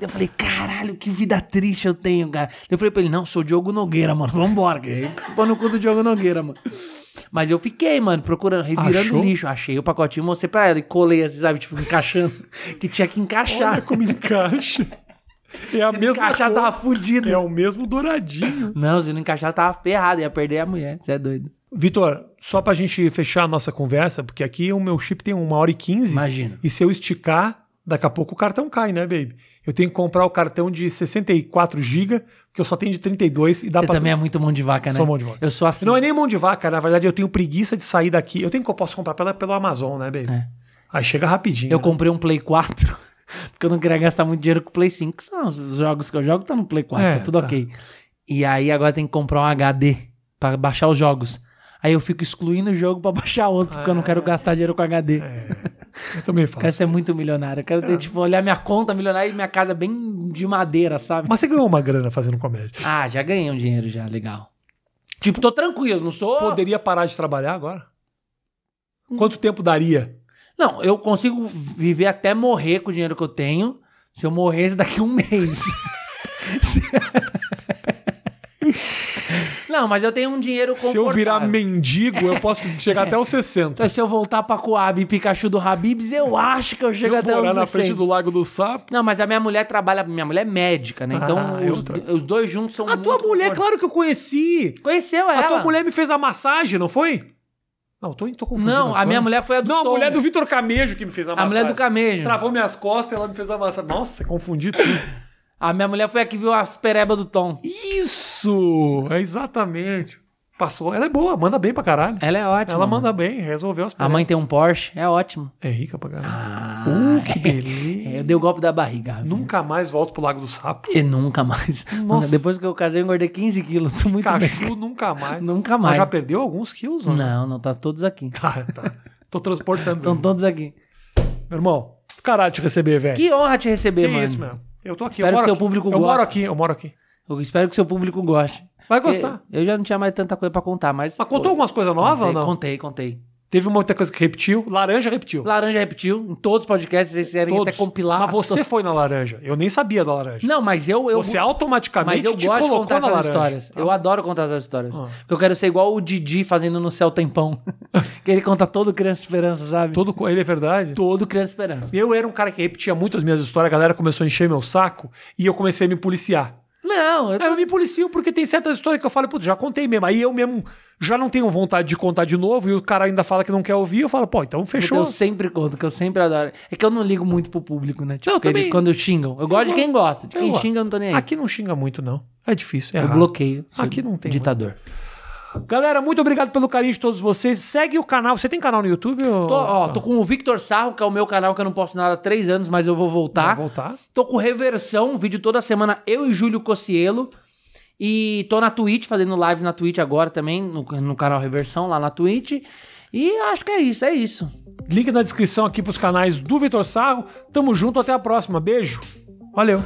[SPEAKER 2] Eu falei, caralho, que vida triste eu tenho, cara. Eu falei pra ele, não, sou Diogo Nogueira, mano. Vambora, cara. Aí Ficou no cu do Diogo Nogueira, mano. Mas eu fiquei, mano, procurando, revirando
[SPEAKER 1] Achou?
[SPEAKER 2] o lixo. Achei o pacotinho, mostrei pra ela e colei, assim, sabe, tipo, encaixando. <laughs> que tinha que encaixar.
[SPEAKER 1] Olha como encaixa. É a
[SPEAKER 2] Se não
[SPEAKER 1] mesma
[SPEAKER 2] encaixar,
[SPEAKER 1] cor.
[SPEAKER 2] tava fudido.
[SPEAKER 1] É o mesmo douradinho.
[SPEAKER 2] Não, se não encaixar, tava ferrado. Ia perder a mulher. Você é doido.
[SPEAKER 1] Vitor, só pra gente fechar a nossa conversa, porque aqui o meu chip tem uma hora e quinze.
[SPEAKER 2] Imagina.
[SPEAKER 1] E se eu esticar, daqui a pouco o cartão cai, né, baby? Eu tenho que comprar o cartão de 64 GB, que eu só tenho de 32 e dá
[SPEAKER 2] Você
[SPEAKER 1] pra...
[SPEAKER 2] também é muito mão de vaca, né?
[SPEAKER 1] Sou mão de vaca.
[SPEAKER 2] Eu sou assim.
[SPEAKER 1] Não é nem mão de vaca, na verdade eu tenho preguiça de sair daqui. Eu tenho que eu posso comprar pela, pelo Amazon, né, baby?
[SPEAKER 2] É.
[SPEAKER 1] Aí chega rapidinho.
[SPEAKER 2] Eu
[SPEAKER 1] né?
[SPEAKER 2] comprei um Play 4 <laughs> porque eu não queria gastar muito dinheiro com o Play 5. que São os jogos que eu jogo tá no Play 4,
[SPEAKER 1] É,
[SPEAKER 2] tá tudo
[SPEAKER 1] tá.
[SPEAKER 2] ok. E aí agora tem que comprar um HD pra baixar os jogos. Aí eu fico excluindo o jogo pra baixar outro, porque eu não quero gastar dinheiro com HD. Eu
[SPEAKER 1] É, eu também faço.
[SPEAKER 2] Quero ser muito milionário. Eu quero ter, tipo, olhar minha conta milionária e minha casa bem de madeira, sabe?
[SPEAKER 1] Mas você ganhou uma grana fazendo comédia.
[SPEAKER 2] Ah, já ganhei um dinheiro já, legal. Tipo, tô tranquilo, não sou.
[SPEAKER 1] Poderia parar de trabalhar agora? Quanto tempo daria?
[SPEAKER 2] Não, eu consigo viver até morrer com o dinheiro que eu tenho. Se eu morresse daqui a
[SPEAKER 1] <laughs>
[SPEAKER 2] um mês. Se- Não, mas eu tenho um dinheiro
[SPEAKER 1] Se eu virar
[SPEAKER 2] confortável.
[SPEAKER 1] mendigo, eu posso chegar <laughs> até os 60.
[SPEAKER 2] Então, se eu voltar pra Coab e Pikachu do Habibs, eu acho que eu
[SPEAKER 1] Se
[SPEAKER 2] chego
[SPEAKER 1] eu
[SPEAKER 2] até os
[SPEAKER 1] morar na
[SPEAKER 2] 60.
[SPEAKER 1] frente do Lago do Sapo.
[SPEAKER 2] Não, mas a minha mulher trabalha. Minha mulher é médica, né? Então
[SPEAKER 1] Ah,
[SPEAKER 2] os,
[SPEAKER 1] eu-
[SPEAKER 2] os dois juntos são.
[SPEAKER 1] A tua
[SPEAKER 2] muito
[SPEAKER 1] mulher,
[SPEAKER 2] confortáveis.
[SPEAKER 1] claro que eu conheci.
[SPEAKER 2] Conheceu ela?
[SPEAKER 1] A tua mulher me fez a massagem, não foi? Não, tô, tô confundindo.
[SPEAKER 2] Não,
[SPEAKER 1] as
[SPEAKER 2] a minha
[SPEAKER 1] coisas.
[SPEAKER 2] mulher foi a do.
[SPEAKER 1] Não, a
[SPEAKER 2] Tom.
[SPEAKER 1] mulher é do Vitor Camejo que me fez a
[SPEAKER 2] A
[SPEAKER 1] massagem.
[SPEAKER 2] mulher é do Camejo.
[SPEAKER 1] Travou minhas costas e ela me fez a massagem. Nossa, confundi tudo.
[SPEAKER 2] A minha mulher foi a que viu as perebas do
[SPEAKER 1] <laughs>
[SPEAKER 2] Tom.
[SPEAKER 1] Isso! É exatamente. Passou. Ela é boa, manda bem pra caralho.
[SPEAKER 2] Ela é ótima.
[SPEAKER 1] Ela
[SPEAKER 2] mano.
[SPEAKER 1] manda bem, resolveu as
[SPEAKER 2] A mãe tem um Porsche, é ótimo.
[SPEAKER 1] É rica pra caralho.
[SPEAKER 2] Ah,
[SPEAKER 1] Uh, que beleza.
[SPEAKER 2] É, eu dei o golpe da barriga. Gabi.
[SPEAKER 1] Nunca mais volto pro Lago do Sapo.
[SPEAKER 2] E nunca mais.
[SPEAKER 1] <laughs> Nossa.
[SPEAKER 2] Depois que eu casei, eu engordei 15 quilos. Tô muito bem.
[SPEAKER 1] Cachorro nunca mais.
[SPEAKER 2] Nunca
[SPEAKER 1] Mas
[SPEAKER 2] mais.
[SPEAKER 1] já perdeu alguns quilos? ó.
[SPEAKER 2] Não, Então- não, tá todos aqui.
[SPEAKER 1] <laughs> Tá, tá. Tô transportando.
[SPEAKER 2] Estão todos aqui.
[SPEAKER 1] Meu irmão, do caralho te receber, velho.
[SPEAKER 2] Que honra te receber,
[SPEAKER 1] É. Que
[SPEAKER 2] mano.
[SPEAKER 1] isso, meu. Eu tô aqui.
[SPEAKER 2] Espero
[SPEAKER 1] eu moro
[SPEAKER 2] que seu
[SPEAKER 1] aqui.
[SPEAKER 2] público
[SPEAKER 1] Eu moro
[SPEAKER 2] goste.
[SPEAKER 1] aqui, eu moro aqui.
[SPEAKER 2] Eu espero que seu público goste.
[SPEAKER 1] Vai gostar.
[SPEAKER 2] Eu, eu já não tinha mais tanta coisa pra contar, mas.
[SPEAKER 1] Mas contou
[SPEAKER 2] Pô,
[SPEAKER 1] algumas coisas novas ou
[SPEAKER 2] contei,
[SPEAKER 1] não?
[SPEAKER 2] Contei, contei.
[SPEAKER 1] Teve uma outra coisa que repetiu. Laranja repetiu.
[SPEAKER 2] Laranja repetiu em todos os podcasts, vocês querem
[SPEAKER 1] Todos.
[SPEAKER 2] até compilar.
[SPEAKER 1] Mas você foi na laranja. Eu nem sabia da laranja.
[SPEAKER 2] Não, mas eu. eu
[SPEAKER 1] você automaticamente
[SPEAKER 2] Mas eu
[SPEAKER 1] te
[SPEAKER 2] gosto de
[SPEAKER 1] colocou
[SPEAKER 2] contar
[SPEAKER 1] na
[SPEAKER 2] essas
[SPEAKER 1] laranja.
[SPEAKER 2] histórias. Eu adoro contar essas histórias.
[SPEAKER 1] Ah.
[SPEAKER 2] Porque eu quero ser igual o Didi fazendo no Céu <laughs> Tempão. que ele conta todo Criança Esperança, sabe?
[SPEAKER 1] Todo co- ele é verdade?
[SPEAKER 2] Todo Criança Esperança.
[SPEAKER 1] Eu era um cara que repetia muito as minhas histórias, a galera começou a encher meu saco e eu comecei a me policiar.
[SPEAKER 2] Não, eu
[SPEAKER 1] Aí eu me policio porque tem certas histórias que eu falo, putz, já contei mesmo. Aí eu mesmo já não tenho vontade de contar de novo e o cara ainda fala que não quer ouvir. Eu falo, pô, então fechou.
[SPEAKER 2] Eu sempre conto, que eu sempre adoro. É que eu não ligo muito pro público, né? Tipo,
[SPEAKER 1] Não, eu
[SPEAKER 2] que ele-
[SPEAKER 1] também.
[SPEAKER 2] quando xingam. Eu, gosto ah. de quem gosta. De
[SPEAKER 1] Eu
[SPEAKER 2] quem
[SPEAKER 1] gosto.
[SPEAKER 2] xinga, eu não tô nem aí.
[SPEAKER 1] Aqui não xinga muito, não. É difícil, é
[SPEAKER 2] eu
[SPEAKER 1] raro.
[SPEAKER 2] bloqueio. sou
[SPEAKER 1] Aqui não tem
[SPEAKER 2] Ditador.
[SPEAKER 1] Galera, muito obrigado pelo carinho de todos vocês. Segue o canal. Você tem canal no YouTube? ô-
[SPEAKER 2] Tô, ó, tô com o Victor Sarro, que é o meu canal que eu não posto nada há três anos, mas eu vou
[SPEAKER 1] Vai
[SPEAKER 2] voltar.
[SPEAKER 1] voltar.
[SPEAKER 2] Tô com reversão, um vídeo toda semana, eu e Júlio Cocielo. E tô na Twitch, fazendo live na Twitch agora também, no, no canal Reversão, lá na Twitch. E acho que é isso, é isso.
[SPEAKER 1] Link na descrição aqui pros canais do Vitor Sarro. Tamo junto, até a próxima. Beijo. Valeu.